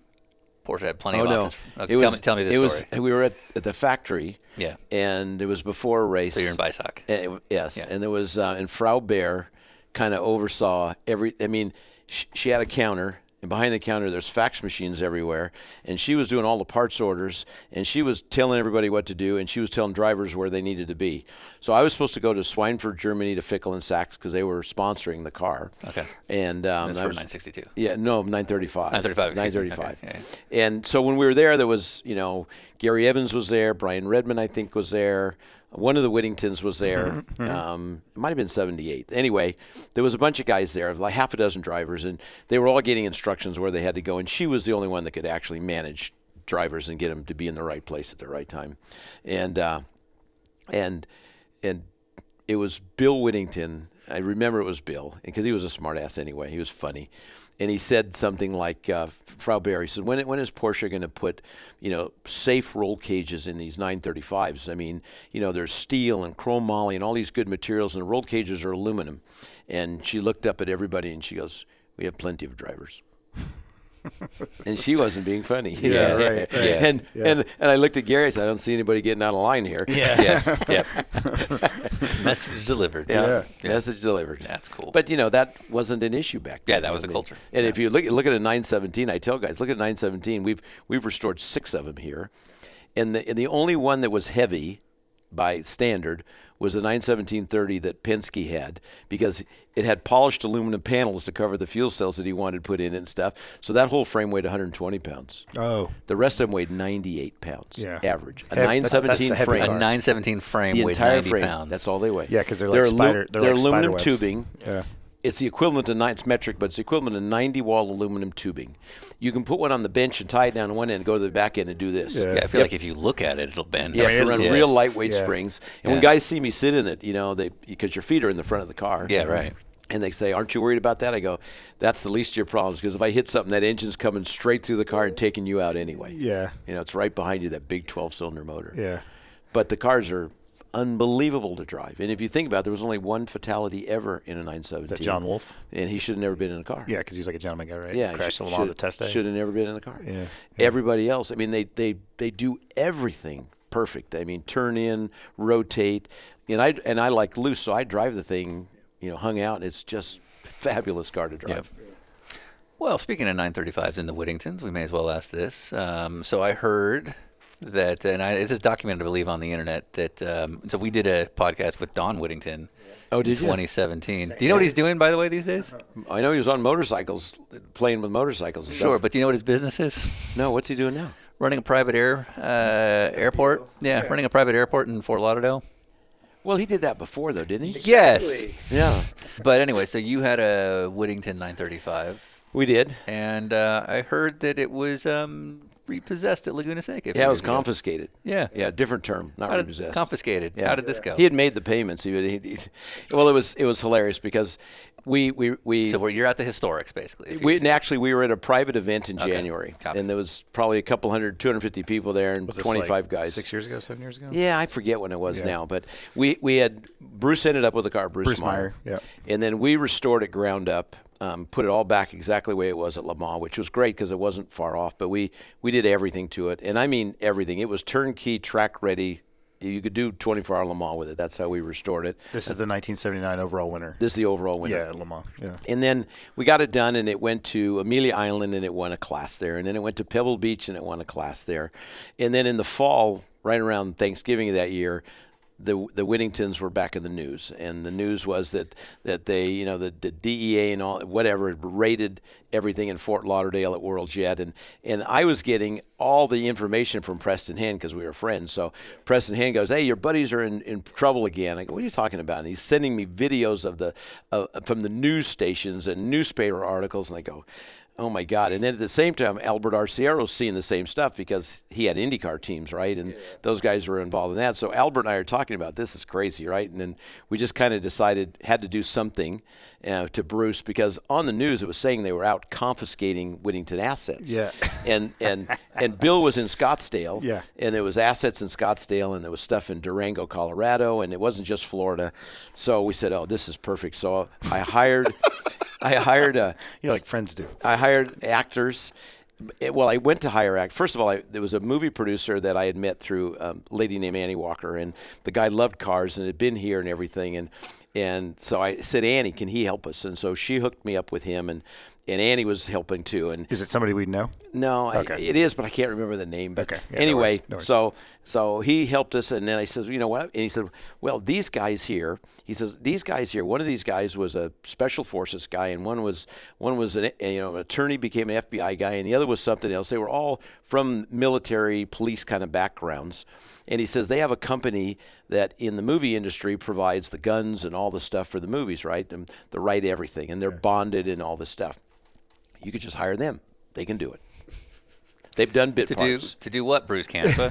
[SPEAKER 1] Porsche had plenty
[SPEAKER 3] Oh
[SPEAKER 1] of
[SPEAKER 3] no!
[SPEAKER 1] options. Okay, Uh, tell, me, tell me this
[SPEAKER 3] it
[SPEAKER 1] story.
[SPEAKER 3] was- we were at, at the factory.
[SPEAKER 1] Yeah.
[SPEAKER 3] And it was before a race.
[SPEAKER 1] so you're in Bisock.
[SPEAKER 3] And it w- yes,
[SPEAKER 1] Yeah.
[SPEAKER 3] and there was uh, and Frau Bear kind of oversaw every. I mean, sh- she had a counter, and behind the counter there's fax machines everywhere, and she was doing all the parts orders, and she was telling everybody what to do, and she was telling drivers where they needed to be. So I was supposed to go to Schweinfurt, Germany, to Fickle and Sachs because they were sponsoring the car.
[SPEAKER 1] Okay.
[SPEAKER 3] And um,
[SPEAKER 1] That's
[SPEAKER 3] I
[SPEAKER 1] for
[SPEAKER 3] was-
[SPEAKER 1] 962.
[SPEAKER 3] yeah, no, 935.
[SPEAKER 1] 935, excuse me.
[SPEAKER 3] 935.
[SPEAKER 1] Okay,
[SPEAKER 3] And so when we were there, there was, you know, Gary Evans was there, Brian Redman, I think, was there. One of the Whittingtons was there.
[SPEAKER 1] Mm-hmm,
[SPEAKER 3] um, it might have been 78. Anyway, there was a bunch of guys there, like half a dozen drivers, and they were all getting instructions where they had to go. And she was the only one that could actually manage drivers and get them to be in the right place at the right time. And, uh, and and it was Bill Whittington. I remember it was Bill because he was a smartass anyway. He was funny, and he said something like, uh, "Frau Barry said, when when is Porsche going to put, you know, safe roll cages in these 935s? I mean, you know, there's steel and chrome moly and all these good materials, and the roll cages are aluminum." And she looked up at everybody and she goes, "We have plenty of drivers." and she wasn't being funny.
[SPEAKER 2] Yeah, right, right.
[SPEAKER 3] And and and I looked at Gary. I said, "I don't see anybody getting out of line here."
[SPEAKER 1] yeah. yeah. Message delivered.
[SPEAKER 3] Yeah. Message delivered.
[SPEAKER 1] That's cool.
[SPEAKER 3] But you know that wasn't an issue back then.
[SPEAKER 1] Yeah, that
[SPEAKER 3] you
[SPEAKER 1] was
[SPEAKER 3] know,
[SPEAKER 1] the
[SPEAKER 3] they-
[SPEAKER 1] culture.
[SPEAKER 3] And if you look look at a 917, I tell guys, look at 917. We've we've restored six of them here, and the and the only one that was heavy by standard was the 91730 that Penske had because it had polished aluminum panels to cover the fuel cells that he wanted put in and stuff. So that whole frame weighed 120 pounds.
[SPEAKER 2] Oh,
[SPEAKER 3] The rest of them weighed 98 pounds
[SPEAKER 2] Yeah.
[SPEAKER 3] average. A
[SPEAKER 2] Heavy- that's- that's the
[SPEAKER 3] 917
[SPEAKER 2] heavy
[SPEAKER 3] frame
[SPEAKER 1] A
[SPEAKER 2] car.
[SPEAKER 1] 917 frame
[SPEAKER 3] the
[SPEAKER 1] weighed
[SPEAKER 3] entire
[SPEAKER 1] 90
[SPEAKER 3] frame.
[SPEAKER 1] pounds.
[SPEAKER 3] That's all they weigh.
[SPEAKER 2] Yeah, 'cause they're like spider- they're like spider
[SPEAKER 3] aluminum
[SPEAKER 2] webs.
[SPEAKER 3] tubing.
[SPEAKER 2] Yeah.
[SPEAKER 3] It's the equivalent to nine. It's metric, but it's the equivalent to ninety wall aluminum tubing. You can put one on the bench and tie it down to one end, and go to the back end and do this.
[SPEAKER 1] Yeah, I feel like if you look at it, it'll bend.
[SPEAKER 3] You have to run
[SPEAKER 1] yeah.
[SPEAKER 3] real lightweight
[SPEAKER 2] Yeah.
[SPEAKER 3] springs. And when
[SPEAKER 1] Yeah.
[SPEAKER 3] guys see me sit in it, you know, they because your feet are in the front of the car.
[SPEAKER 1] Yeah, right.
[SPEAKER 3] And they say, "Aren't you worried about that?" I go, "That's the least of your problems because if I hit something, that engine's coming straight through the car and taking you out anyway."
[SPEAKER 2] Yeah.
[SPEAKER 3] You know, it's right behind you that big 12-cylinder motor.
[SPEAKER 2] yeah.
[SPEAKER 3] But the cars are unbelievable to drive. And if you think about it, there was only one fatality ever in a 917.
[SPEAKER 2] that John Wolfe?
[SPEAKER 3] And he should have never been in a car.
[SPEAKER 2] Yeah, because he was like a gentleman guy, right?
[SPEAKER 3] Yeah,
[SPEAKER 2] He
[SPEAKER 3] he
[SPEAKER 2] crashed
[SPEAKER 3] should-
[SPEAKER 2] the lawn the
[SPEAKER 3] should-
[SPEAKER 2] test day.
[SPEAKER 3] Should have never been in the car.
[SPEAKER 2] Yeah, yeah.
[SPEAKER 3] Everybody else, I mean, they they they do everything perfect. I mean, turn in, rotate, and I and I like loose, so I drive the thing, you know, hung out. and It's just fabulous car to drive.
[SPEAKER 1] Well, speaking of 935s in the Whittingtons, we may as well ask this. Um, so I heard that, and I, this is documented, I believe, on the internet, that um, so we did a podcast with Don Whittington.
[SPEAKER 3] Oh,
[SPEAKER 1] in
[SPEAKER 3] did you?
[SPEAKER 1] 2017. Do you know what he's doing, by the way, these days?
[SPEAKER 3] I know he was on motorcycles, playing with motorcycles. and
[SPEAKER 1] Sure,
[SPEAKER 3] stuff.
[SPEAKER 1] but do you know what his business is?
[SPEAKER 3] no, what's he doing now?
[SPEAKER 1] Running a private air uh, airport. Yeah, running a private airport in Fort Lauderdale.
[SPEAKER 3] Well, he did that before, though, didn't he?
[SPEAKER 1] Yes.
[SPEAKER 3] Yeah,
[SPEAKER 1] But anyway, so you had a Whittington 935.
[SPEAKER 3] we did.
[SPEAKER 1] and uh, I heard that it was um, repossessed at Laguna Seca. a few
[SPEAKER 3] Yeah, it was
[SPEAKER 1] years ago.
[SPEAKER 3] confiscated.
[SPEAKER 1] Yeah.
[SPEAKER 3] yeah, different term, not
[SPEAKER 1] How did-
[SPEAKER 3] repossessed.
[SPEAKER 1] confiscated.
[SPEAKER 3] Yeah.
[SPEAKER 1] How did this go?
[SPEAKER 3] He had made the payments. He, would- he, he well, it was it was hilarious because we we we.
[SPEAKER 1] so we're, you're at the historics, basically. if you-
[SPEAKER 3] we, and actually, we were at a private event in January,
[SPEAKER 1] copy.
[SPEAKER 3] and there was probably a couple hundred, 250 people there, and
[SPEAKER 2] Was this,
[SPEAKER 3] 25
[SPEAKER 2] like,
[SPEAKER 3] guys.
[SPEAKER 2] Six years ago, seven years ago.
[SPEAKER 3] Yeah, I forget when it was now, but we, we had Bruce ended up with a car, Bruce,
[SPEAKER 2] Bruce
[SPEAKER 3] Meyer,
[SPEAKER 2] Meyer,
[SPEAKER 3] and then we restored it ground up, um, put it all back exactly the way it was at Le Mans, which was great because it wasn't far off. But we we did everything to it, and I mean everything. It was turnkey, track ready. You could do 24 hour Le Mans with it. That's how we restored it.
[SPEAKER 2] This is the 1979 overall winner.
[SPEAKER 3] This is the overall winner.
[SPEAKER 2] yeah, Lamont. Yeah.
[SPEAKER 3] And then we got it done, and it went to Amelia Island, and it won a class there. And then it went to Pebble Beach, and it won a class there. And then in the fall, right around Thanksgiving of that year, the the Whittingtons were back in the news, and the news was that that they, you know, the, the DEA and all whatever raided everything in Fort Lauderdale at World Jet, and and I was getting all the information from Preston Hand because we were friends. So Preston Hand goes, "Hey, your buddies are in, in trouble again." I go, "What are you talking about?" And he's sending me videos of the uh, from the news stations and newspaper articles, and I go. Oh my God! And then at the same time, Albert Arciero's seeing the same stuff because he had IndyCar teams, right? And those guys were involved in that. So Albert and I are talking about this is crazy, right? And then we just kind of decided had to do something uh, to Bruce because on the news it was saying they were out confiscating Whittington assets.
[SPEAKER 2] Yeah.
[SPEAKER 3] And and and Bill was in Scottsdale.
[SPEAKER 2] Yeah.
[SPEAKER 3] And there was assets in Scottsdale, and there was stuff in Durango, Colorado, and it wasn't just Florida. So we said, oh, this is perfect. So I hired. I hired a
[SPEAKER 2] You know, like friends do.
[SPEAKER 3] I hired actors. It- well, I went to hire act. First of all, I, there was a movie producer that I had met through um, a lady named Annie Walker, and the guy loved cars and had been here and everything. And and so I said, Annie, can he help us? And so she hooked me up with him, and and Annie was helping too. And
[SPEAKER 2] Is it somebody we know?
[SPEAKER 3] no, I-
[SPEAKER 2] Okay.
[SPEAKER 3] it is, but I can't remember the name. But
[SPEAKER 2] Okay. Yeah, no
[SPEAKER 3] anyway,
[SPEAKER 2] worries, no worries.
[SPEAKER 3] so so he helped us, and then I says, you know what? And he said, well, these guys here. He says these guys here. One of these guys was a special forces guy, and one was one was an you know an attorney became an FBI guy, and the other was something else. They were all from military police kind of backgrounds. And he says they have a company that in the movie industry provides the guns and all the stuff for the movies, right? And the right everything, and they're bonded and all this stuff. You could just hire them; they can do it. They've done bit
[SPEAKER 1] to do
[SPEAKER 3] parts.
[SPEAKER 1] to do what, Bruce Canapa?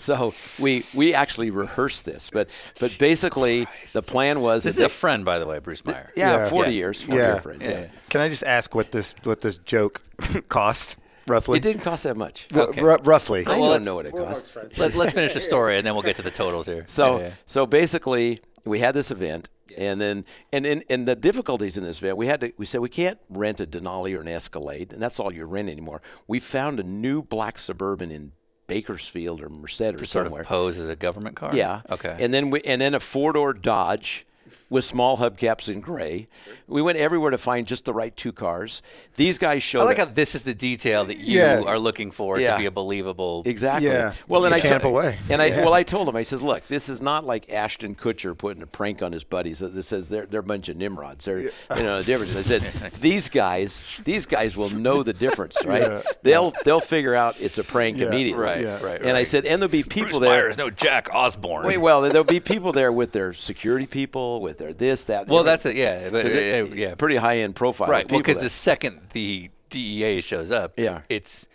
[SPEAKER 3] So we we actually rehearsed this, but but basically the plan was
[SPEAKER 1] this is
[SPEAKER 3] that
[SPEAKER 1] a
[SPEAKER 3] they-
[SPEAKER 1] friend, by the way, Bruce Meyer.
[SPEAKER 3] yeah,
[SPEAKER 2] Yeah.
[SPEAKER 3] forty
[SPEAKER 1] Yeah.
[SPEAKER 3] years, 40
[SPEAKER 2] Yeah.
[SPEAKER 3] year friend, yeah.
[SPEAKER 2] Can I just ask what this what this joke cost roughly?
[SPEAKER 3] It didn't cost that much.
[SPEAKER 2] Ru-
[SPEAKER 1] okay.
[SPEAKER 2] ru- roughly.
[SPEAKER 3] I
[SPEAKER 1] Well,
[SPEAKER 3] don't know what it cost.
[SPEAKER 1] Let, us finish the story, and then we'll get to the totals here.
[SPEAKER 3] So
[SPEAKER 1] Yeah, yeah.
[SPEAKER 3] so basically we had this event. And then, and, and and the difficulties in this event, we had to. We said we can't rent a Denali or an Escalade, and that's all you rent anymore. We found a new black suburban in Bakersfield or Merced or
[SPEAKER 1] sort
[SPEAKER 3] somewhere.
[SPEAKER 1] of pose as a government car.
[SPEAKER 3] Yeah.
[SPEAKER 1] Okay.
[SPEAKER 3] And then we and then a four door Dodge with small hubcaps in gray. We went everywhere to find just the right two cars. These guys showed
[SPEAKER 1] I like how
[SPEAKER 3] up.
[SPEAKER 1] this is the detail that you
[SPEAKER 2] Yeah.
[SPEAKER 1] are looking for
[SPEAKER 3] Yeah.
[SPEAKER 1] to be a believable.
[SPEAKER 3] Exactly.
[SPEAKER 2] Yeah.
[SPEAKER 3] Well, and I
[SPEAKER 2] You can't
[SPEAKER 3] to-
[SPEAKER 2] help away.
[SPEAKER 3] And I well, I told him. I says, "Look, this is not like Ashton Kutcher putting a prank on his buddies. This says they're they're a bunch of nimrods. They're you know the difference." I said, "These guys, these guys will know the difference, right? They'll they'll figure out it's a prank immediately,
[SPEAKER 1] right, Yeah. right,
[SPEAKER 3] And I
[SPEAKER 1] right.
[SPEAKER 3] said, "And there'll be people
[SPEAKER 1] Bruce
[SPEAKER 3] there."
[SPEAKER 1] Meyer is no Jack Osborne.
[SPEAKER 3] Wait, well, there'll be people there with their security people, with their this, that.
[SPEAKER 1] well,
[SPEAKER 3] everything.
[SPEAKER 1] that's it. Yeah, but,
[SPEAKER 3] 'Cause it-
[SPEAKER 1] uh, yeah,
[SPEAKER 3] pretty high end profile.
[SPEAKER 1] right. Well,
[SPEAKER 3] people
[SPEAKER 1] because
[SPEAKER 3] that-
[SPEAKER 1] the second the DEA shows up,
[SPEAKER 3] Yeah.
[SPEAKER 1] it's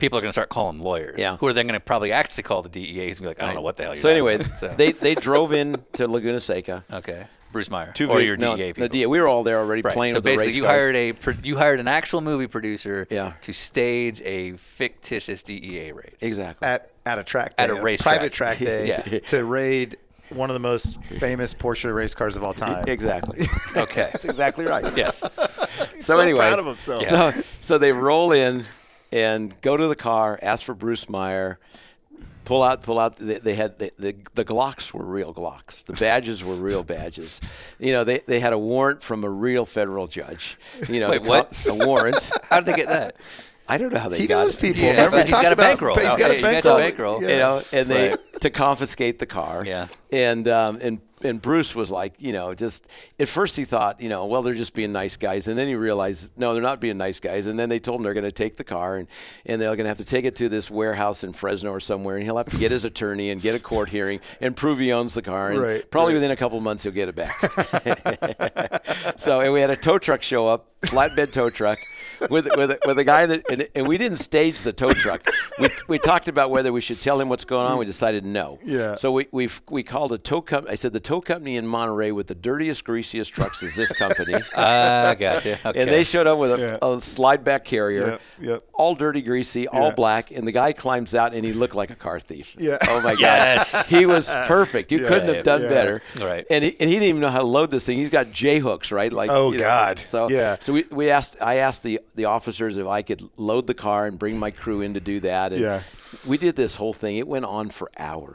[SPEAKER 1] people are going to start calling lawyers.
[SPEAKER 3] Yeah.
[SPEAKER 1] who are then going to probably actually call the DEA's and be like, I don't know what the hell. You're
[SPEAKER 3] So
[SPEAKER 1] talking
[SPEAKER 3] anyway,
[SPEAKER 1] about. So-
[SPEAKER 3] they they drove in to Laguna Seca.
[SPEAKER 1] okay, Bruce Meyer,
[SPEAKER 3] Two
[SPEAKER 1] or
[SPEAKER 3] ve-
[SPEAKER 1] your
[SPEAKER 3] no,
[SPEAKER 1] DEA
[SPEAKER 3] the
[SPEAKER 1] people.
[SPEAKER 3] DEA. We were all there already
[SPEAKER 1] Right.
[SPEAKER 3] playing
[SPEAKER 1] so
[SPEAKER 3] with the
[SPEAKER 1] basically,
[SPEAKER 3] race
[SPEAKER 1] you
[SPEAKER 3] cars.
[SPEAKER 1] hired a pro- you hired an actual movie producer
[SPEAKER 3] Yeah.
[SPEAKER 1] to stage a fictitious DEA raid.
[SPEAKER 3] exactly.
[SPEAKER 2] at at a track
[SPEAKER 1] At
[SPEAKER 2] day,
[SPEAKER 1] a race
[SPEAKER 2] private
[SPEAKER 1] track.
[SPEAKER 2] track day
[SPEAKER 1] Yeah.
[SPEAKER 2] to raid one of the most famous Porsche race cars of all time.
[SPEAKER 3] Exactly.
[SPEAKER 1] Okay.
[SPEAKER 3] That's exactly right.
[SPEAKER 1] yes.
[SPEAKER 3] So,
[SPEAKER 7] so
[SPEAKER 3] anyway,
[SPEAKER 7] proud of himself.
[SPEAKER 3] So, so they roll in and go to the car, ask for Bruce Meyer, pull out, pull out. They, they had the, the the Glocks were real Glocks. The badges were real badges. You know, they, they had a warrant from a real federal judge. You know,
[SPEAKER 1] Wait,
[SPEAKER 3] to
[SPEAKER 1] what?
[SPEAKER 3] co- A warrant.
[SPEAKER 1] How did they get that?
[SPEAKER 3] I don't know how they
[SPEAKER 6] He
[SPEAKER 3] got
[SPEAKER 6] knows
[SPEAKER 3] it.
[SPEAKER 6] people.
[SPEAKER 1] Yeah,
[SPEAKER 6] Remember,
[SPEAKER 1] but
[SPEAKER 6] we
[SPEAKER 1] he's
[SPEAKER 6] talked
[SPEAKER 1] got a
[SPEAKER 6] about-
[SPEAKER 1] bankroll.
[SPEAKER 6] He's got
[SPEAKER 1] Okay,
[SPEAKER 6] a
[SPEAKER 1] you got the
[SPEAKER 6] bankroll.
[SPEAKER 1] bankroll.
[SPEAKER 6] Yeah.
[SPEAKER 3] you know, and they
[SPEAKER 1] Right.
[SPEAKER 3] to confiscate the car.
[SPEAKER 1] Yeah.
[SPEAKER 3] And um, and and Bruce was like, you know, just at first he thought, you know, well they're just being nice guys, and then he realized no, they're not being nice guys, and then they told him they're going to take the car and and they're going to have to take it to this warehouse in Fresno or somewhere, and he'll have to get his attorney and get a court hearing and prove he owns the car, and
[SPEAKER 2] Right,
[SPEAKER 3] probably within a couple of months he'll get it back. so and we had a tow truck show up, flatbed tow truck. With, with, with a guy that and, and we didn't stage the tow truck. We, we talked about whether we should tell him what's going on. We decided no.
[SPEAKER 2] Yeah.
[SPEAKER 3] So we we we called a tow company. I said the tow company in Monterey with the dirtiest, greasiest trucks is this company.
[SPEAKER 1] Ah, gotcha. Okay.
[SPEAKER 3] And they showed up with a,
[SPEAKER 2] Yeah.
[SPEAKER 3] a slide back carrier,
[SPEAKER 2] Yep, yep.
[SPEAKER 3] all dirty, greasy, all
[SPEAKER 2] Yeah.
[SPEAKER 3] black. And the guy climbs out and he looked like a car thief.
[SPEAKER 2] Yeah.
[SPEAKER 3] Oh my God.
[SPEAKER 1] Yes.
[SPEAKER 3] He was perfect. You couldn't have done
[SPEAKER 2] yeah.
[SPEAKER 3] better.
[SPEAKER 1] Right.
[SPEAKER 3] And he, and he didn't even know how to load this thing. He's got J hooks, right? Like
[SPEAKER 2] Oh,
[SPEAKER 3] you know,
[SPEAKER 2] God.
[SPEAKER 3] So
[SPEAKER 2] Yeah.
[SPEAKER 3] So we, we asked. I asked the the officers if I could load the car and bring my crew in to do that. And
[SPEAKER 2] Yeah.
[SPEAKER 3] We did this whole thing. It went on for hours.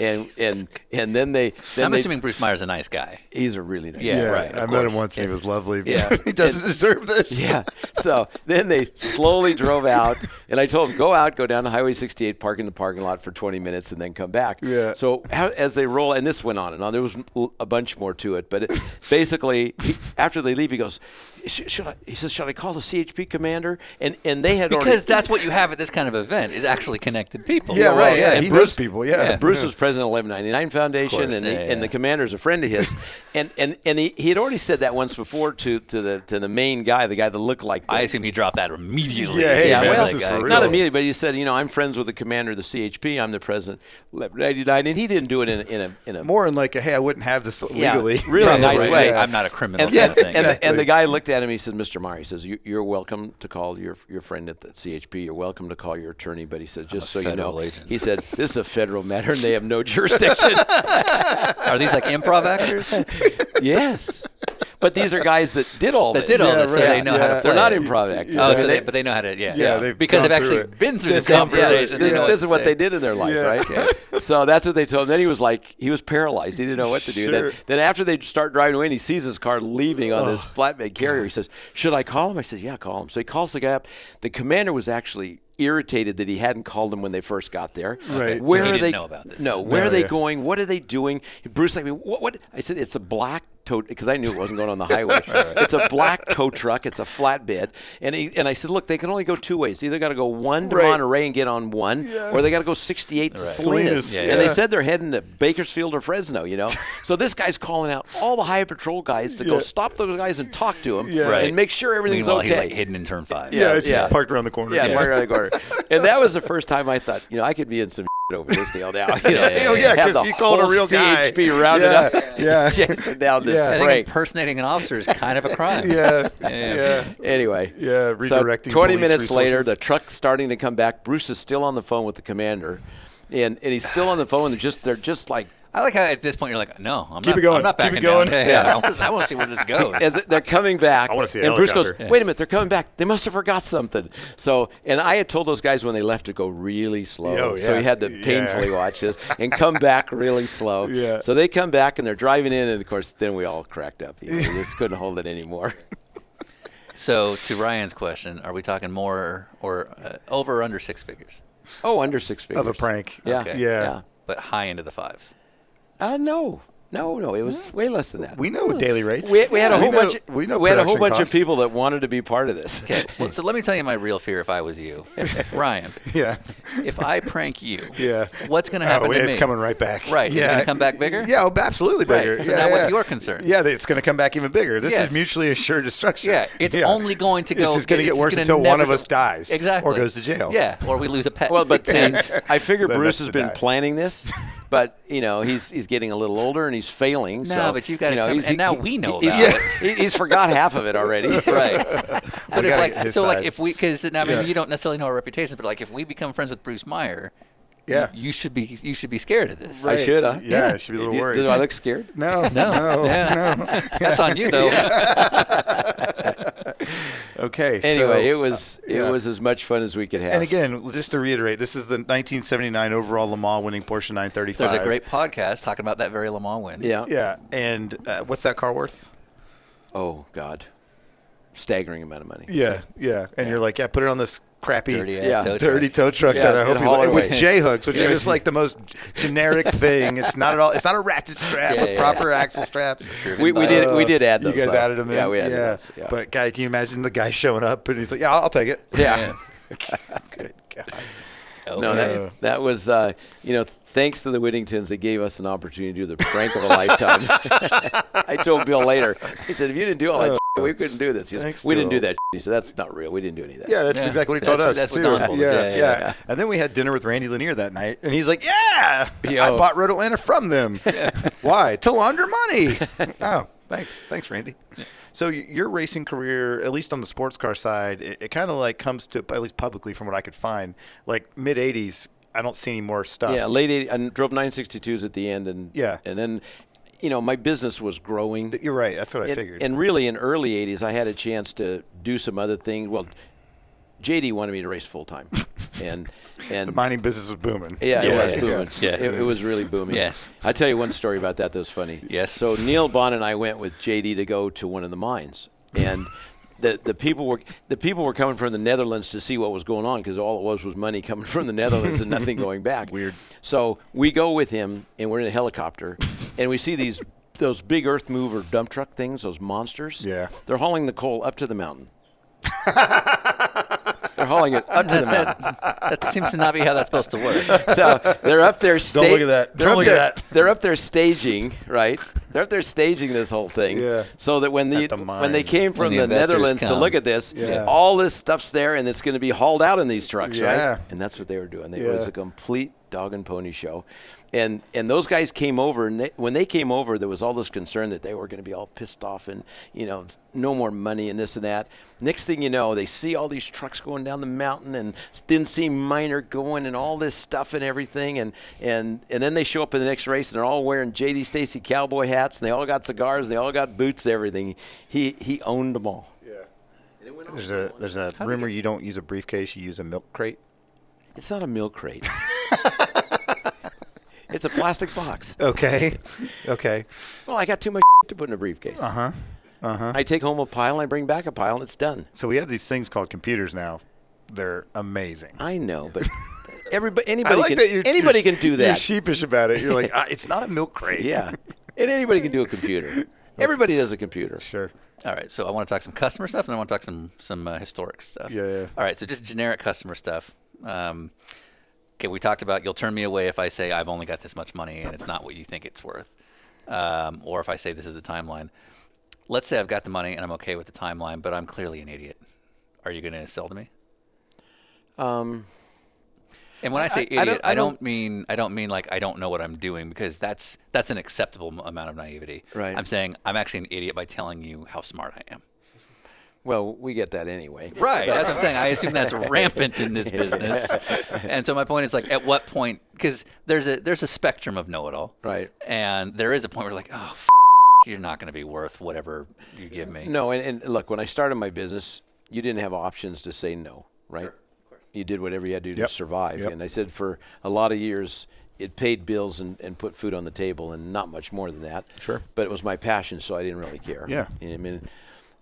[SPEAKER 3] And, and and then they then
[SPEAKER 1] I'm
[SPEAKER 3] they,
[SPEAKER 1] assuming Bruce Meyer's a nice guy.
[SPEAKER 3] he's a really nice
[SPEAKER 1] Yeah,
[SPEAKER 3] guy.
[SPEAKER 2] Yeah,
[SPEAKER 1] right,
[SPEAKER 2] I
[SPEAKER 1] of
[SPEAKER 2] met
[SPEAKER 1] course.
[SPEAKER 2] him once and he was lovely. but
[SPEAKER 3] Yeah.
[SPEAKER 2] he doesn't deserve this.
[SPEAKER 3] Yeah. So then they slowly drove out, and I told them go out, go down to Highway 68, park in the parking lot for 20 minutes, and then come back.
[SPEAKER 2] Yeah.
[SPEAKER 3] So how- as they roll, and this went on and on. There was l- a bunch more to it, but it, basically, he- after they leave, he goes, "Sh- "Should I?" He says, "Should I call the CHP commander?" And and they had already
[SPEAKER 1] Because that's what you have at this kind of event is actually connected people.
[SPEAKER 2] Yeah, right. Yeah,
[SPEAKER 3] and
[SPEAKER 2] he
[SPEAKER 3] Bruce-
[SPEAKER 2] knows people. Yeah,
[SPEAKER 3] Yeah, Bruce was president of 1199 Foundation,
[SPEAKER 1] Of course,
[SPEAKER 3] and, the,
[SPEAKER 1] yeah, yeah.
[SPEAKER 3] and the commander's a friend of his. and and, and he, he had already said that once before to, to the to the main guy, the guy that looked like
[SPEAKER 1] I
[SPEAKER 3] them.
[SPEAKER 1] assume he dropped that immediately.
[SPEAKER 2] Yeah, hey,
[SPEAKER 3] yeah,
[SPEAKER 2] man,
[SPEAKER 3] well,
[SPEAKER 2] this is for
[SPEAKER 3] not
[SPEAKER 2] real.
[SPEAKER 3] immediately, but he said, you know, I'm friends with the commander of the CHP. I'm the president, of 1199, and he didn't do it in a in a, in a
[SPEAKER 2] more in like a hey, I wouldn't have this
[SPEAKER 3] yeah,
[SPEAKER 2] legally.
[SPEAKER 3] really
[SPEAKER 2] Probably,
[SPEAKER 3] nice way.
[SPEAKER 2] yeah.
[SPEAKER 1] I'm not a criminal.
[SPEAKER 3] And,
[SPEAKER 1] kind of
[SPEAKER 3] and,
[SPEAKER 1] thing.
[SPEAKER 3] and the, and the guy looked at him. He said, "Mr. Meyer, he says you, you're welcome to call your your friend at the CHP. You're welcome to call your attorney." But he said, "Just so you know,"
[SPEAKER 1] federal agent.
[SPEAKER 3] he said, "This is a federal matter, and they have no jurisdiction."
[SPEAKER 1] Are these like improv actors?
[SPEAKER 3] yes, but these are guys that did all
[SPEAKER 1] that
[SPEAKER 3] this.
[SPEAKER 1] did all this, so
[SPEAKER 2] right.
[SPEAKER 1] they know how to
[SPEAKER 2] Yeah.
[SPEAKER 1] play.
[SPEAKER 3] They're not
[SPEAKER 1] it.
[SPEAKER 3] improv actors.
[SPEAKER 1] Oh,
[SPEAKER 3] I
[SPEAKER 1] so
[SPEAKER 3] mean,
[SPEAKER 1] they,
[SPEAKER 3] they-
[SPEAKER 1] but they know how to, yeah,
[SPEAKER 2] Yeah, they've
[SPEAKER 1] because
[SPEAKER 2] gone
[SPEAKER 1] they've
[SPEAKER 2] through
[SPEAKER 1] actually
[SPEAKER 2] it.
[SPEAKER 1] been through this
[SPEAKER 3] Yeah,
[SPEAKER 1] conversation.
[SPEAKER 3] this,
[SPEAKER 1] They know
[SPEAKER 3] this is what
[SPEAKER 1] to
[SPEAKER 3] they
[SPEAKER 1] say.
[SPEAKER 3] did in their life,
[SPEAKER 2] Yeah.
[SPEAKER 3] right? So that's what they told him. Then he was like, he was paralyzed. He didn't know what to do.
[SPEAKER 2] Sure. Oh,
[SPEAKER 3] Then, then after they start driving away, and he sees his car leaving on this flatbed carrier. He says, "Should I call him?" I says, "Yeah, call him." So he calls the guy up. The commander was actually irritated that he hadn't called him when they first got there.
[SPEAKER 2] Right. So
[SPEAKER 3] Where
[SPEAKER 1] he
[SPEAKER 3] are
[SPEAKER 1] didn't
[SPEAKER 3] they?
[SPEAKER 1] know about this.
[SPEAKER 3] No. Where are they
[SPEAKER 2] yeah.
[SPEAKER 3] going? What are they doing? Bruce, like, what? What? I said, it's a black tow because I knew it wasn't going on the highway. It's a black tow truck. It's a flatbed, and he, and I said, look, they can only go two ways. Either got to go one to
[SPEAKER 2] Right.
[SPEAKER 3] Monterey and get on one, or they got to go 68 to Salinas.
[SPEAKER 2] Salinas,
[SPEAKER 3] And they
[SPEAKER 2] yeah.
[SPEAKER 3] said they're heading to Bakersfield or Fresno. You know, so this guy's calling out all the highway patrol guys to go
[SPEAKER 2] Yeah.
[SPEAKER 3] stop those guys and talk to them
[SPEAKER 1] Right.
[SPEAKER 3] and make sure everything's
[SPEAKER 1] Meanwhile,
[SPEAKER 3] okay.
[SPEAKER 1] he's like hidden in turn five.
[SPEAKER 2] Yeah, it's
[SPEAKER 3] yeah.
[SPEAKER 2] just parked around the corner.
[SPEAKER 3] Yeah, Mario the Corner. And that was the first time I thought, you know, I could be in some over this deal now. You know,
[SPEAKER 1] Yeah, yeah,
[SPEAKER 2] Oh yeah,
[SPEAKER 3] have
[SPEAKER 2] because
[SPEAKER 3] the
[SPEAKER 2] you called a
[SPEAKER 3] whole
[SPEAKER 2] real guy.
[SPEAKER 3] CHP rounded
[SPEAKER 2] yeah,
[SPEAKER 3] up,
[SPEAKER 2] Yeah,
[SPEAKER 3] chasing down this
[SPEAKER 2] Yeah.
[SPEAKER 1] I think
[SPEAKER 3] break.
[SPEAKER 1] impersonating an officer is kind of a crime.
[SPEAKER 2] yeah,
[SPEAKER 1] Yeah.
[SPEAKER 2] yeah.
[SPEAKER 3] Anyway,
[SPEAKER 2] Yeah,
[SPEAKER 3] So
[SPEAKER 2] redirecting
[SPEAKER 3] Twenty
[SPEAKER 2] police
[SPEAKER 3] minutes later,
[SPEAKER 2] resources.
[SPEAKER 3] the truck's starting to come back. Bruce is still on the phone with the commander, and, and he's still on the phone. And they're just they're just like
[SPEAKER 1] I like how at this point you're like, no, I'm
[SPEAKER 2] Keep
[SPEAKER 1] not,
[SPEAKER 2] it going.
[SPEAKER 1] I'm not
[SPEAKER 2] Keep it
[SPEAKER 1] backing
[SPEAKER 2] going.
[SPEAKER 1] down. Yeah, yeah. I want- I want to see where this goes.
[SPEAKER 3] as they're- they're coming back.
[SPEAKER 2] I wanna see a
[SPEAKER 3] And Bruce goes,
[SPEAKER 2] helicopter.
[SPEAKER 3] "Wait a minute, they're coming back. They must have forgot something." So, and I had told those guys when they left to go really slow.
[SPEAKER 2] Oh,
[SPEAKER 3] So
[SPEAKER 2] yeah.
[SPEAKER 3] you had to
[SPEAKER 2] Yeah.
[SPEAKER 3] painfully watch this and come back really slow.
[SPEAKER 2] Yeah.
[SPEAKER 3] So they come back and they're driving in, and of course, then we all cracked up. You know, we just couldn't hold it anymore.
[SPEAKER 1] So to Ryan's question, are we talking more or uh, over or under six figures,
[SPEAKER 3] Oh, under six figures
[SPEAKER 2] Of a prank.
[SPEAKER 3] Yeah.
[SPEAKER 1] Okay.
[SPEAKER 2] yeah.
[SPEAKER 1] but high into the fives?
[SPEAKER 3] Uh, no, no, no. It was way less than that.
[SPEAKER 2] We know daily rates.
[SPEAKER 3] We, we had a whole
[SPEAKER 2] know-
[SPEAKER 3] bunch.
[SPEAKER 2] We know.
[SPEAKER 3] we had a whole
[SPEAKER 2] production
[SPEAKER 3] bunch of
[SPEAKER 2] costs.
[SPEAKER 3] people that wanted to be part of this.
[SPEAKER 1] Okay. Well, so let me tell you my real fear if I was you, Ryan.
[SPEAKER 2] Yeah,
[SPEAKER 1] If I prank you,
[SPEAKER 2] Yeah.
[SPEAKER 1] what's going to happen
[SPEAKER 2] oh,
[SPEAKER 1] to
[SPEAKER 2] it's
[SPEAKER 1] me?
[SPEAKER 2] coming right back.
[SPEAKER 1] Right, is it
[SPEAKER 2] Yeah,
[SPEAKER 1] gonna come back bigger?
[SPEAKER 2] Yeah, oh, absolutely
[SPEAKER 1] Right,
[SPEAKER 2] bigger.
[SPEAKER 1] so
[SPEAKER 2] yeah,
[SPEAKER 1] now what's
[SPEAKER 2] yeah.
[SPEAKER 1] your concern?
[SPEAKER 2] Yeah, that it's going to come back even bigger. This
[SPEAKER 1] Yes.
[SPEAKER 2] is mutually assured destruction.
[SPEAKER 1] Yeah, it's only going to go.
[SPEAKER 2] This is going to get
[SPEAKER 1] it's
[SPEAKER 2] worse
[SPEAKER 1] gonna
[SPEAKER 2] until one
[SPEAKER 1] never
[SPEAKER 2] of us
[SPEAKER 1] go-
[SPEAKER 2] dies.
[SPEAKER 1] Exactly.
[SPEAKER 2] Or goes to jail.
[SPEAKER 1] Yeah, or we lose a pet.
[SPEAKER 3] Well, but see,
[SPEAKER 1] And-
[SPEAKER 3] I figure
[SPEAKER 2] Then that's
[SPEAKER 3] Bruce has
[SPEAKER 2] the
[SPEAKER 3] been
[SPEAKER 2] diet.
[SPEAKER 3] planning this, but you know he's he's getting a little older and he's failing.
[SPEAKER 1] No,
[SPEAKER 3] so,
[SPEAKER 1] but you've gotta
[SPEAKER 3] know,
[SPEAKER 1] come-
[SPEAKER 3] he's-
[SPEAKER 1] and now
[SPEAKER 3] he-
[SPEAKER 1] we know
[SPEAKER 3] he's,
[SPEAKER 1] about
[SPEAKER 3] he- he's forgot half of it already.
[SPEAKER 1] right. But if
[SPEAKER 2] gotta
[SPEAKER 1] like
[SPEAKER 2] get
[SPEAKER 1] so,
[SPEAKER 2] his
[SPEAKER 1] like
[SPEAKER 2] side.
[SPEAKER 1] if we because I mean
[SPEAKER 2] Yeah.
[SPEAKER 1] you don't necessarily know our reputations, but like if we become friends with Bruce Meyer, Yeah.
[SPEAKER 2] Yeah.
[SPEAKER 1] You, should be you should be scared of this.
[SPEAKER 3] I should, huh?
[SPEAKER 4] Yeah, I should be a little
[SPEAKER 3] You-
[SPEAKER 4] worried.
[SPEAKER 3] Do I look scared?
[SPEAKER 4] No,
[SPEAKER 1] No, yeah. that's on you though.
[SPEAKER 4] Okay. so-
[SPEAKER 3] Anyway, it was it
[SPEAKER 4] uh, yeah.
[SPEAKER 3] was as much fun as we could have.
[SPEAKER 4] And
[SPEAKER 2] Again, just to reiterate, this is the 1979 overall Le Mans winning Porsche 935.
[SPEAKER 1] There's a great podcast talking about that very Le Mans win.
[SPEAKER 3] yeah.
[SPEAKER 2] Yeah, and uh, what's that car worth?
[SPEAKER 3] Oh God, staggering amount of money.
[SPEAKER 4] Yeah.
[SPEAKER 2] Yeah, and you're like, yeah, put it on this crappy,
[SPEAKER 1] Dirty ass
[SPEAKER 3] Yeah,
[SPEAKER 1] tow truck.
[SPEAKER 2] dirty tow truck
[SPEAKER 3] Yeah,
[SPEAKER 2] that I
[SPEAKER 3] and
[SPEAKER 2] hope you
[SPEAKER 3] haul it
[SPEAKER 2] like with
[SPEAKER 3] away.
[SPEAKER 2] J hooks, which
[SPEAKER 3] Yeah.
[SPEAKER 2] are just like the most g- generic thing. It's not at all. It's not a ratchet strap
[SPEAKER 1] Yeah,
[SPEAKER 2] with
[SPEAKER 1] yeah,
[SPEAKER 2] proper axle straps.
[SPEAKER 1] Driven
[SPEAKER 3] We, we
[SPEAKER 1] by-
[SPEAKER 3] did we did add
[SPEAKER 2] You
[SPEAKER 3] those.
[SPEAKER 2] guys
[SPEAKER 3] though.
[SPEAKER 2] added them in.
[SPEAKER 3] Yeah, we added those. Yeah.
[SPEAKER 2] But guy, can you imagine the guy showing up and he's like, yeah, I'll, I'll take it.
[SPEAKER 3] yeah.
[SPEAKER 1] Yeah.
[SPEAKER 2] Good God.
[SPEAKER 3] No,
[SPEAKER 1] Okay.
[SPEAKER 3] that, that was, uh, you know, thanks to the Whittingtons, it gave us an opportunity to do the prank of a lifetime. I told Bill later, he said, if you didn't do all that, shit, we couldn't do this. He said,
[SPEAKER 2] Oh. Thanks
[SPEAKER 3] we
[SPEAKER 2] to
[SPEAKER 3] didn't do
[SPEAKER 2] all-
[SPEAKER 3] that. shit." He said, that's not real. We didn't do any of that.
[SPEAKER 2] Yeah, that's
[SPEAKER 1] Yeah.
[SPEAKER 2] exactly what he
[SPEAKER 1] That's
[SPEAKER 2] told
[SPEAKER 1] what-
[SPEAKER 2] us
[SPEAKER 1] that's what
[SPEAKER 2] too.
[SPEAKER 1] Don told us. Yeah,
[SPEAKER 2] yeah,
[SPEAKER 1] yeah,
[SPEAKER 2] yeah,
[SPEAKER 1] yeah.
[SPEAKER 2] And then we had dinner with Randy Lanier that night, and he's like, "Yeah,
[SPEAKER 3] Yo.
[SPEAKER 2] I bought Road Atlanta from them. Why? To launder money." oh, thanks, thanks, Randy. So y- your racing career, at least on the sports car side, it, it kind of like comes to at least publicly from what I could find, like mid '80s. I don't see any more stuff.
[SPEAKER 3] Yeah, late 80, and drove 962s at the end. and
[SPEAKER 2] Yeah.
[SPEAKER 3] And then, you know, my business was growing.
[SPEAKER 2] you're right. That's what I
[SPEAKER 3] and,
[SPEAKER 2] figured.
[SPEAKER 3] and really, in early '80s, I had a chance to do some other things. Well, JD wanted me to race full time, and and
[SPEAKER 2] mining business was booming.
[SPEAKER 1] Yeah,
[SPEAKER 3] yeah, it was
[SPEAKER 1] yeah,
[SPEAKER 3] booming.
[SPEAKER 1] yeah.
[SPEAKER 3] It, it was really booming.
[SPEAKER 1] Yeah.
[SPEAKER 3] I tell you one story about that that was funny.
[SPEAKER 1] Yes.
[SPEAKER 3] So Neil Bond and I went with JD to go to one of the mines, and the the people were the people were coming from the Netherlands to see what was going on because all it was was money coming from the Netherlands and nothing going back. Weird. So we go with him, and we're in a helicopter, and we see these those big earth mover dump truck things, those monsters.
[SPEAKER 2] Yeah.
[SPEAKER 3] They're hauling the coal up to the mountain. They're hauling it up to the mountain
[SPEAKER 1] that seems to not be how that's supposed to work.
[SPEAKER 3] so they're up there. Sta-
[SPEAKER 2] Don't look at that.
[SPEAKER 3] They're
[SPEAKER 2] Don't
[SPEAKER 3] up
[SPEAKER 2] look at
[SPEAKER 3] there-
[SPEAKER 2] that.
[SPEAKER 3] They're up there staging, right? They're up there staging this whole thing.
[SPEAKER 2] Yeah.
[SPEAKER 3] So that when the,
[SPEAKER 2] At the
[SPEAKER 3] when they
[SPEAKER 2] mine.
[SPEAKER 3] came from
[SPEAKER 1] When the
[SPEAKER 3] the,
[SPEAKER 1] investors
[SPEAKER 3] Netherlands to
[SPEAKER 1] come.
[SPEAKER 3] look at this,
[SPEAKER 2] Yeah.
[SPEAKER 3] all this stuff's there, and it's going to be hauled out in these trucks,
[SPEAKER 2] Yeah.
[SPEAKER 3] right? And that's what they were doing. They- It
[SPEAKER 2] Yeah.
[SPEAKER 3] was a complete dog and pony show. And and those guys came over, and they, when they came over, there was all this concern that they were going to be all pissed off, and you know, no more money and this and that. Next thing you know, they see all these trucks going down the mountain, and didn't see Miner going, and all this stuff and everything, and and and then they show up in the next race, and they're all wearing J.D. Stacy cowboy hats, and they all got cigars, and they all got boots, everything. He he owned them all.
[SPEAKER 2] There's a there's a rumor you don't use a briefcase, you use a milk crate.
[SPEAKER 3] It's not a milk crate. it's a plastic box.
[SPEAKER 2] Okay, okay.
[SPEAKER 3] Well, I got too much to put in a briefcase. Uh
[SPEAKER 2] Uh-huh.
[SPEAKER 3] huh. Uh huh. I take home a pile and I bring back a pile and it's done.
[SPEAKER 2] So we have these things called computers now. They're amazing.
[SPEAKER 3] I know, but everybody, anybody, can,
[SPEAKER 2] you're-
[SPEAKER 3] anybody
[SPEAKER 2] you're-
[SPEAKER 3] can do
[SPEAKER 2] You're
[SPEAKER 3] that.
[SPEAKER 2] sheepish about it. You're like, ah, it's not a milk crate.
[SPEAKER 3] yeah, and anybody can do a computer. Everybody does a computer.
[SPEAKER 2] Sure.
[SPEAKER 1] All right, so I want to talk some customer stuff, and I want to talk some some uh, historic stuff.
[SPEAKER 2] Yeah, yeah.
[SPEAKER 1] All right, so just generic customer stuff. Um, okay, we talked about you'll turn me away if I say I've only got this much money and it's not what you think it's worth, um, or if I say this is the timeline. Let's say I've got the money and I'm okay with the timeline, but I'm clearly an idiot. Are you going to sell to me?
[SPEAKER 3] Um,
[SPEAKER 1] And when I say
[SPEAKER 3] I-
[SPEAKER 1] idiot,
[SPEAKER 3] I
[SPEAKER 1] I
[SPEAKER 3] don't-
[SPEAKER 1] don't,
[SPEAKER 3] I don't-
[SPEAKER 1] mean I don't mean like I don't know what I'm doing because that's that's an acceptable m- amount of naivety.
[SPEAKER 3] Right.
[SPEAKER 1] I'm saying I'm actually an idiot by telling you how smart I am.
[SPEAKER 3] well, we get that anyway.
[SPEAKER 1] Right. That's what I'm saying. I assume that's rampant in this business. And so my point is like, at what point? Because there's a there's a spectrum of know-it-all.
[SPEAKER 3] Right.
[SPEAKER 1] And there is a point where like, oh, f- you're not going to be worth whatever you give me.
[SPEAKER 3] No, and, and look, when I started my business, you didn't have options to say no, right? You did whatever you had to do
[SPEAKER 4] Yep.
[SPEAKER 3] to survive.
[SPEAKER 4] Yep.
[SPEAKER 3] And I said for a lot of years, it paid bills and, and put food on the table and not much more than that.
[SPEAKER 4] Sure.
[SPEAKER 3] But it was my passion, so I didn't really care.
[SPEAKER 4] Yeah.
[SPEAKER 3] I mean,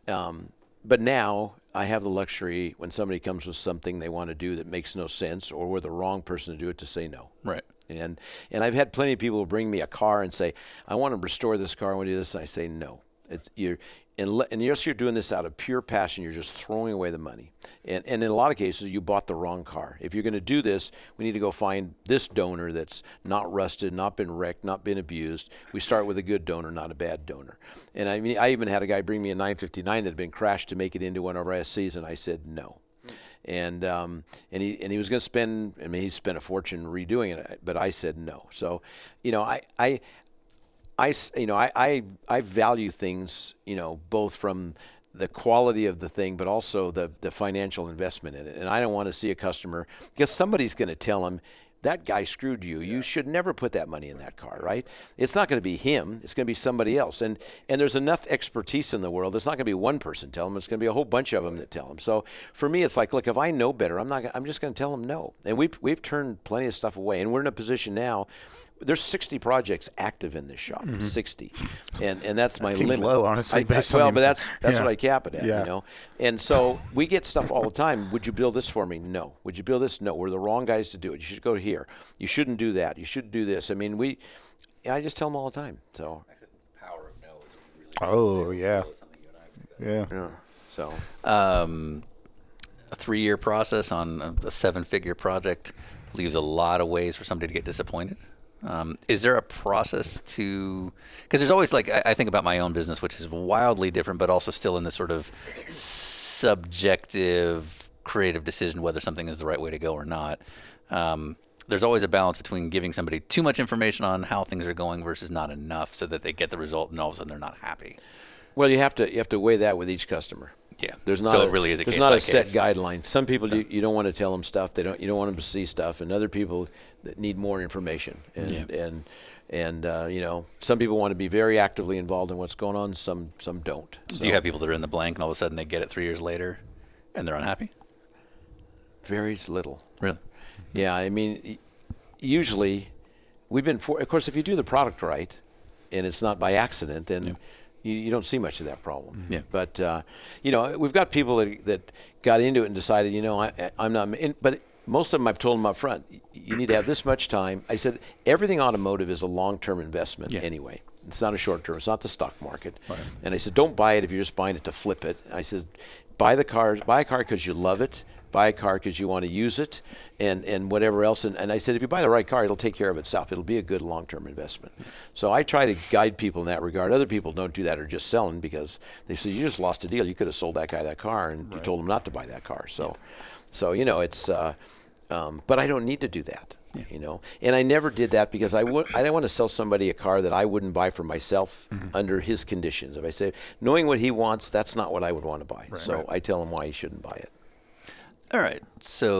[SPEAKER 3] um, but now I have the luxury when somebody comes with something they want to do that makes no sense or we're the wrong person to do it to say no.
[SPEAKER 1] Right.
[SPEAKER 3] And and I've had plenty of people who bring me a car and say, I want to restore this car. I want to do this. And I say, no. It's, you're, unle- unless you're doing this out of pure passion, you're just throwing away the money. And, and in a lot of cases, you bought the wrong car. If you're going to do this, we need to go find this donor that's not rusted, not been wrecked, not been abused. We start with a good donor, not a bad donor. And I mean, I even had a guy bring me a 959 that had been crashed to make it into one of our SCs, and I said no and um, and he and he was going to spend. I mean, he spent a fortune redoing it, but I said no. So, you know, I I. I, s- you know, I, I, I value things, you know, both from the quality of the thing, but also the, the financial investment in it. And I don't want to see a customer because somebody's going to tell him, that guy screwed you. You should never put that money in that car, right? It's not going to be him. It's going to be somebody else. And and there's enough expertise in the world. It's not going to be one person tell him. It's going to be a whole bunch of them that tell him. So for me, it's like, look, if I know better, I'm not. gonna- I'm just going to tell him no. And we've we've turned plenty of stuff away. And we're in a position now. There's 60 projects active in this shop. 60, and and that's my
[SPEAKER 2] Mm-hmm. seems
[SPEAKER 3] limit.
[SPEAKER 2] low, honestly,
[SPEAKER 3] I-
[SPEAKER 2] based on
[SPEAKER 3] well,
[SPEAKER 2] the-
[SPEAKER 3] but that's that's
[SPEAKER 2] Yeah.
[SPEAKER 3] what I cap it at.
[SPEAKER 2] Yeah.
[SPEAKER 3] You know, and so we get stuff all the time. Would you build this for me? No. Would you build this? No. We're the wrong guys to do it. You should go here. You shouldn't do that. You should do this. I mean, we. I just tell them all the time. So,
[SPEAKER 2] Oh yeah, yeah.
[SPEAKER 3] so
[SPEAKER 1] a three-year process on a, a seven-figure project leaves a lot of ways for somebody to get disappointed. Um, is there a process to? Because there's always like I, I think about my own business, which is wildly different, but also still in this sort of subjective creative decision whether something is the right way to go or not. Um, there's always a balance between giving somebody too much information on how things are going versus not enough, so that they get the result and all of a sudden they're not happy.
[SPEAKER 3] Well, you have to you have to weigh that with each customer.
[SPEAKER 1] Yeah.
[SPEAKER 3] there's not
[SPEAKER 1] So
[SPEAKER 3] a,
[SPEAKER 1] it really is a
[SPEAKER 3] there's
[SPEAKER 1] case
[SPEAKER 3] not
[SPEAKER 1] by
[SPEAKER 3] a set
[SPEAKER 1] case.
[SPEAKER 3] guideline. Some people you, you don't want to tell them stuff. They don't you don't want them to see stuff, and other people that need more information. And
[SPEAKER 1] Yeah.
[SPEAKER 3] and and uh, you know some people want to be very actively involved in what's going on. Some some don't. So
[SPEAKER 1] Do you have people that are in the blank and all of a sudden they get it three years later, and they're unhappy?
[SPEAKER 3] very little.
[SPEAKER 1] Really?
[SPEAKER 3] Yeah, I mean, y- usually we've been for. Of course, if you do the product right, and it's not by accident, then you, you don't see much of that problem.
[SPEAKER 1] Mm-hmm. Yeah.
[SPEAKER 3] But uh, you know, we've got people that, that got into it and decided, you know, I, I- I'm not. In, but most of them, I've told them up front, y- you need to have this much time. I said everything automotive is a long-term investment
[SPEAKER 1] Yeah.
[SPEAKER 3] anyway. It's not a short term. It's not the stock market. And I said, don't buy it if you're just buying it to flip it. I said, buy the cars, buy a car because you love it, buy a car because you want to use it, and and whatever else. And, and I said, if you buy the right car, it'll take care of itself. It'll be a good long term investment. So I try to guide people in that regard. Other people don't do that or just selling because they say you just lost a deal. You could have sold that guy that car, and you told him not to buy that car. So, so you know it's. Uh, um, but I don't need to do that, you know. And I never did that because I would I didn't want to sell somebody a car that I wouldn't buy for myself under his conditions. If I say knowing what he wants, that's not what I would want to buy. so I tell him why he shouldn't buy it.
[SPEAKER 1] All right. So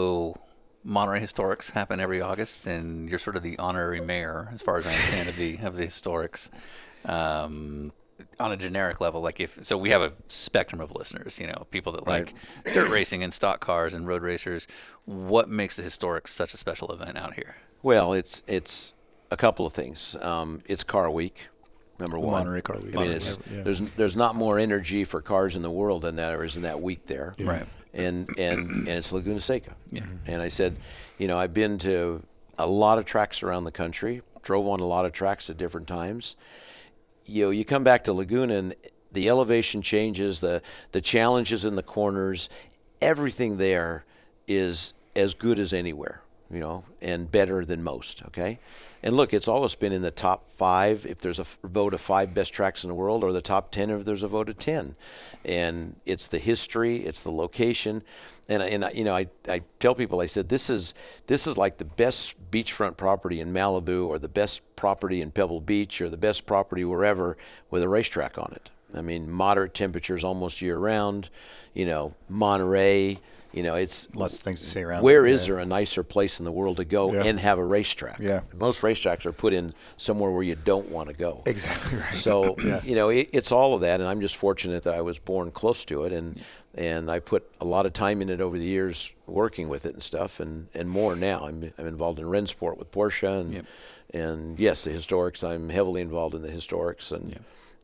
[SPEAKER 1] Monterey Historics happen every August, and you're sort of the honorary mayor, as far as I understand, of the of the historics. Um, on a generic level, like if so, we have a spectrum of listeners. You know, people that like dirt racing and stock cars and road racers. What makes the historics such a special event out here?
[SPEAKER 3] Well, it's it's a couple of things. Um, it's car week, number one.
[SPEAKER 2] Monterey Car Week.
[SPEAKER 3] I mean,
[SPEAKER 2] Monterey,
[SPEAKER 3] it's,
[SPEAKER 2] yeah.
[SPEAKER 3] there's there's not more energy for cars in the world than there is in that week there.
[SPEAKER 1] Right.
[SPEAKER 3] And and and it's Laguna Seca. Yeah. And I said, you know, I've been to a lot of tracks around the country. Drove on a lot of tracks at different times you know, you come back to Laguna and the elevation changes, the the challenges in the corners, everything there is as good as anywhere, you know, and better than most. Okay, and look, it's always been in the top five if there's a f- vote of five best tracks in the world, or the top ten if there's a vote of ten, and it's the history, it's the location, and I- and I, you know, I I tell people I said this is this is like the best beachfront property in Malibu or the best property in Pebble Beach or the best property wherever with a racetrack on it. I mean, moderate temperatures almost year round. You know, Monterey. You know, it's
[SPEAKER 2] Lots of things to say around.
[SPEAKER 3] where
[SPEAKER 2] it,
[SPEAKER 3] is
[SPEAKER 2] yeah.
[SPEAKER 3] there a nicer place in the world to go
[SPEAKER 2] Yeah.
[SPEAKER 3] and have a racetrack?
[SPEAKER 2] Yeah.
[SPEAKER 3] Most racetracks are put in somewhere where you don't want to go.
[SPEAKER 2] Exactly right.
[SPEAKER 3] So you know, it, it's all of that, and I'm just fortunate that I was born close to it, and and I put a lot of time in it over the years, working with it and stuff, and and more now. I'm I'm involved in Rensport with Porsche, and
[SPEAKER 1] Yep.
[SPEAKER 3] and yes, the historics. I'm heavily involved in the historics, and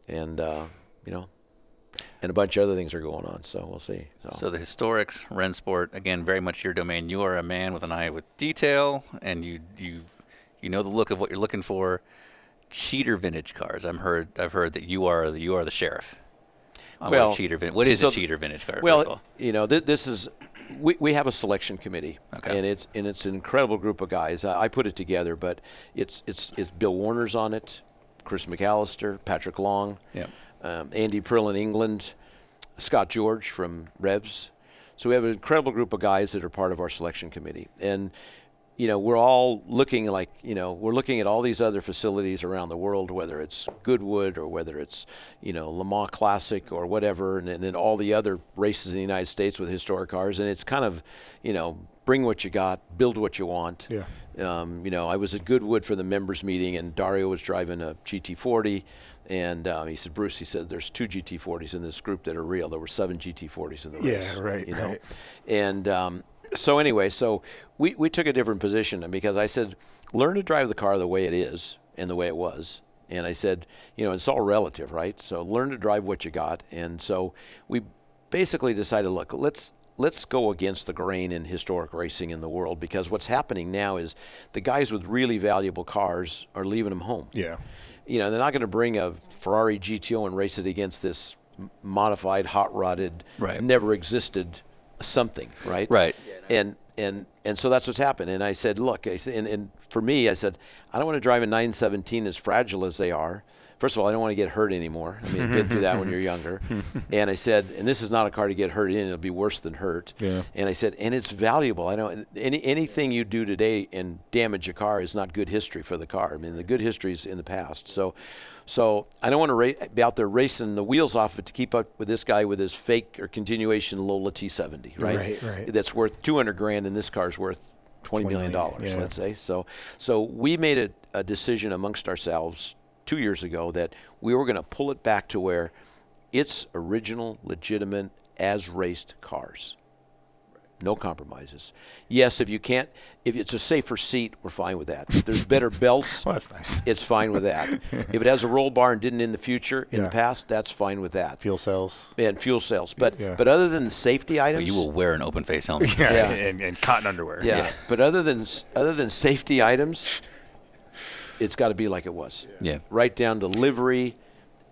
[SPEAKER 3] and uh, you know, and a bunch of other things are going on. So we'll see.
[SPEAKER 1] So the historics, Rensport, again, very much your domain. You are a man with an eye with detail, and you you you know the look of what you're looking for. Cheater vintage cars. I'm heard. I've heard that you are the, you are the sheriff. On well,
[SPEAKER 3] Well,
[SPEAKER 1] cheater vintage. What is
[SPEAKER 3] so
[SPEAKER 1] a
[SPEAKER 3] th-
[SPEAKER 1] cheater vintage car? first of
[SPEAKER 3] Well,
[SPEAKER 1] all?
[SPEAKER 3] you know, th- this is we, we have a selection committee,
[SPEAKER 1] Okay.
[SPEAKER 3] and it's and it's an incredible group of guys. I, I put it together, but it's it's it's Bill Warner's on it, Chris McAllister, Patrick Long,
[SPEAKER 1] Yep.
[SPEAKER 3] um, Andy Prill in England, Scott George from Revs. So we have an incredible group of guys that are part of our selection committee, and you know we're all looking like you know we're looking at all these other facilities around the world, whether it's Goodwood or whether it's you know Lamar Classic or whatever, and, and then all the other races in the United States with historic cars, and it's kind of you know bring what you got, build what you want.
[SPEAKER 2] Yeah.
[SPEAKER 3] Um, you know, I was at Goodwood for the members meeting, and Dario was driving a GT40, and um, he said, "Bruce, he said, there's two GT40s in this group that are real. There were seven GT40s in the
[SPEAKER 2] Yeah,
[SPEAKER 3] race.
[SPEAKER 2] right,
[SPEAKER 3] You know,
[SPEAKER 2] right.
[SPEAKER 3] and um, so anyway, so we we took a different position, and because I said, learn to drive the car the way it is and the way it was, and I said, you know, it's all relative, right? So learn to drive what you got, and so we basically decided, look, let's let's go against the grain in historic racing in the world because what's happening now is the guys with really valuable cars are leaving them home.
[SPEAKER 2] Yeah.
[SPEAKER 3] You know, they're not going to bring a Ferrari GTO and race it against this m- modified, hot rodded,
[SPEAKER 1] Right.
[SPEAKER 3] never existed something, right?
[SPEAKER 1] Right.
[SPEAKER 3] And and and so that's what's happened. And I said, look, I said, and, and for me, I said, I don't want to drive a 917 as fragile as they are. First of all, I don't want to get hurt anymore. I mean, I've been through that when you're younger. And I said, and this is not a car to get hurt in. It'll be worse than hurt.
[SPEAKER 2] Yeah.
[SPEAKER 3] And I said, and it's valuable. I know any anything you do today and damage a car is not good history for the car. I mean, the good history is in the past. So, so I don't want to ra- be out there racing the wheels off it to keep up with this guy with his fake or continuation Lola T70, right?
[SPEAKER 2] Right, right.
[SPEAKER 3] That's worth 200 grand, and this car's worth. $20 million, dollars,
[SPEAKER 2] yeah.
[SPEAKER 3] let's say. So, so we made a, a decision amongst ourselves two years ago that we were going to pull it back to where it's original, legitimate, as raced cars no compromises. Yes, if you can't, if it's a safer seat, we're fine with that. If there's better belts,
[SPEAKER 2] Well, that's nice.
[SPEAKER 3] it's fine with that. if it has a roll bar and didn't in the future, in
[SPEAKER 2] Yeah.
[SPEAKER 3] the past, that's fine with that.
[SPEAKER 2] Fuel cells.
[SPEAKER 3] and fuel cells, but
[SPEAKER 2] Yeah.
[SPEAKER 3] but other than safety items,
[SPEAKER 1] You will wear an open face helmet.
[SPEAKER 2] Yeah. And, and cotton underwear.
[SPEAKER 3] yeah. But other than s- other than safety items, it's got to be like it was.
[SPEAKER 1] Yeah.
[SPEAKER 3] Right down to livery,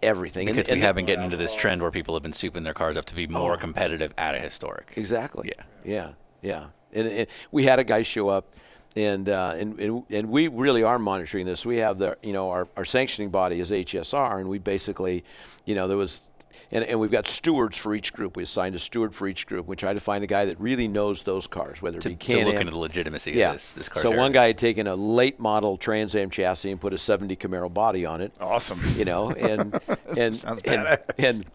[SPEAKER 3] everything.
[SPEAKER 1] Because we have been getting into this trend where people have been souping their cars up to be more competitive at a historic.
[SPEAKER 3] Oh. Exactly.
[SPEAKER 1] Yeah.
[SPEAKER 3] Yeah. Yeah. And, and we had a guy show up, and, uh, and and and we really are monitoring this. We have the you know our, our sanctioning body is HSR, and we basically, you know, there was. And, and we've got stewards for each group. We assigned a steward for each group. We try to find a guy that really knows those cars, whether it
[SPEAKER 1] To,
[SPEAKER 3] be
[SPEAKER 1] to
[SPEAKER 3] Can-Am,
[SPEAKER 1] look into the legitimacy
[SPEAKER 3] yeah.
[SPEAKER 1] of this, this car.
[SPEAKER 3] so one guy had taken a late model Trans Am chassis and put a 70 Camaro body on it.
[SPEAKER 2] Awesome.
[SPEAKER 3] You know, and and
[SPEAKER 2] Sounds
[SPEAKER 3] and,
[SPEAKER 2] badass.
[SPEAKER 3] and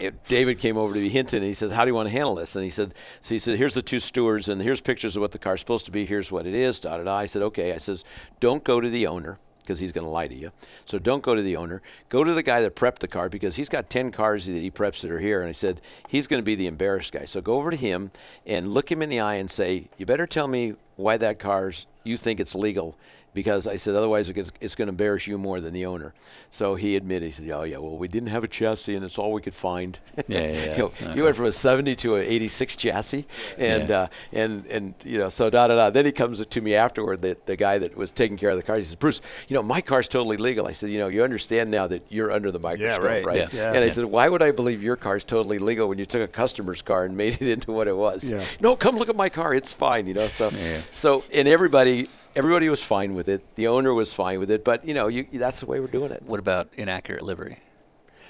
[SPEAKER 3] it- David came over to me hinting. And he says, "How do you want to handle this?" And he said, "So he said, here's the two stewards, and here's pictures of what the car's supposed to be. Here's what it is." Da da da. I said, "Okay." I says, "Don't go to the owner." Because he's going to lie to you, so don't go to the owner. Go to the guy that prepped the car because he's got ten cars that he preps that are here. And I said he's going to be the embarrassed guy. So go over to him and look him in the eye and say, "You better tell me why that car's you think it's legal because I said otherwise it gets- it's going to embarrass you more than the owner. So he admitted he said, "Oh yeah, well we didn't have a chassis and it's all we could find."
[SPEAKER 1] Yeah, yeah, yeah.
[SPEAKER 3] you, know,
[SPEAKER 1] Okay.
[SPEAKER 3] you went from a 70 to an 86 chassis, and
[SPEAKER 1] Yeah.
[SPEAKER 3] uh, and and you know so da da da. Then he comes to me afterward, the the guy that was taking care of the car. He says, "Bruce, you know my car's totally legal." I said, "You know you understand now that you're under the microscope,
[SPEAKER 2] right.
[SPEAKER 1] Yeah. Yeah.
[SPEAKER 3] And I said, "Why would I believe your car's totally legal when you took a customer's car and made it into what it was?"
[SPEAKER 2] Yeah.
[SPEAKER 3] No, come look at my car. It's fine, you know. So so and everybody everybody was fine with it. The owner was fine with it, but you know, you that's the way we're doing it.
[SPEAKER 1] What about inaccurate livery?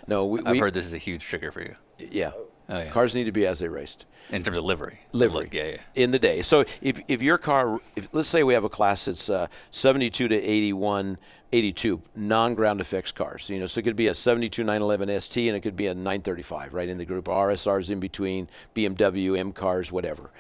[SPEAKER 3] No, we,
[SPEAKER 1] I've
[SPEAKER 3] we
[SPEAKER 1] heard this is a huge trigger for you
[SPEAKER 3] yeah.
[SPEAKER 1] Oh, yeah.
[SPEAKER 3] Cars need to be as they raced.
[SPEAKER 1] in terms of livery.
[SPEAKER 3] Livery,
[SPEAKER 1] Look, yeah, yeah.
[SPEAKER 3] in the day. So if, if your car, if, let's say we have a class that's uh, 72 to 81, 82, non-ground effects cars. You know, so it could be a 72 911 ST and it could be a 935, right? In the group RSRs in between, BMW, M cars, whatever.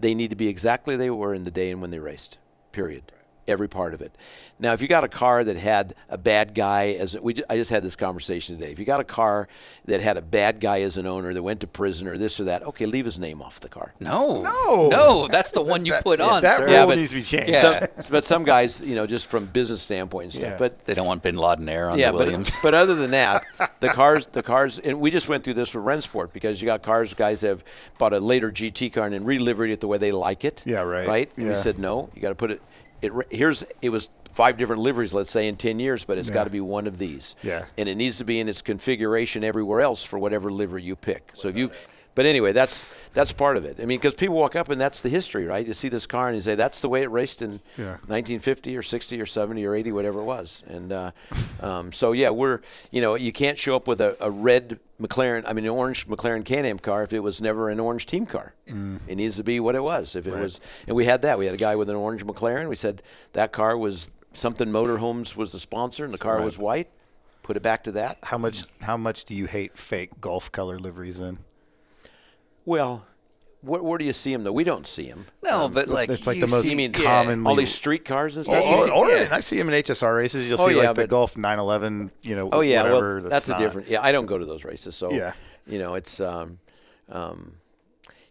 [SPEAKER 3] They need to be exactly they were in the day and when they raced. Period. Every part of it. Now, if you got a car that had a bad guy as we, ju- I just had this conversation today. If you got a car that had a bad guy as an owner that went to prison or this or that, okay, leave his name off the car.
[SPEAKER 1] No. No. No, that's the one you put on,
[SPEAKER 2] that
[SPEAKER 1] sir.
[SPEAKER 2] rule
[SPEAKER 3] but-
[SPEAKER 2] needs to be changed.
[SPEAKER 1] Yeah.
[SPEAKER 3] Some, but some guys, you know, just from business standpoint and stuff.
[SPEAKER 2] Yeah.
[SPEAKER 3] But
[SPEAKER 1] They don't want Bin Laden air on
[SPEAKER 3] yeah,
[SPEAKER 1] the Williams.
[SPEAKER 3] but but other than that, the cars, the cars, and we just went through this with Rensport because you got cars guys have bought a later GT car and then reliveried it the way they like it.
[SPEAKER 2] Yeah, right.
[SPEAKER 3] Right. And We
[SPEAKER 2] Yeah.
[SPEAKER 3] said no, you got to put it. It re- here's it was five different liveries, let's say in ten years, but it's got to be one of these.
[SPEAKER 2] Yeah.
[SPEAKER 3] And it needs to be in its configuration everywhere else for whatever livery you pick. So if you. But anyway, that's that's part of it. I mean, because people walk up and that's the history, right? You see this car and you say that's the way it raced in
[SPEAKER 2] Yeah.
[SPEAKER 3] 1950 or 60 or 70 or 80, whatever it was. And uh, um, so, yeah, we're, you know, you can't show up with a, a red McLaren, I mean, an orange McLaren Can Am car if it was never an orange team car. It needs to be what it was. If it was, and we had that. We had a guy with an orange McLaren. We said that car was something Motorhomes was the sponsor and the car was white. Put it back to that.
[SPEAKER 2] How much? How much do you hate fake golf color liveries? In
[SPEAKER 3] Well, Where, where do you see them though? We don't see them.
[SPEAKER 1] No, but like
[SPEAKER 2] that's like
[SPEAKER 1] you
[SPEAKER 2] the most
[SPEAKER 1] see-
[SPEAKER 3] You mean
[SPEAKER 1] yeah.
[SPEAKER 2] common-
[SPEAKER 3] all these street cars and stuff?
[SPEAKER 1] you
[SPEAKER 2] Or,
[SPEAKER 1] see-
[SPEAKER 2] or
[SPEAKER 1] yeah.
[SPEAKER 2] and I see them in HSR races. You'll
[SPEAKER 3] Oh,
[SPEAKER 2] see
[SPEAKER 3] yeah,
[SPEAKER 2] like the
[SPEAKER 3] but-
[SPEAKER 2] Gulf 911. You know.
[SPEAKER 3] Oh yeah,
[SPEAKER 2] Whatever,
[SPEAKER 3] well, that's,
[SPEAKER 2] not-
[SPEAKER 3] a different. Yeah, I don't go to those races, so
[SPEAKER 2] Yeah.
[SPEAKER 3] you know it's. Um, um,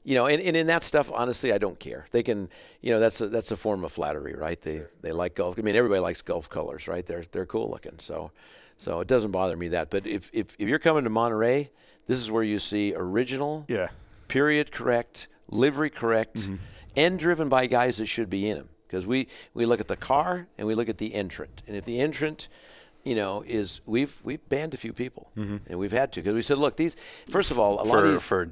[SPEAKER 3] you know, and, and in that stuff, honestly, I don't care. They can, you know, that's a, that's a form of flattery, right? They they like golf. I mean, everybody likes golf colors, right? They're they're cool looking, so so it doesn't bother me that. But if if, if you're coming to Monterey, this is where you see original,
[SPEAKER 2] Yeah.
[SPEAKER 3] period correct, livery correct, and driven by guys that should be in them. Because we, we look at the car and we look at the entrant. And if the entrant, you know, is we've we've banned a few people and we've had to because we said, look, these first of all, a lot of
[SPEAKER 1] for
[SPEAKER 3] these
[SPEAKER 1] for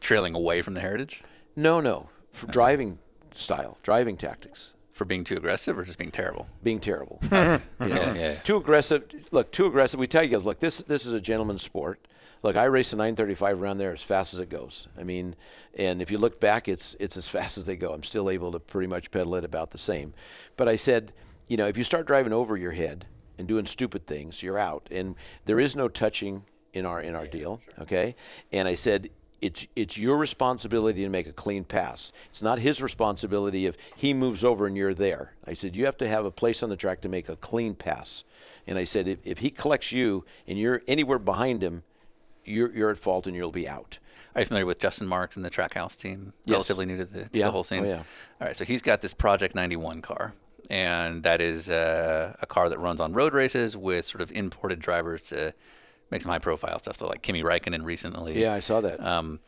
[SPEAKER 1] trailing away from the heritage,
[SPEAKER 3] no no for driving style, driving tactics
[SPEAKER 1] for being too aggressive, or just being terrible.
[SPEAKER 3] being terrible. you know?
[SPEAKER 2] Mm-hmm.
[SPEAKER 1] yeah.
[SPEAKER 3] Too aggressive. Look, too aggressive. We tell you guys, look, this this is a gentleman's sport. Look, I race a 935 around there as fast as it goes. I mean, and if you look back, it's it's as fast as they go. I'm still able to pretty much pedal it about the same. But I said, you know, if you start driving over your head and doing stupid things, you're out. And there is no touching in our in our deal, okay? And I said, it's it's your responsibility to make a clean pass. It's not his responsibility if he moves over and you're there. I said you have to have a place on the track to make a clean pass. And I said if, if he collects you and you're anywhere behind him, you're you're at fault and you'll be out.
[SPEAKER 1] Are you familiar with Justin Marks and the Trackhouse team?
[SPEAKER 3] Yes.
[SPEAKER 1] Relatively new to the, to
[SPEAKER 3] Yeah.
[SPEAKER 1] the whole scene.
[SPEAKER 3] Oh, yeah.
[SPEAKER 1] All right, so he's got this Project 91 car, and that is uh, a car that runs on road races with sort of imported drivers to make some high profile stuff. So, like Kimi Räikkönen recently.
[SPEAKER 3] Yeah, I saw that.
[SPEAKER 1] Um,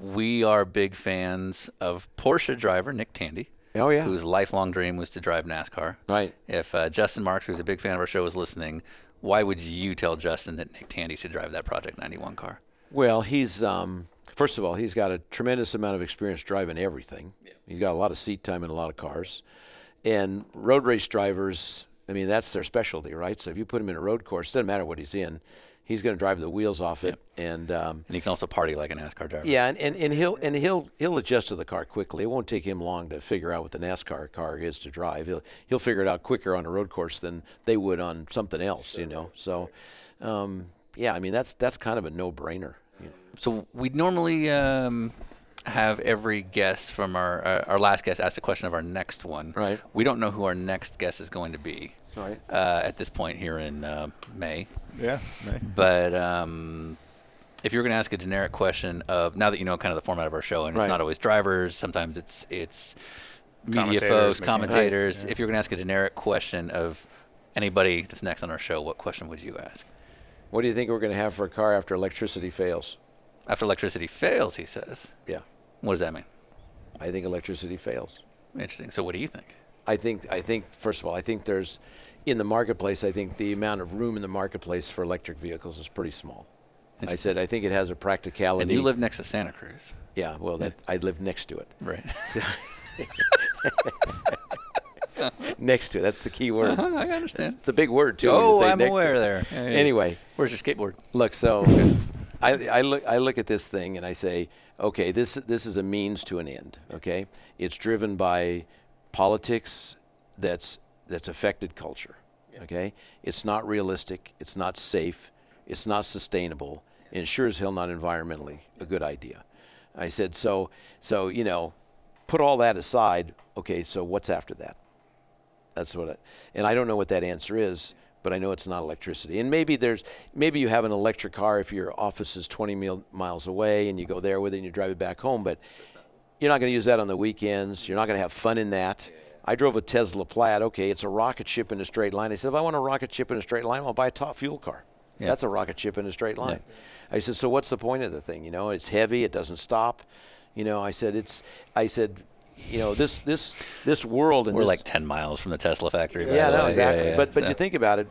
[SPEAKER 1] we are big fans of Porsche driver Nick Tandy.
[SPEAKER 3] Oh, yeah.
[SPEAKER 1] Whose lifelong dream was to drive NASCAR.
[SPEAKER 3] Right.
[SPEAKER 1] If uh, Justin Marks, who's a big fan of our show, was listening, why would you tell Justin that Nick Tandy should drive that Project 91 car?
[SPEAKER 3] Well, he's um, first of all, he's got a tremendous amount of experience driving everything. He's got a lot of seat time in a lot of cars, and road race drivers. I mean, that's their specialty, right? So if you put him in a road course, doesn't matter what he's in, he's going to drive the wheels off it. And um,
[SPEAKER 1] And he can also party like a NASCAR driver.
[SPEAKER 3] yeah, and, and, and he'll and he'll he'll adjust to the car quickly. It won't take him long to figure out what the NASCAR car is to drive. He'll he'll figure it out quicker on a road course than they would on something else, you know. So, um, yeah, I mean that's that's kind of a no brainer. You know?
[SPEAKER 1] so we normally um, have every guest from our uh, our last guest ask the question of our next one.
[SPEAKER 3] Right.
[SPEAKER 1] We don't know who our next guest is going to be.
[SPEAKER 3] Right.
[SPEAKER 1] Uh, at this point here in uh, May,
[SPEAKER 2] Yeah.
[SPEAKER 1] but um, if you're going to ask a generic question of now that you know kind of the format of our show, and
[SPEAKER 3] Right.
[SPEAKER 1] it's not always drivers, sometimes it's it's media
[SPEAKER 2] Commentators,
[SPEAKER 1] folks,
[SPEAKER 2] mechanics.
[SPEAKER 1] commentators. If you're going to ask a generic question of anybody that's next on our show, what question would you ask?
[SPEAKER 3] What do you think we're going to have for a car after electricity fails?
[SPEAKER 1] After electricity fails, he says.
[SPEAKER 3] Yeah,
[SPEAKER 1] What does that mean?
[SPEAKER 3] I think electricity fails.
[SPEAKER 1] Interesting. So, what do you think?
[SPEAKER 3] I think I think first of all, I think there's in the marketplace. I think the amount of room in the marketplace for electric vehicles is pretty small. I said I think it has a practicality.
[SPEAKER 1] And you live next to Santa Cruz,
[SPEAKER 3] Yeah, well, that I live next to it.
[SPEAKER 1] right?
[SPEAKER 3] Next to it. That's the key word.
[SPEAKER 1] I understand.
[SPEAKER 3] It's a big word too. when you
[SPEAKER 1] Uh-huh. Oh,
[SPEAKER 3] say
[SPEAKER 1] I'm
[SPEAKER 3] next to
[SPEAKER 1] aware
[SPEAKER 3] it.
[SPEAKER 1] there. Yeah, yeah.
[SPEAKER 3] Anyway,
[SPEAKER 1] Where's your skateboard?
[SPEAKER 3] Look, so I, I look I look at this thing and I say, okay, this this is a means to an end. Okay, it's driven by politics that's that's affected culture. Okay, it's not realistic. It's not safe. It's not sustainable. And sure as hell not environmentally a good idea. I said so. So you know, put all that aside. Okay, so what's after that? That's what I, and I don't know what that answer is, but I know it's not electricity. And maybe there's, maybe you have an electric car if your office is 20 mil, miles away and you go there with it and you drive it back home, but you're not going to use that on the weekends. You're not going to have fun in that. I drove a Tesla Plaid. Okay, it's a rocket ship in a straight line. I said, if I want a rocket ship in a straight line, I'll buy a top fuel car. That's a rocket ship in a straight line. I said, so what's the point of the thing? You know, it's heavy. It doesn't stop. You know, I said, it's, I said, you know, this, this, this world. And
[SPEAKER 1] We're
[SPEAKER 3] this,
[SPEAKER 1] like 10 miles from the Tesla factory. by
[SPEAKER 3] yeah,
[SPEAKER 1] the
[SPEAKER 3] no,
[SPEAKER 1] way.
[SPEAKER 3] exactly.
[SPEAKER 1] yeah,
[SPEAKER 3] But but
[SPEAKER 1] so-
[SPEAKER 3] you think about it,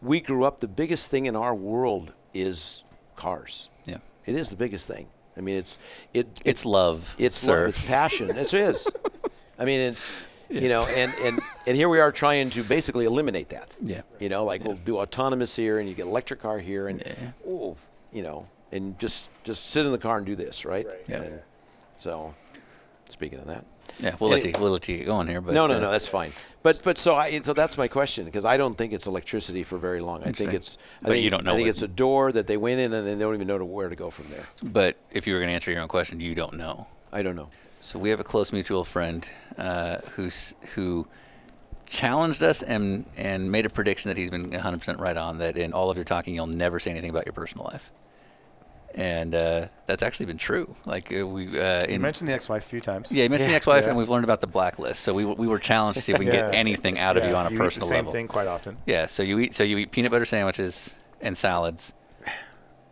[SPEAKER 3] we grew up. The biggest thing in our world is cars.
[SPEAKER 1] Yeah.
[SPEAKER 3] it is the biggest thing. I mean, it's it
[SPEAKER 1] it's love.
[SPEAKER 3] it's
[SPEAKER 1] sir.
[SPEAKER 3] love, it's passion. it is. I mean, it's you know, and and and here we are trying to basically eliminate that.
[SPEAKER 1] Yeah.
[SPEAKER 3] you know, like we'll do autonomous here, and you get electric car here, and oh, you know, and just just sit in the car and do this, right?
[SPEAKER 1] Yeah.
[SPEAKER 3] And so, speaking of that.
[SPEAKER 1] Yeah, we'll let
[SPEAKER 3] Any-
[SPEAKER 1] you we'll let you get going here. But
[SPEAKER 3] No, no,
[SPEAKER 1] uh,
[SPEAKER 3] no. That's fine. But but so I so that's my question because I don't think it's electricity for very long. I think
[SPEAKER 1] Interesting.
[SPEAKER 3] it's. I
[SPEAKER 1] But
[SPEAKER 3] think,
[SPEAKER 1] you don't know
[SPEAKER 3] I think
[SPEAKER 1] it.
[SPEAKER 3] it's a door that they went in and they don't even know to where to go from there.
[SPEAKER 1] But if you were going to answer your own question, you don't know.
[SPEAKER 3] I don't know.
[SPEAKER 1] So we have a close mutual friend uh, who's who challenged us and and made a prediction that he's been 100 percent right on that in all of your talking you'll never say anything about your personal life, and uh, that's actually been true. Like uh, we uh,
[SPEAKER 2] You
[SPEAKER 1] in,
[SPEAKER 2] mentioned the ex-wife a few times.
[SPEAKER 1] yeah, you mentioned the ex-wife, and we've learned about the blacklist. So we, we were challenged to see if we can get
[SPEAKER 2] Yeah.
[SPEAKER 1] anything out of you on a
[SPEAKER 2] you eat
[SPEAKER 1] personal
[SPEAKER 2] the same
[SPEAKER 1] level.
[SPEAKER 2] thing quite often.
[SPEAKER 1] Yeah, so you eat so you eat peanut butter sandwiches and salads.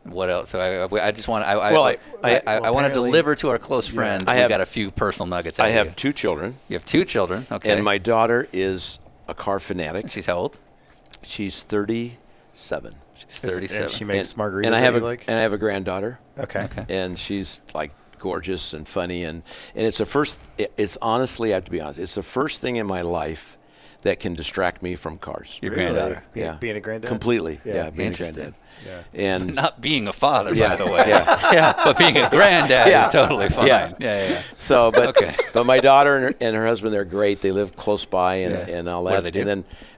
[SPEAKER 1] What else? So I, I- I just want I I,
[SPEAKER 3] Well,
[SPEAKER 1] I,
[SPEAKER 3] I-
[SPEAKER 1] I,
[SPEAKER 3] I-
[SPEAKER 1] want to deliver to our close friend. that
[SPEAKER 3] I
[SPEAKER 1] we
[SPEAKER 3] have-
[SPEAKER 1] got a few personal nuggets. Out
[SPEAKER 3] I
[SPEAKER 1] of
[SPEAKER 3] have
[SPEAKER 1] you.
[SPEAKER 3] two children,
[SPEAKER 1] You have two children. Okay,
[SPEAKER 3] and my daughter is a car fanatic.
[SPEAKER 1] she's how old?
[SPEAKER 3] She's 37.
[SPEAKER 1] She's thirty-seven.
[SPEAKER 2] And she makes
[SPEAKER 3] and,
[SPEAKER 2] margaritas.
[SPEAKER 3] and I have
[SPEAKER 2] that
[SPEAKER 3] a
[SPEAKER 2] you like.
[SPEAKER 3] and I have a granddaughter.
[SPEAKER 2] okay.
[SPEAKER 1] Okay.
[SPEAKER 3] and she's like gorgeous and funny and and it's the first it- it's honestly I have to be honest it's the first thing in my life that can distract me from cars
[SPEAKER 1] Your granddaughter.
[SPEAKER 2] Being- being a granddad?
[SPEAKER 3] completely yeah, being a
[SPEAKER 1] Interesting.
[SPEAKER 3] granddad and
[SPEAKER 1] Not being a father, by
[SPEAKER 3] yeah,
[SPEAKER 1] the way,
[SPEAKER 3] yeah
[SPEAKER 1] but being a granddad
[SPEAKER 3] Yeah.
[SPEAKER 1] is totally fine.
[SPEAKER 3] Yeah.
[SPEAKER 1] yeah, yeah.
[SPEAKER 3] so but
[SPEAKER 1] Okay.
[SPEAKER 3] but my daughter and her, and her husband they're great they live close by and,
[SPEAKER 1] Yeah.
[SPEAKER 3] and all
[SPEAKER 1] What do
[SPEAKER 3] that
[SPEAKER 1] they do?
[SPEAKER 3] and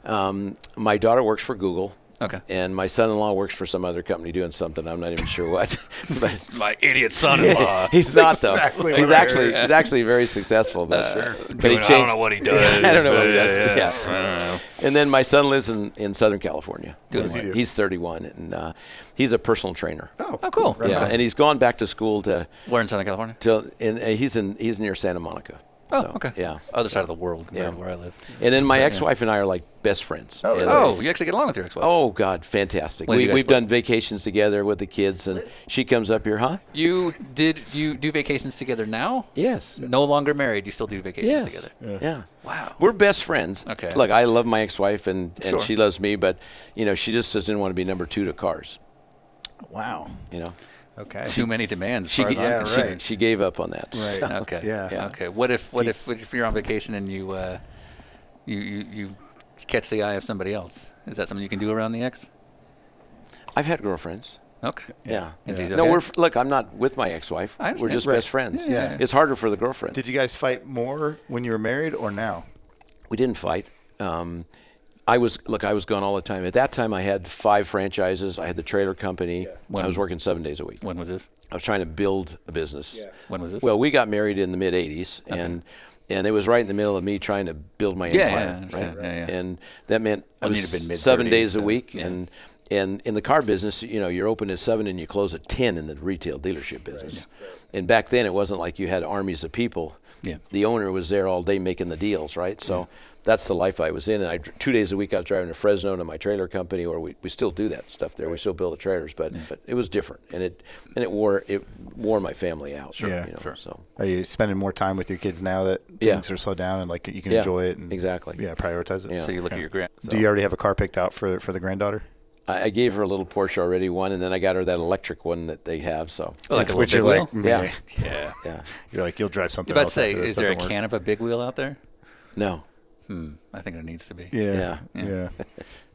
[SPEAKER 3] then um, my daughter works for Google
[SPEAKER 1] Okay.
[SPEAKER 3] and my son-in-law works for some other company doing something I'm not even sure what but
[SPEAKER 1] My idiot son-in-law.
[SPEAKER 3] He's not though.
[SPEAKER 2] exactly
[SPEAKER 3] he's
[SPEAKER 2] what I
[SPEAKER 3] actually he's actually very successful, but, but he
[SPEAKER 1] Uh, Doing-
[SPEAKER 3] changed.
[SPEAKER 1] I don't know what he does.
[SPEAKER 3] I don't know what he
[SPEAKER 1] but,
[SPEAKER 3] does.
[SPEAKER 1] uh,
[SPEAKER 3] Yeah. And then my son lives in, in Southern California.
[SPEAKER 1] Doing
[SPEAKER 3] He's-
[SPEAKER 1] what?
[SPEAKER 3] He's 31 and uh, he's a personal trainer.
[SPEAKER 1] Oh, cool.
[SPEAKER 3] yeah,
[SPEAKER 1] Okay.
[SPEAKER 3] and he's gone back to school to
[SPEAKER 1] We're in Southern California.
[SPEAKER 3] to and uh, he's in he's near Santa Monica.
[SPEAKER 1] Oh,
[SPEAKER 3] So,
[SPEAKER 1] okay.
[SPEAKER 3] Yeah.
[SPEAKER 1] Other side of the world compared
[SPEAKER 3] Yeah.
[SPEAKER 1] to where I live.
[SPEAKER 3] And then my ex-wife and I are like best friends. And-
[SPEAKER 1] Oh, you actually get along with your ex-wife.
[SPEAKER 3] Oh God, fantastic!
[SPEAKER 1] When did
[SPEAKER 3] We,
[SPEAKER 1] you guys
[SPEAKER 3] we've
[SPEAKER 1] split?
[SPEAKER 3] done vacations together with the kids, and she comes up here, huh?
[SPEAKER 1] You did you do vacations together now?
[SPEAKER 3] Yes.
[SPEAKER 1] No longer married, you still do vacations
[SPEAKER 3] Mm, Yes.
[SPEAKER 1] together.
[SPEAKER 3] Yeah.
[SPEAKER 1] Wow.
[SPEAKER 3] We're best friends.
[SPEAKER 1] Okay.
[SPEAKER 3] Look, I love my ex-wife and, and
[SPEAKER 1] Sure.
[SPEAKER 3] she loves me, but you know, she just doesn't want to be number two to cars.
[SPEAKER 2] Wow.
[SPEAKER 3] You know,
[SPEAKER 2] Okay.
[SPEAKER 1] Too many demands.
[SPEAKER 3] she
[SPEAKER 1] as
[SPEAKER 3] ga-
[SPEAKER 1] far as I'm
[SPEAKER 3] she,
[SPEAKER 2] right.
[SPEAKER 3] she gave up on that. So-
[SPEAKER 1] concerned. Okay.
[SPEAKER 2] Yeah.
[SPEAKER 3] Yeah.
[SPEAKER 1] Okay. What if what if what if you're on vacation and you uh, you, you you catch the eye of somebody else? Is that something you can do around the ex?
[SPEAKER 3] I've had girlfriends.
[SPEAKER 1] Okay.
[SPEAKER 3] Yeah.
[SPEAKER 1] And she's
[SPEAKER 3] No,
[SPEAKER 1] okay?
[SPEAKER 3] we're f- look. I'm not with my ex-wife.
[SPEAKER 1] I
[SPEAKER 3] We're
[SPEAKER 1] understand.
[SPEAKER 3] just best friends.
[SPEAKER 2] Yeah.
[SPEAKER 3] It's harder for the girlfriend.
[SPEAKER 2] Did you guys fight more when you were married or now?
[SPEAKER 3] we didn't fight. Um, I was look. I was gone all the time. At that time, I had five franchises. I had the trailer company. I was working seven days a week.
[SPEAKER 1] When was this?
[SPEAKER 3] I was trying to build a business.
[SPEAKER 1] When was this?
[SPEAKER 3] Well, we got married in the mid '80s, and and it was right in the middle of me trying to build my
[SPEAKER 1] Yeah, yeah, I
[SPEAKER 3] empire.
[SPEAKER 1] understand.
[SPEAKER 3] right?
[SPEAKER 1] Yeah, yeah.
[SPEAKER 3] And that meant I
[SPEAKER 1] Well, you'd
[SPEAKER 3] was
[SPEAKER 1] have been mid-thirties,
[SPEAKER 3] seven days a
[SPEAKER 1] so,
[SPEAKER 3] week,
[SPEAKER 1] yeah.
[SPEAKER 3] and and in the car business, you know, you're open at seven and you close at ten in the retail dealership business. And back then, it wasn't like you had armies of people.
[SPEAKER 1] Yeah.
[SPEAKER 3] The owner was there all day making the deals, right? So. That's the life I was in, and I dr- two days a week I was driving to Fresno to my trailer company, or we, we still do that stuff there. We still build the trailers, but, but it was different, and it and it wore it wore my family out.
[SPEAKER 2] Yeah.
[SPEAKER 3] you know,
[SPEAKER 2] Sure.
[SPEAKER 3] So
[SPEAKER 2] Are you spending more time with your kids now that
[SPEAKER 3] Yeah.
[SPEAKER 2] things are slowed down and like you can
[SPEAKER 3] Yeah,
[SPEAKER 2] enjoy it and
[SPEAKER 3] exactly.
[SPEAKER 2] Yeah, prioritize it.
[SPEAKER 3] Yeah.
[SPEAKER 1] so you look at your grand.
[SPEAKER 2] Do you already have a car picked out for for the granddaughter?
[SPEAKER 3] I, I gave her a little Porsche already, one, and then I got her that electric one that they have. So
[SPEAKER 1] Oh, like a
[SPEAKER 2] Which
[SPEAKER 1] little
[SPEAKER 2] you're
[SPEAKER 1] big
[SPEAKER 2] like,
[SPEAKER 1] wheel?
[SPEAKER 3] yeah,
[SPEAKER 1] Yeah.
[SPEAKER 3] yeah.
[SPEAKER 2] you're like, you'll drive something.
[SPEAKER 1] You're about to
[SPEAKER 2] else
[SPEAKER 1] say,
[SPEAKER 2] after this.
[SPEAKER 1] is there a
[SPEAKER 2] Doesn't work.
[SPEAKER 1] canapa big wheel out there?
[SPEAKER 3] No,
[SPEAKER 1] I think there needs to be.
[SPEAKER 2] Yeah,
[SPEAKER 1] Yeah.
[SPEAKER 2] yeah.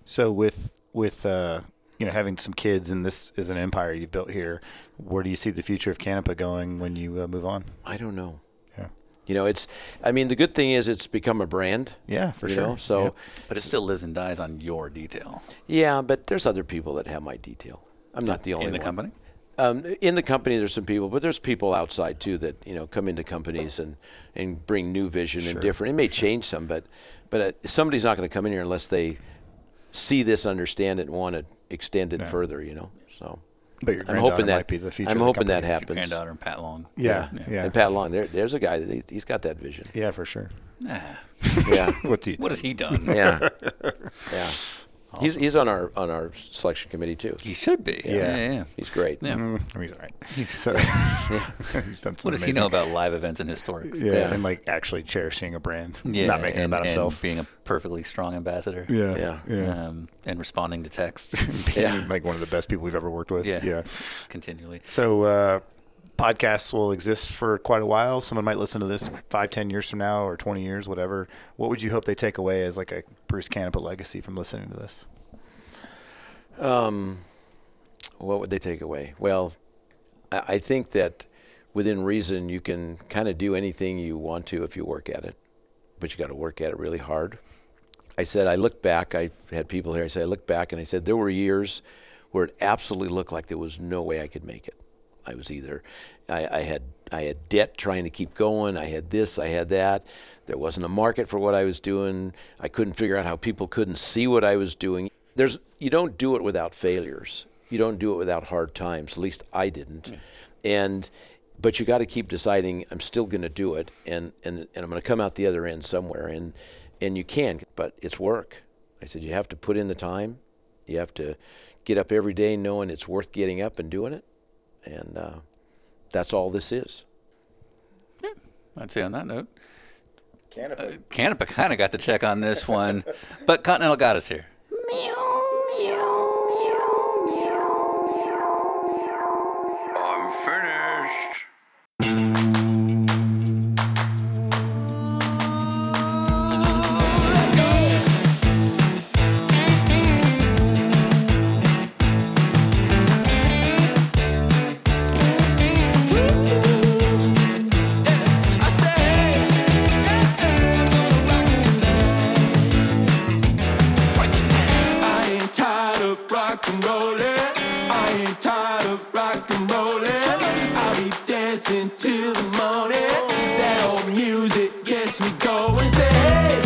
[SPEAKER 2] so with with uh, you know having some kids and this is an empire you've built here, where do you see the future of Canapa going when you uh, move on?
[SPEAKER 3] I don't know.
[SPEAKER 2] Yeah,
[SPEAKER 3] You know, it's. I mean, the good thing is it's become a brand.
[SPEAKER 2] yeah, for
[SPEAKER 3] you
[SPEAKER 2] sure.
[SPEAKER 3] Know? So
[SPEAKER 2] Yep.
[SPEAKER 1] But it still lives and dies on your detail
[SPEAKER 3] yeah, but there's other people that have my detail. I'm not the only
[SPEAKER 1] in the
[SPEAKER 3] one.
[SPEAKER 1] company.
[SPEAKER 3] Um, in the company, there's some people, but there's people outside too that you know come into companies and, and bring new vision and different. It may change some, but but uh, somebody's not going to come in here unless they see this, understand it, and want to extend it further. You know, so
[SPEAKER 2] But your
[SPEAKER 3] I'm
[SPEAKER 2] granddaughter
[SPEAKER 3] hoping that
[SPEAKER 2] might be the future.
[SPEAKER 3] I'm
[SPEAKER 2] of the
[SPEAKER 3] hoping that
[SPEAKER 2] company.
[SPEAKER 1] Your
[SPEAKER 3] happens.
[SPEAKER 1] granddaughter and Pat Long.
[SPEAKER 2] Yeah, yeah, yeah,
[SPEAKER 3] And Pat Long, there, there's a guy that he, he's got that vision.
[SPEAKER 2] for sure.
[SPEAKER 3] Yeah,
[SPEAKER 2] What do you?
[SPEAKER 1] What has he done?
[SPEAKER 3] yeah, yeah. He's he's on our on our selection committee too.
[SPEAKER 1] He should be.
[SPEAKER 2] Yeah.
[SPEAKER 1] Yeah. yeah.
[SPEAKER 3] He's great.
[SPEAKER 1] Yeah.
[SPEAKER 2] Mm, he's all right. So, he's done some
[SPEAKER 1] What does he
[SPEAKER 2] amazing-
[SPEAKER 1] know about live events and historics?
[SPEAKER 2] Yeah,
[SPEAKER 3] Yeah.
[SPEAKER 2] and like actually cherishing a brand, not making
[SPEAKER 1] and,
[SPEAKER 2] it about
[SPEAKER 1] and
[SPEAKER 2] himself.
[SPEAKER 1] being a perfectly strong ambassador.
[SPEAKER 2] yeah,
[SPEAKER 3] Yeah.
[SPEAKER 2] yeah.
[SPEAKER 1] Um, and responding to texts
[SPEAKER 3] Yeah.
[SPEAKER 2] Like one of the best people we've ever worked with.
[SPEAKER 1] Yeah.
[SPEAKER 2] yeah.
[SPEAKER 1] continually.
[SPEAKER 2] So uh, podcasts will exist for quite a while. Someone might listen to this five, ten years from now, or twenty years, whatever. What would you hope they take away as like a Bruce Canapa legacy from listening to this?
[SPEAKER 3] Um, what would they take away? Well, I, I think that within reason, you can kind of do anything you want to if you work at it, but you got to work at it really hard. I said, I look back, I had people here, I said, I look back and I said, there were years where it absolutely looked like there was no way I could make it. I was either I, I had I had debt trying to keep going. I had this. I had that. There wasn't a market for what I was doing. I couldn't figure out how people couldn't see what I was doing. There's you don't do it without failures. You don't do it without hard times. At least I didn't. And but you got to keep deciding I'm still going to do it and and and I'm going to come out the other end somewhere and and you can, but it's work. I said you have to put in the time. You have to get up every day knowing it's worth getting up and doing it. And uh, that's all this is.
[SPEAKER 1] I'd say on that note, Canapa, Canapa kind of got the check on this one, but Continental got us here.
[SPEAKER 5] I'm finished.
[SPEAKER 8] I ain't tired of rock and rolling. I ain't tired of rock and rolling. I'll be dancing till the morning. That old music gets me going. Say, hey,